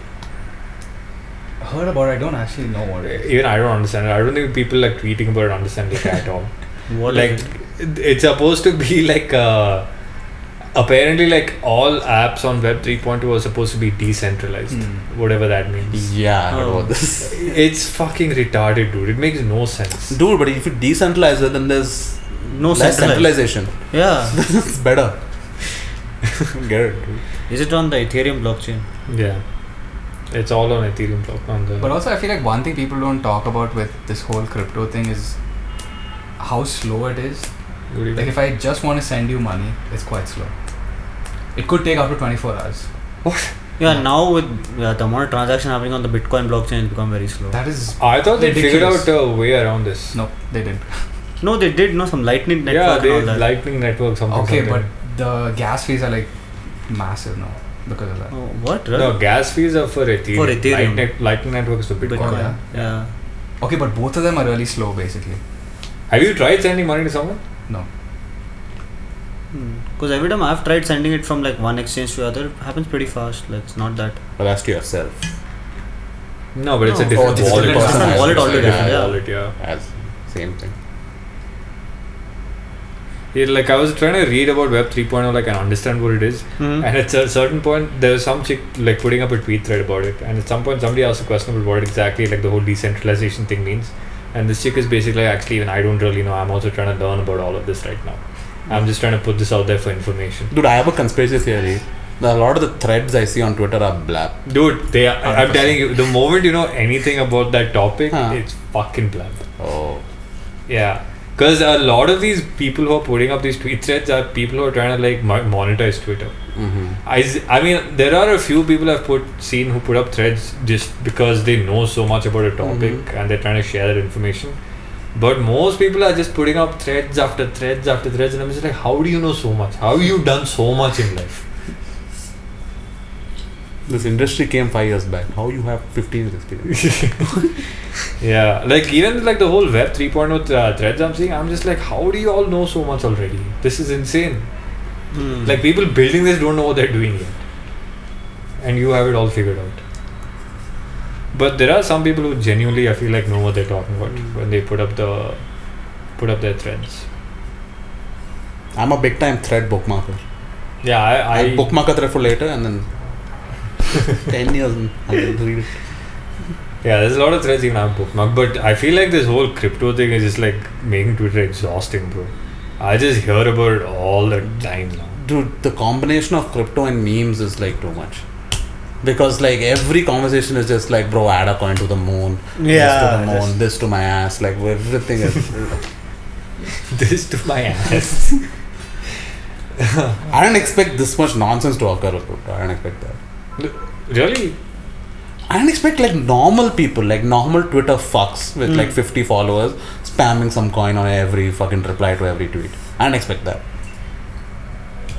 [SPEAKER 4] Heard about it, I don't actually know what it is.
[SPEAKER 2] Even I don't understand it. I don't think people like tweeting about it understand it at all.
[SPEAKER 6] What
[SPEAKER 2] like
[SPEAKER 6] is it?
[SPEAKER 2] it- it's supposed to be like uh, apparently like all apps on Web 3.0 are supposed to be decentralized,
[SPEAKER 4] Hmm.
[SPEAKER 2] whatever that means.
[SPEAKER 5] yeah, I heard
[SPEAKER 6] Oh.
[SPEAKER 5] about this.
[SPEAKER 2] It's fucking retarded, dude. It makes no sense.
[SPEAKER 5] <laughs> Dude, but if you decentralize it, then there's
[SPEAKER 6] no
[SPEAKER 5] less
[SPEAKER 6] centralized.
[SPEAKER 5] centralization.
[SPEAKER 6] Yeah.
[SPEAKER 5] it's better. <laughs> Get it? Dude.
[SPEAKER 6] Is it on the Ethereum blockchain?
[SPEAKER 2] Yeah, it's all on Ethereum block on the.
[SPEAKER 4] But also, I feel like one thing people don't talk about with this whole crypto thing is how slow it is.
[SPEAKER 2] Good evening.
[SPEAKER 4] Like, if I just want to send you money, it's quite slow. It could take up to 24 hours.
[SPEAKER 6] Yeah. Now with yeah, the amount of transaction happening on the Bitcoin blockchain, it's become very slow.
[SPEAKER 4] That is.
[SPEAKER 2] I thought they figured
[SPEAKER 4] Ridiculous.
[SPEAKER 2] out a way around this.
[SPEAKER 4] No, they didn't.
[SPEAKER 6] no, they did know some lightning network
[SPEAKER 2] yeah,
[SPEAKER 6] and
[SPEAKER 2] they
[SPEAKER 6] all that.
[SPEAKER 2] lightning network something.
[SPEAKER 4] Okay, but
[SPEAKER 2] something.
[SPEAKER 4] the gas fees are like massive now because of that.
[SPEAKER 6] oh, what?
[SPEAKER 2] no gas fees are for Ethereum.
[SPEAKER 6] For Ethereum.
[SPEAKER 2] Lightning, lightning network is for Bitcoin.
[SPEAKER 6] Bitcoin.
[SPEAKER 4] yeah.
[SPEAKER 6] yeah.
[SPEAKER 4] Okay, but both of them are really slow basically.
[SPEAKER 2] Have you tried sending money to someone?
[SPEAKER 4] No.
[SPEAKER 6] Because Hmm. every time I've tried sending it from like one exchange to other, it happens pretty fast. Like it's not that.
[SPEAKER 5] Well, that's to yourself.
[SPEAKER 2] No, but it's a
[SPEAKER 6] No.
[SPEAKER 2] different
[SPEAKER 5] Oh, it's a
[SPEAKER 2] wallet.
[SPEAKER 5] different person.
[SPEAKER 2] Different
[SPEAKER 5] Wallet altogether,
[SPEAKER 6] yeah.
[SPEAKER 2] wallet, yeah.
[SPEAKER 5] As same thing.
[SPEAKER 2] Yeah, like I was trying to read about Web 3.0, like and understand what it is.
[SPEAKER 6] Mhm.
[SPEAKER 2] And at a certain point, there was some chick like putting up a tweet thread about it. And at some point, somebody asked a question about what exactly like the whole decentralization thing means. And this chick is basically like, actually, even I don't really know. I'm also trying to learn about all of this right now. I'm just trying to put this out there for information.
[SPEAKER 5] Dude, I have a conspiracy theory. A lot of the threads I see on Twitter are blab.
[SPEAKER 2] Dude, they are, I- I'm telling you, the moment you know anything about that topic,
[SPEAKER 5] Huh.
[SPEAKER 2] it's fucking blunt.
[SPEAKER 5] Oh.
[SPEAKER 2] Yeah. Because a lot of these people who are putting up these tweet threads are people who are trying to like mo- monetize Twitter.
[SPEAKER 5] Mm-hmm.
[SPEAKER 2] I, s- I mean, there are a few people I've put seen who put up threads just because they know so much about a topic
[SPEAKER 5] Mhm.
[SPEAKER 2] and they're trying to share that information. But most people are just putting up threads after threads after threads, and I'm just like, how do you know so much? How have you done so much in life?
[SPEAKER 5] This industry came five years back. How you have 15 years <laughs> experience?
[SPEAKER 2] <laughs> Yeah, like even like the whole Web 3.0 th- uh, threads I'm seeing, I'm just like, how do you all know so much already? This is insane.
[SPEAKER 6] Hmm.
[SPEAKER 2] Like people building this don't know what they're doing yet, and you have it all figured out. But there are some people who genuinely, I feel like, know what they're talking about when they put up the put up their threads.
[SPEAKER 5] I'm a big time thread bookmarker.
[SPEAKER 2] Yeah, I,
[SPEAKER 5] I,
[SPEAKER 2] I
[SPEAKER 5] bookmark a thread for later and <laughs> then 10 years and I'll read it.
[SPEAKER 2] yeah, there's a lot of threads even I've bookmarked. But I feel like this whole crypto thing is just like making Twitter exhausting, bro. I just hear about it all the time now.
[SPEAKER 5] Dude, the combination of crypto and memes is like too much. Because like every conversation is just like, bro, add a coin to the moon.
[SPEAKER 6] Yeah,
[SPEAKER 5] This to the moon, this to my ass. Like everything is.
[SPEAKER 2] <laughs>
[SPEAKER 5] <laughs>
[SPEAKER 2] this to my ass.
[SPEAKER 5] I don't expect this much nonsense to occur. bro. I don't expect that.
[SPEAKER 2] really?
[SPEAKER 5] I don't expect like normal people, like normal Twitter fucks with like 50 followers spamming some coin on every fucking reply to every tweet. I don't expect that.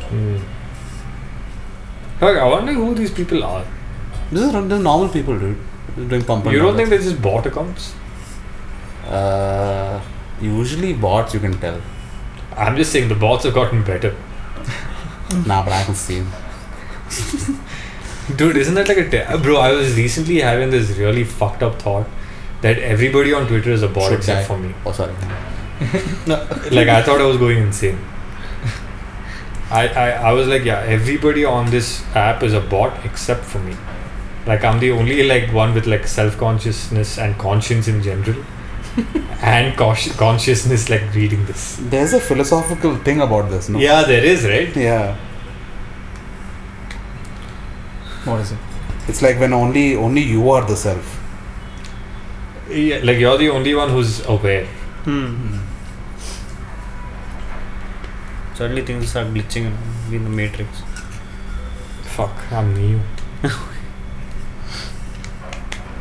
[SPEAKER 2] Hmm. Fuck, I wonder who these people are.
[SPEAKER 5] This is, this is normal people, dude. They're doing pump and
[SPEAKER 2] You don't
[SPEAKER 5] dump.
[SPEAKER 2] think they just bought accounts?
[SPEAKER 5] Uh, usually bots you can tell.
[SPEAKER 2] I'm just saying the bots have gotten better.
[SPEAKER 5] nah, but I can see him.
[SPEAKER 2] Dude, isn't that like a te- bro? I was recently having this really fucked up thought that everybody on Twitter is a bot
[SPEAKER 5] Should
[SPEAKER 2] except
[SPEAKER 5] die.
[SPEAKER 2] for me.
[SPEAKER 5] Oh, sorry.
[SPEAKER 2] Like I thought I was going insane. I, I I was like, yeah, everybody on this app is a bot except for me. Like I'm the only like one with like self consciousness and conscience in
[SPEAKER 5] <laughs>
[SPEAKER 2] general, and consci- consciousness like reading this.
[SPEAKER 5] There's a philosophical thing about this, no?
[SPEAKER 2] Yeah, there is right.
[SPEAKER 5] Yeah.
[SPEAKER 4] What is it?
[SPEAKER 5] It's like when only only you are the self.
[SPEAKER 2] Yeah, like you're the only one who's aware.
[SPEAKER 6] Hmm. Suddenly things will start glitching and be in the matrix.
[SPEAKER 2] Fuck, I'm
[SPEAKER 5] <laughs>
[SPEAKER 2] new.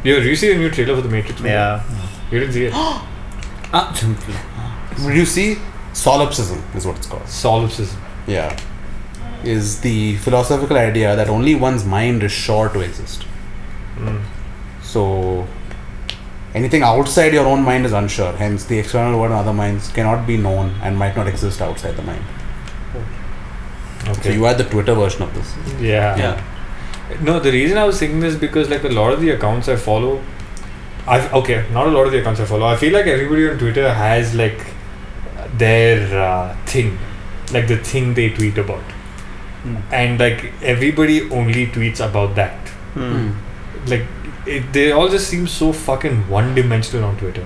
[SPEAKER 2] Yo, did you see the new trailer for the Matrix? movie?
[SPEAKER 6] Yeah.
[SPEAKER 2] You didn't see it.
[SPEAKER 5] <gasps>
[SPEAKER 6] Ah,
[SPEAKER 5] Did you see? Solipsism is what it's called.
[SPEAKER 2] Solipsism.
[SPEAKER 5] Yeah. Is the philosophical idea that only one's mind is sure to exist.
[SPEAKER 2] Mm.
[SPEAKER 5] So anything outside your own mind is unsure. Hence the external world and other minds cannot be known and might not exist outside the mind. So
[SPEAKER 2] Okay.
[SPEAKER 5] you had the Twitter version of this.
[SPEAKER 2] yeah. No, the reason I was thinking this because like a lot of the accounts I follow, I okay, not a lot of the accounts I follow. I feel like everybody on Twitter has like their uh, thing, like the thing they tweet about,
[SPEAKER 5] Hmm.
[SPEAKER 2] and like everybody only tweets about that.
[SPEAKER 6] Hmm.
[SPEAKER 2] Like it, they all just seem so fucking one-dimensional on Twitter.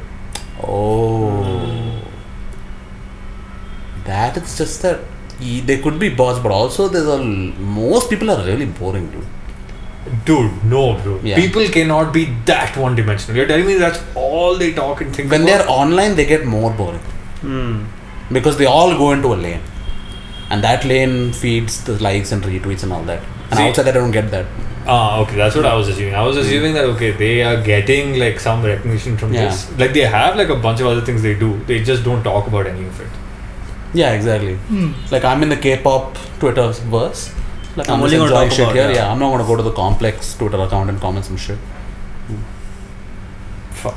[SPEAKER 5] Oh. That it's just that e- they could be bots, but also there's a l- most people are really boring, dude.
[SPEAKER 2] Dude, no, bro.
[SPEAKER 5] Yeah.
[SPEAKER 2] People cannot be that one dimensional. You're telling me that's all they talk and think
[SPEAKER 5] When
[SPEAKER 2] about?
[SPEAKER 5] they're online, they get more boring
[SPEAKER 6] Hmm.
[SPEAKER 5] because they all go into a lane, and that lane feeds the likes and retweets and all that. And
[SPEAKER 2] See-
[SPEAKER 5] outside, that, I don't get that.
[SPEAKER 2] Ah, okay, that's what I was assuming. I was assuming that okay, they are getting like some recognition from
[SPEAKER 5] Yeah.
[SPEAKER 2] this. Like they have like a bunch of other things they do. They just don't talk about any of it.
[SPEAKER 5] Yeah, exactly. Like I'm in the K-pop Twitter verse. Like
[SPEAKER 6] I'm
[SPEAKER 5] I'm,
[SPEAKER 6] only
[SPEAKER 5] just
[SPEAKER 6] gonna
[SPEAKER 5] enjoying
[SPEAKER 6] talk
[SPEAKER 5] shit
[SPEAKER 6] about-
[SPEAKER 5] here.
[SPEAKER 6] yeah.
[SPEAKER 5] Yeah. I'm not gonna go to the complex Twitter account and comment some shit.
[SPEAKER 2] Fuck.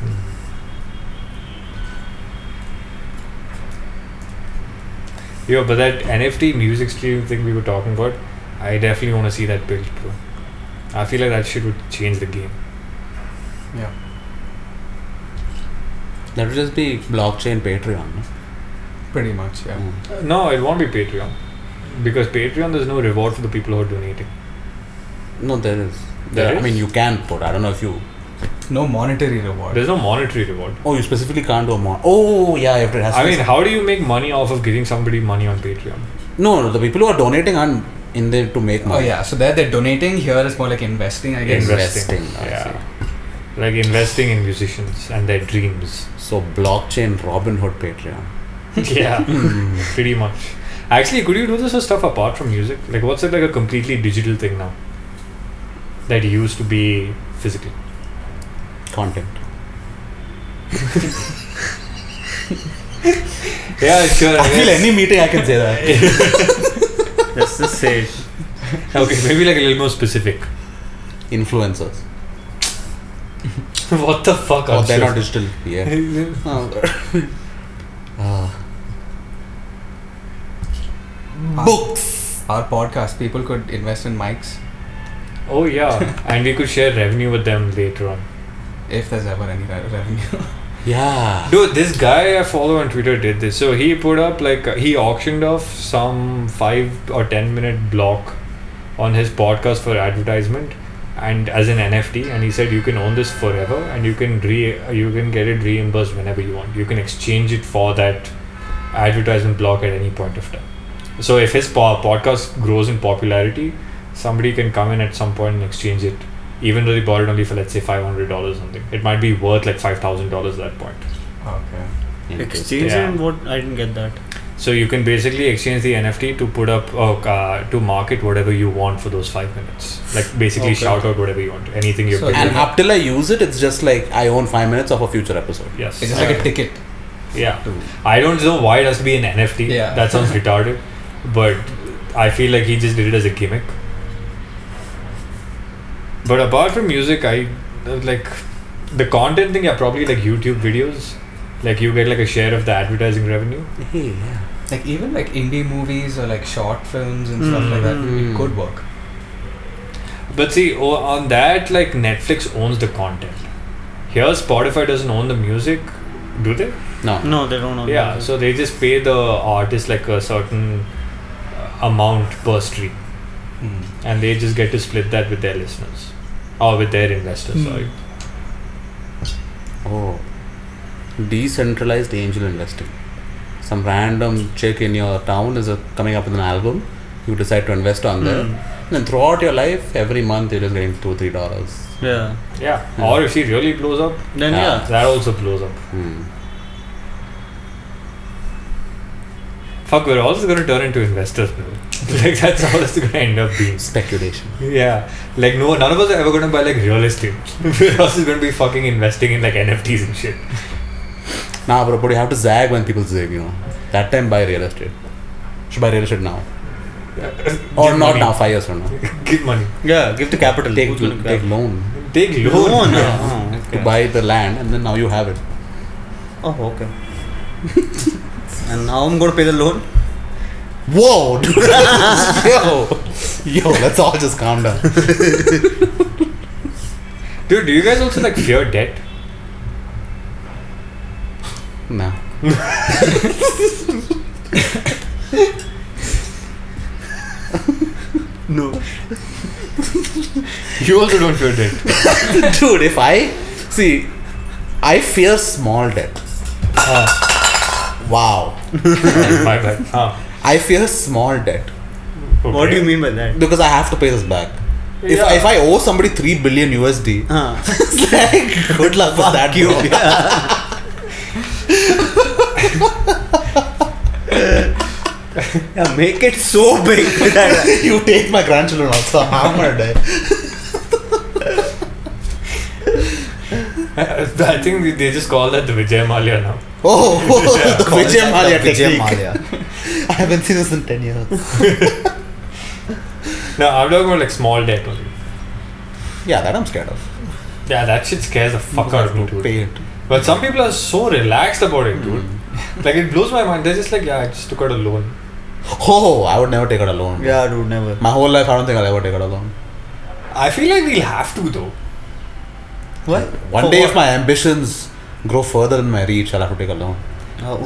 [SPEAKER 2] Hmm. Yo, but that NFT music streaming thing we were talking about, I definitely want to see that built, bro. I feel like that shit would change the game.
[SPEAKER 5] That would just be blockchain Patreon. Hmm. no?
[SPEAKER 4] Pretty much, yeah.
[SPEAKER 2] Uh, No, it won't be Patreon. Because Patreon, there's no reward for the people who are donating.
[SPEAKER 5] No, there is.
[SPEAKER 2] There
[SPEAKER 5] I
[SPEAKER 2] is?
[SPEAKER 5] mean, you can put. I don't know if you.
[SPEAKER 4] No monetary reward.
[SPEAKER 2] There's no monetary reward.
[SPEAKER 5] Oh, you specifically can't do a mon. Oh, yeah, if it has.
[SPEAKER 2] I
[SPEAKER 5] to be
[SPEAKER 2] mean, how do you make money off of giving somebody money on Patreon?
[SPEAKER 5] no, no, the people who are donating aren't in there to make
[SPEAKER 4] Oh
[SPEAKER 5] money.
[SPEAKER 4] yeah, so there they're donating. Here is more like investing, I guess.
[SPEAKER 5] Investing, I
[SPEAKER 2] yeah. Like investing in musicians and their
[SPEAKER 5] <laughs>
[SPEAKER 2] dreams.
[SPEAKER 5] So blockchain Robin Hood Patreon.
[SPEAKER 2] yeah.
[SPEAKER 5] Hmm.
[SPEAKER 2] Pretty much. Actually, could you do this for stuff apart from music? Like, what's it like a completely digital thing now? That used to be physical.
[SPEAKER 5] Content. <laughs>
[SPEAKER 2] Yeah, sure.
[SPEAKER 5] I feel any meeting I can say that.
[SPEAKER 6] Let's just say it.
[SPEAKER 2] okay, maybe like a little more specific. <laughs>
[SPEAKER 5] Influencers.
[SPEAKER 2] what the fuck?
[SPEAKER 5] Oh,
[SPEAKER 2] Anshul?
[SPEAKER 5] they're not digital. Yeah. Oh, Ah. Books.
[SPEAKER 4] Our podcast, people could invest in mics
[SPEAKER 2] oh yeah, and we could share revenue with them later on.
[SPEAKER 4] if there's ever any re- revenue. <laughs>
[SPEAKER 5] Yeah.
[SPEAKER 2] Dude, this guy I follow on Twitter did this. So he put up like uh, he auctioned off some five or ten minute block on his podcast for advertisement and as an NFT, and he said you can own this forever and you can re you can get it reimbursed whenever you want. You can exchange it for that advertisement block at any point of time. So if his po- podcast grows in popularity, somebody can come in at some point and exchange it. Even though they bought it only for let's say five hundred dollars something, it might be worth like five thousand dollars at that point.
[SPEAKER 4] okay.
[SPEAKER 6] Exchange
[SPEAKER 2] Yeah.
[SPEAKER 6] and what? I didn't get that.
[SPEAKER 2] So you can basically exchange the NFT to put up uh, uh, to market whatever you want for those five minutes. Like basically
[SPEAKER 4] Okay.
[SPEAKER 2] shout out whatever you want, anything you
[SPEAKER 4] So
[SPEAKER 2] have
[SPEAKER 5] And up till I use it, it's just like I own five minutes of a future episode.
[SPEAKER 2] Yes.
[SPEAKER 4] It's just like a ticket.
[SPEAKER 2] yeah.
[SPEAKER 4] to-
[SPEAKER 2] I don't know why it has to be an NFT.
[SPEAKER 4] Yeah.
[SPEAKER 2] That
[SPEAKER 4] <laughs>
[SPEAKER 2] sounds retarded, but I feel like he just did it as a gimmick. But apart from music, I uh, like the content thing. Yeah, probably like YouTube videos. Like you get like a share of the advertising revenue.
[SPEAKER 5] Hey, yeah.
[SPEAKER 4] Like even like indie movies or like short films and stuff like that, it
[SPEAKER 5] Mm.
[SPEAKER 4] could work.
[SPEAKER 2] But see, o- on that, like Netflix owns the content. Here, Spotify doesn't own the music, do they?
[SPEAKER 5] No.
[SPEAKER 6] No, they don't know.
[SPEAKER 2] Yeah, so they just pay the artist like a certain uh, amount per stream,
[SPEAKER 5] Hmm.
[SPEAKER 2] and they just get to split that with their listeners or with their investors. Sorry.
[SPEAKER 5] Oh. Decentralized angel investing. Some random chick in your town is uh, coming up with an album. You decide to invest
[SPEAKER 6] Hmm.
[SPEAKER 5] on there. And then throughout your life, every month you're just getting two, three dollars.
[SPEAKER 6] Yeah.
[SPEAKER 2] Yeah. Hmm. Or if she really blows up,
[SPEAKER 6] Then
[SPEAKER 5] Yeah.
[SPEAKER 6] yeah.
[SPEAKER 2] that also blows up.
[SPEAKER 5] Hmm.
[SPEAKER 2] Fuck, we're also gonna turn into investors. now. <laughs> like that's how it's gonna end up being.
[SPEAKER 5] Speculation.
[SPEAKER 2] Yeah, like no, none of us are ever gonna buy like real estate. <laughs> We're also gonna be fucking investing in like NFTs and shit.
[SPEAKER 5] Nah, bro, but you have to zag when people zag, you know. That time buy real estate. Should buy real estate now. Or
[SPEAKER 2] Give
[SPEAKER 5] not
[SPEAKER 2] money.
[SPEAKER 5] now, five years from now.
[SPEAKER 2] Give money.
[SPEAKER 6] Yeah, give the capital.
[SPEAKER 5] Take,
[SPEAKER 6] Who's gonna
[SPEAKER 5] take
[SPEAKER 6] grab-
[SPEAKER 5] loan
[SPEAKER 2] Take loan.
[SPEAKER 6] Loan. yeah. Oh,
[SPEAKER 5] to
[SPEAKER 6] okay.
[SPEAKER 5] buy the land and then now you have it.
[SPEAKER 6] Oh, okay. <laughs> and now I'm going to pay the loan.
[SPEAKER 5] Whoa! dude. <laughs> Yo! Yo, let's all just calm down.
[SPEAKER 2] Dude, do you guys also like fear <laughs> debt?
[SPEAKER 5] Nah.
[SPEAKER 6] No.
[SPEAKER 5] You also don't fear debt. Dude, if I see I fear small debt. Wow.
[SPEAKER 2] My bad. Huh.
[SPEAKER 5] I fear small debt.
[SPEAKER 6] What do
[SPEAKER 2] Okay.
[SPEAKER 6] you mean by that?
[SPEAKER 5] Because I have to pay this back. If, I,
[SPEAKER 2] Yeah.
[SPEAKER 5] if I owe somebody 3 billion USD,
[SPEAKER 6] Huh.
[SPEAKER 5] it's like, good luck with that.
[SPEAKER 6] You.
[SPEAKER 5] bro. <laughs>
[SPEAKER 6] Yeah. yeah, make it so big that
[SPEAKER 5] you take my grandchildren also. I'm gonna die.
[SPEAKER 2] <laughs> I think they- they just call that the Vijay Malia now.
[SPEAKER 5] Oh, the
[SPEAKER 1] Call it
[SPEAKER 5] Vijay
[SPEAKER 1] the
[SPEAKER 5] Malia
[SPEAKER 1] Vijay
[SPEAKER 5] technique.
[SPEAKER 1] Malia.
[SPEAKER 5] <laughs> I haven't seen this in 10 years.
[SPEAKER 2] No, I'm talking about like small debt only.
[SPEAKER 5] yeah, that I'm scared of.
[SPEAKER 2] Yeah, that shit scares the fuck out of me, dude.
[SPEAKER 5] Pay it.
[SPEAKER 2] But some people are so relaxed about it, dude. like it blows my mind. They're just like, yeah, I just took out a loan.
[SPEAKER 5] Oh, I would never take out a loan. bro.
[SPEAKER 6] <laughs> Yeah, dude, never.
[SPEAKER 5] My whole life, I don't think I'll ever take out a loan.
[SPEAKER 2] I feel like we'll have to though.
[SPEAKER 6] What?
[SPEAKER 5] One
[SPEAKER 6] For
[SPEAKER 5] day,
[SPEAKER 6] what?
[SPEAKER 5] if my ambitions grow further in my reach, I'll have to take a loan.
[SPEAKER 6] Oh.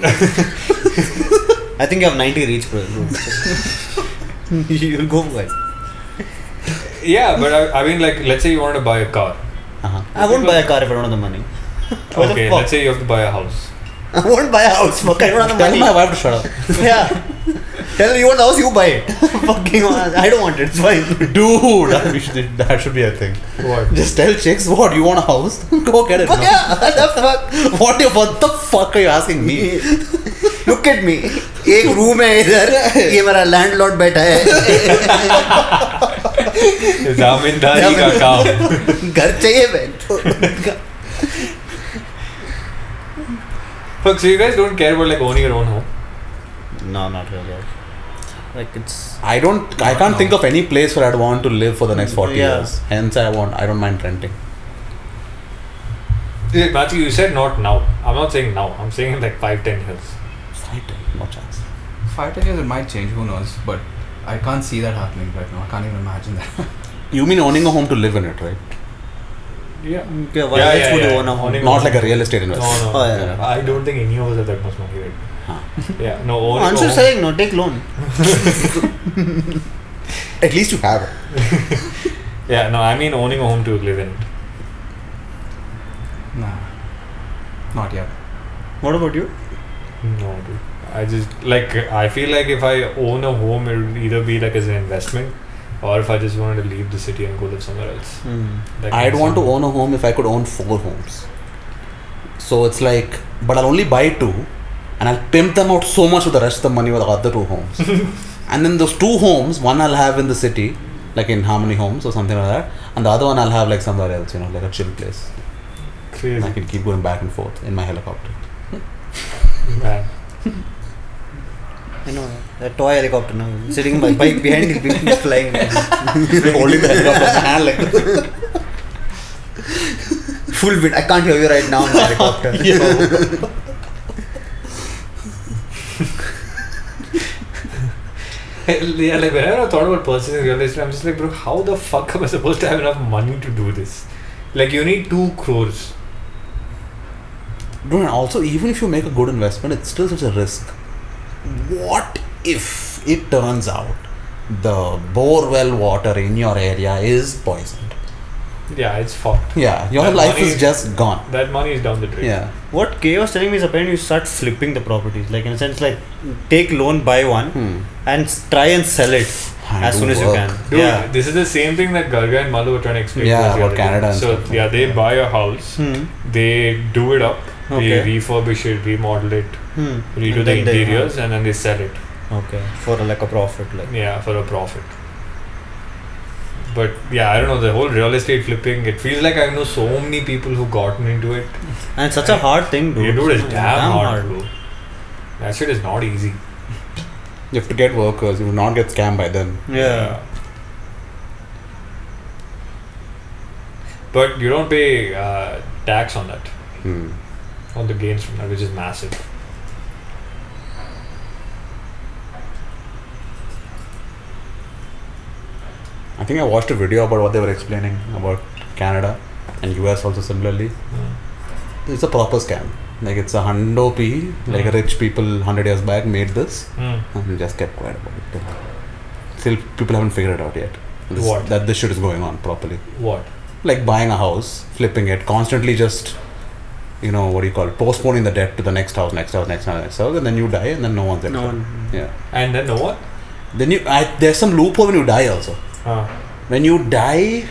[SPEAKER 6] <laughs> I think you have 90 reach, <laughs> bro. You'll go for it.
[SPEAKER 2] Yeah, but I, I mean, like, let's say you wanted to buy a car.
[SPEAKER 5] Uh-huh.
[SPEAKER 6] I won't buy a car if I don't have the money. <laughs> Why the
[SPEAKER 2] Okay,
[SPEAKER 6] fuck?
[SPEAKER 2] let's say you have to buy a house.
[SPEAKER 6] I won't buy a house. Fuck, I don't have the
[SPEAKER 5] Tell
[SPEAKER 6] money.
[SPEAKER 5] my wife to shut up.
[SPEAKER 6] <laughs> yeah. Tell me you want the house, you buy <laughs> it. Fucking, uh, I don't want it. It's fine.
[SPEAKER 5] Dude, that, we should, that should be a thing.
[SPEAKER 2] What?
[SPEAKER 5] Just tell chicks, what, you want a house? <laughs> Go get it.
[SPEAKER 6] But
[SPEAKER 5] no?
[SPEAKER 6] yeah, <laughs> what the fuck?
[SPEAKER 5] What, the- what the fuck are you asking me?
[SPEAKER 6] <laughs> Look at me. एक room है इधर
[SPEAKER 5] <laughs>
[SPEAKER 6] ये मेरा landlord बैठा है
[SPEAKER 2] <laughs> Zamindari ka kaam.
[SPEAKER 6] घर चाहिए बैठ
[SPEAKER 2] Fuck, so you guys don't care about like owning your own home.
[SPEAKER 6] No, not really. Like it's
[SPEAKER 5] I don't, I can't think of any place where I'd want to live for the next 40
[SPEAKER 6] Yeah.
[SPEAKER 5] years. Hence, I want, I don't mind renting.
[SPEAKER 2] Yeah, Matthew, you said not now. I'm not saying now. I'm saying in like five, ten years.
[SPEAKER 5] Fight, no chance.
[SPEAKER 4] Five ten years it might change, who knows? But I can't see that happening right now. I can't even imagine that. <laughs>
[SPEAKER 5] You mean owning a home to live in it, right?
[SPEAKER 2] Yeah.
[SPEAKER 6] yeah, why
[SPEAKER 2] Yeah,
[SPEAKER 6] else
[SPEAKER 2] yeah,
[SPEAKER 6] would
[SPEAKER 2] yeah.
[SPEAKER 6] you own a home?
[SPEAKER 2] Owning-
[SPEAKER 5] Not like a real estate
[SPEAKER 2] No,
[SPEAKER 5] investor.
[SPEAKER 2] no.
[SPEAKER 6] Oh, yeah.
[SPEAKER 2] I don't think any of us have that much money right now. <laughs> Yeah, no, owning a
[SPEAKER 6] Anshu
[SPEAKER 2] home-
[SPEAKER 6] saying no, take loan.
[SPEAKER 5] At least you have it.
[SPEAKER 2] Yeah, no, I mean owning a home to live in. it.
[SPEAKER 4] nah. Not yet.
[SPEAKER 6] What about you?
[SPEAKER 2] No, dude. I just like I feel like if I own a home, it would either be like as an investment, or if I just wanted to leave the city and go live somewhere else.
[SPEAKER 6] Hmm.
[SPEAKER 2] Like
[SPEAKER 5] I'd
[SPEAKER 2] my
[SPEAKER 5] want to
[SPEAKER 2] son.
[SPEAKER 5] own a home if I could own four homes. So it's like, but I'll only buy two, and I'll pimp them out so much with the rest of the money with the other two
[SPEAKER 2] <laughs>
[SPEAKER 5] homes. and then those two homes, one I'll have in the city, like in Harmony Homes or something like that, and the other one I'll have like somewhere else, you know, like a chill place. And I
[SPEAKER 2] Crazy
[SPEAKER 5] can keep going back and forth in my helicopter.
[SPEAKER 2] man.
[SPEAKER 6] I know that toy helicopter now sitting by bike behind it, it's flying. <laughs>
[SPEAKER 5] Holding the helicopter in my hand like
[SPEAKER 1] full wind. I can't hear you right now in
[SPEAKER 5] <laughs>
[SPEAKER 1] the helicopter.
[SPEAKER 2] yeah, like whenever I thought about purchasing real estate, I'm just like, bro, how the fuck am I supposed to have enough money to do this? Like, you need two crores.
[SPEAKER 5] Bro, and also, even if you make a good investment, it's still such a risk. What if it turns out the bore well water in your area is poisoned?
[SPEAKER 2] Yeah, it's fucked.
[SPEAKER 5] Yeah, your
[SPEAKER 2] That
[SPEAKER 5] life
[SPEAKER 2] money-
[SPEAKER 5] is just gone.
[SPEAKER 2] That money is down the drain.
[SPEAKER 5] Yeah.
[SPEAKER 6] What K was telling me is apparently you start flipping the properties. Like in a sense, like take loan, buy one,
[SPEAKER 5] Hmm.
[SPEAKER 6] and s- try and sell it
[SPEAKER 5] And
[SPEAKER 6] as
[SPEAKER 5] do
[SPEAKER 6] soon as you
[SPEAKER 5] work.
[SPEAKER 6] can.
[SPEAKER 2] Dude,
[SPEAKER 6] yeah.
[SPEAKER 2] this is the same thing that Garga and Malu were trying to explain.
[SPEAKER 5] Yeah,
[SPEAKER 2] to us the
[SPEAKER 5] about
[SPEAKER 2] other day.
[SPEAKER 5] Canada and
[SPEAKER 2] So
[SPEAKER 5] stuff.
[SPEAKER 2] yeah, they buy a house,
[SPEAKER 6] Hmm.
[SPEAKER 2] they do it up,
[SPEAKER 6] Okay.
[SPEAKER 2] they refurbish it, remodel it,
[SPEAKER 6] Hmm. And
[SPEAKER 2] redo the
[SPEAKER 6] then they-
[SPEAKER 2] interiors, and then they sell it.
[SPEAKER 6] Okay. For like a profit, like.
[SPEAKER 2] Yeah, for a profit. But yeah, I don't know the whole real estate flipping. It feels like I know so many people who gotten into it.
[SPEAKER 6] And such a hard thing, dude.
[SPEAKER 2] You do it is
[SPEAKER 6] It's
[SPEAKER 2] damn, hard, bro. That shit is not easy.
[SPEAKER 5] You have to get workers. You will not get scammed by them.
[SPEAKER 6] Yeah.
[SPEAKER 2] But you don't pay uh, tax on that,
[SPEAKER 5] Hmm.
[SPEAKER 2] on the gains from that, which is massive.
[SPEAKER 5] I think I watched a video about what they were explaining about Canada and US also similarly. It's a proper scam. Like it's a hundo P, like
[SPEAKER 2] Mm.
[SPEAKER 5] rich people hundred years back made this
[SPEAKER 2] Mm.
[SPEAKER 5] and we just kept quiet about it. Still people haven't figured it out yet. This-
[SPEAKER 2] What?
[SPEAKER 5] That this shit is going on properly.
[SPEAKER 2] What?
[SPEAKER 5] Like buying a house, flipping it, constantly just you know, what do you call it? Postponing the debt to the next house, next house, next house, next house, and then you die and then no one's there.
[SPEAKER 6] No one.
[SPEAKER 5] Yeah.
[SPEAKER 2] And then the what?
[SPEAKER 5] Then you I, there's some loophole when you die also.
[SPEAKER 2] Uh,
[SPEAKER 5] when you die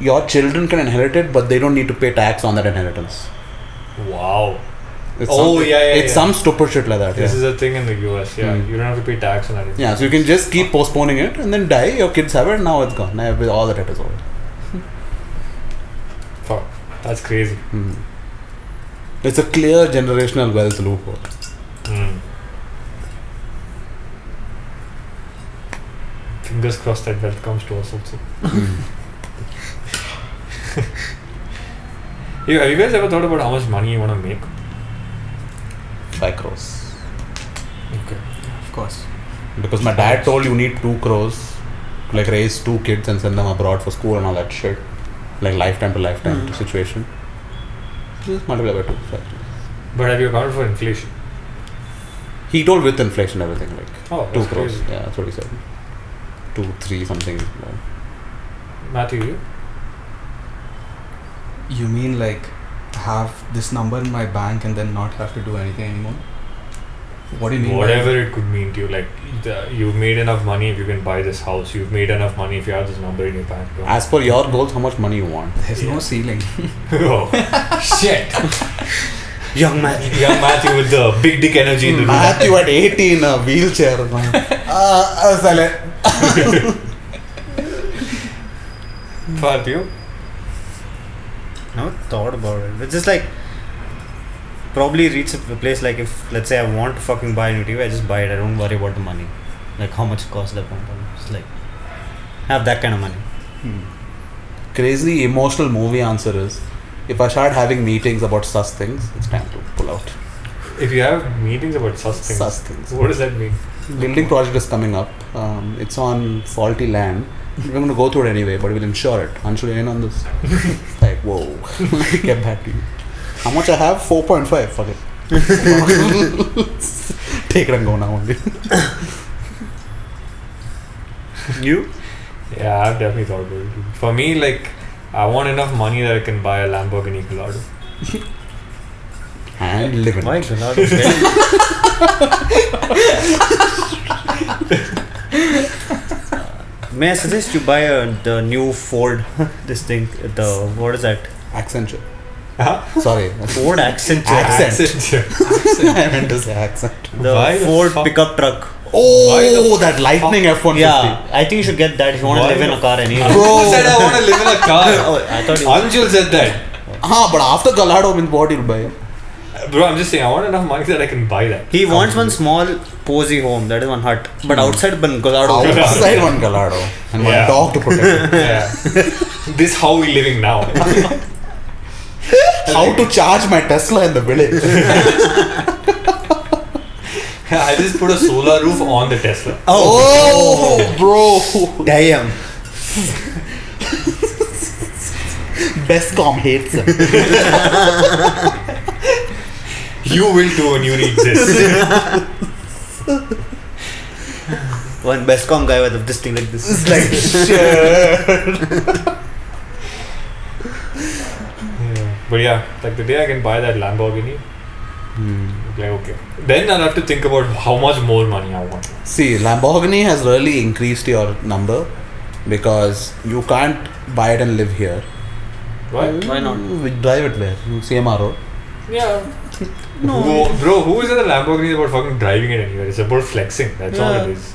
[SPEAKER 5] your children can inherit it but they don't need to pay tax on that inheritance
[SPEAKER 2] wow.
[SPEAKER 5] it's
[SPEAKER 2] Oh,
[SPEAKER 5] some,
[SPEAKER 2] yeah, yeah,
[SPEAKER 5] it's
[SPEAKER 2] yeah.
[SPEAKER 5] some stupid shit like that
[SPEAKER 2] This
[SPEAKER 5] yeah.
[SPEAKER 2] is a thing in the US. Yeah,
[SPEAKER 5] Mm.
[SPEAKER 2] you don't have to pay tax on anything.
[SPEAKER 5] yeah so you can just keep postponing it and then die your kids have it and now it's gone now every- all the debt is over
[SPEAKER 2] Fuck. That's crazy.
[SPEAKER 5] Hmm. it's a clear generational wealth loophole
[SPEAKER 2] Mm. Fingers crossed that wealth comes to us also. Mm. you, have you guys ever thought about how much money you want to make?
[SPEAKER 5] 5 crores
[SPEAKER 2] Okay.
[SPEAKER 4] Of course.
[SPEAKER 5] because my dad told you need 2 crores to like raise 2 kids and send them abroad for school and all that shit like lifetime to lifetime
[SPEAKER 6] Hmm.
[SPEAKER 5] situation just multiply by 2 five.
[SPEAKER 2] But have you accounted for inflation?
[SPEAKER 5] he told with inflation and everything like
[SPEAKER 2] Oh,
[SPEAKER 5] Two
[SPEAKER 2] that's
[SPEAKER 5] crores.
[SPEAKER 2] crazy.
[SPEAKER 5] Yeah, that's what he said. Two, three, something. like-
[SPEAKER 2] Matthew, you?
[SPEAKER 4] You mean like have this number in my bank and then not have to do anything anymore? What do you mean? by-
[SPEAKER 2] Whatever it could mean to you, like the, you've made enough money if you can buy this house. You've made enough money if you have this number in your bank account.
[SPEAKER 5] As per your goals, how much money you want?
[SPEAKER 2] <laughs>
[SPEAKER 4] There's
[SPEAKER 2] Yeah.
[SPEAKER 4] no ceiling.
[SPEAKER 2] <laughs> oh, shit!
[SPEAKER 6] Young man.
[SPEAKER 2] Young <laughs> Matthew Mm. with the big dick energy in the room.
[SPEAKER 5] Matthew at 18 in a wheelchair. man. Ah, ah, sale.
[SPEAKER 2] Matthew,
[SPEAKER 6] Never thought about it. It's just like probably reach a place like if let's say I want to fucking buy a new TV, I just buy it. I don't worry about the money, like how much it costs that point. I'm Just like have that kind of money.
[SPEAKER 5] Crazy emotional movie answer is if I start having meetings about such things, it's time to pull out.
[SPEAKER 2] if you have meetings about such things,
[SPEAKER 5] Such things.
[SPEAKER 2] <laughs> what does that mean?
[SPEAKER 5] Building project is coming up. Um, it's on faulty land. We're going to go through it anyway, but we'll insure it. Anshu, you in
[SPEAKER 6] <laughs>
[SPEAKER 5] on this? like, whoa. <laughs> Get back to you. How much I have? 4.5. Fuck it. <laughs> Take it and go now only.
[SPEAKER 6] You?
[SPEAKER 2] Yeah, I've definitely thought about it. dude. For me, like, I want enough money that I can buy a Lamborghini Gallardo.
[SPEAKER 5] And live in
[SPEAKER 6] Why
[SPEAKER 5] it.
[SPEAKER 6] Gallardo? <laughs> May I suggest you buy a, the new Ford? <laughs> this thing, the what is that?
[SPEAKER 5] Accenture.
[SPEAKER 2] <laughs> Huh?
[SPEAKER 5] Sorry.
[SPEAKER 6] <laughs> Ford Accenture.
[SPEAKER 5] Accent.
[SPEAKER 2] <laughs> Accent.
[SPEAKER 5] I meant to say accent.
[SPEAKER 6] The
[SPEAKER 2] Why the
[SPEAKER 6] Ford
[SPEAKER 2] fuck-
[SPEAKER 6] pickup truck.
[SPEAKER 5] Oh, that lightning F150.
[SPEAKER 6] Yeah, I think you should get that if you want to
[SPEAKER 2] Why
[SPEAKER 6] live in
[SPEAKER 2] the
[SPEAKER 6] a car anyway.
[SPEAKER 5] Bro.
[SPEAKER 2] Who said I want to live in a <laughs> car?
[SPEAKER 6] Oh, I thought you
[SPEAKER 2] Anjul said that.
[SPEAKER 5] Ah, but after Gallardo, means what you'll buy?
[SPEAKER 2] Bro, I'm just saying, I want enough money that I can buy <laughs> that.
[SPEAKER 6] He wants one small posy home, that is one hut. But outside one Gallardo.
[SPEAKER 5] Outside one Gallardo. And one
[SPEAKER 2] Yeah.
[SPEAKER 5] dog to protect it.
[SPEAKER 2] <laughs> Yeah. this how we living now.
[SPEAKER 5] how to charge my Tesla in the village.
[SPEAKER 2] I just put a solar roof on the Tesla.
[SPEAKER 5] oh, bro.
[SPEAKER 1] Damn.
[SPEAKER 5] Bestcom hates him.
[SPEAKER 2] You will too when you <laughs> exist.
[SPEAKER 1] One best com guy with this thing like this.
[SPEAKER 5] It's like, shit.
[SPEAKER 2] yeah. But yeah, like the day I can buy that Lamborghini,
[SPEAKER 5] Hmm.
[SPEAKER 2] like okay. Then I'll have to think about how much more money I want.
[SPEAKER 5] See, Lamborghini has really increased your number because you can't buy it and live here.
[SPEAKER 2] Right?
[SPEAKER 6] Why not?
[SPEAKER 5] We drive it there. CMR road.
[SPEAKER 2] Yeah. No. bro, who is in the Lamborghini about fucking driving it anywhere? It's about flexing. That's all it
[SPEAKER 6] Yeah.
[SPEAKER 2] is.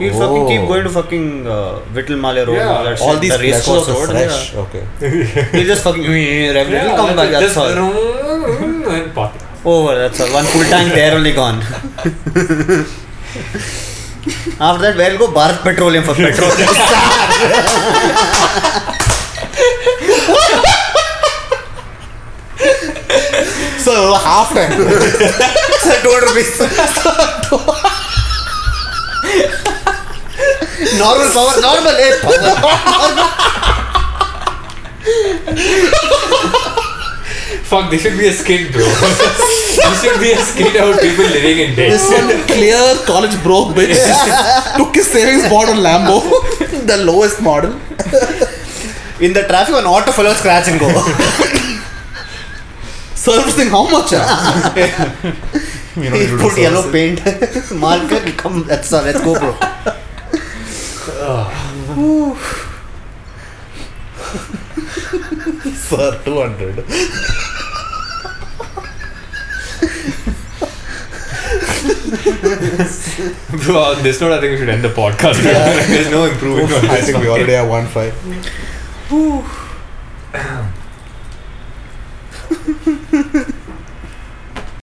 [SPEAKER 6] You fucking keep
[SPEAKER 5] Oh.
[SPEAKER 6] going to fucking uh, Vittlemale road.
[SPEAKER 2] Yeah,
[SPEAKER 6] all that
[SPEAKER 5] All
[SPEAKER 6] shit,
[SPEAKER 5] these
[SPEAKER 6] the race
[SPEAKER 5] records
[SPEAKER 6] course
[SPEAKER 5] are
[SPEAKER 6] road.
[SPEAKER 5] fresh. Okay.
[SPEAKER 6] Yeah. You just fucking revenue will come back. That's all.
[SPEAKER 2] just and park it.
[SPEAKER 6] Over. That's all. One full tank there only gone. After that, where'll go Bharat Petroleum for petrol?
[SPEAKER 5] So half <laughs> time.
[SPEAKER 6] Sir, two rupees.
[SPEAKER 1] Normal power, normal air
[SPEAKER 6] eh?
[SPEAKER 1] power.
[SPEAKER 2] Fuck, this should be a skit, bro. <laughs> this should be a skit about people living in debt.
[SPEAKER 5] This one clear college broke bitch took his savings bought a Lambo, <laughs> the lowest model.
[SPEAKER 1] In the traffic, an auto fellow scratch and go.
[SPEAKER 5] Servicing how much? ah?
[SPEAKER 1] You <laughs> put yellow paint, <laughs> marker, and come. That's all. Let's go, bro.
[SPEAKER 5] Sir, two hundred.
[SPEAKER 2] Bro, on this note, I think we should end the podcast. <laughs> There's no improving on
[SPEAKER 5] <laughs> I
[SPEAKER 2] this
[SPEAKER 5] think we
[SPEAKER 4] <laughs>
[SPEAKER 2] fucking-
[SPEAKER 5] already have one five.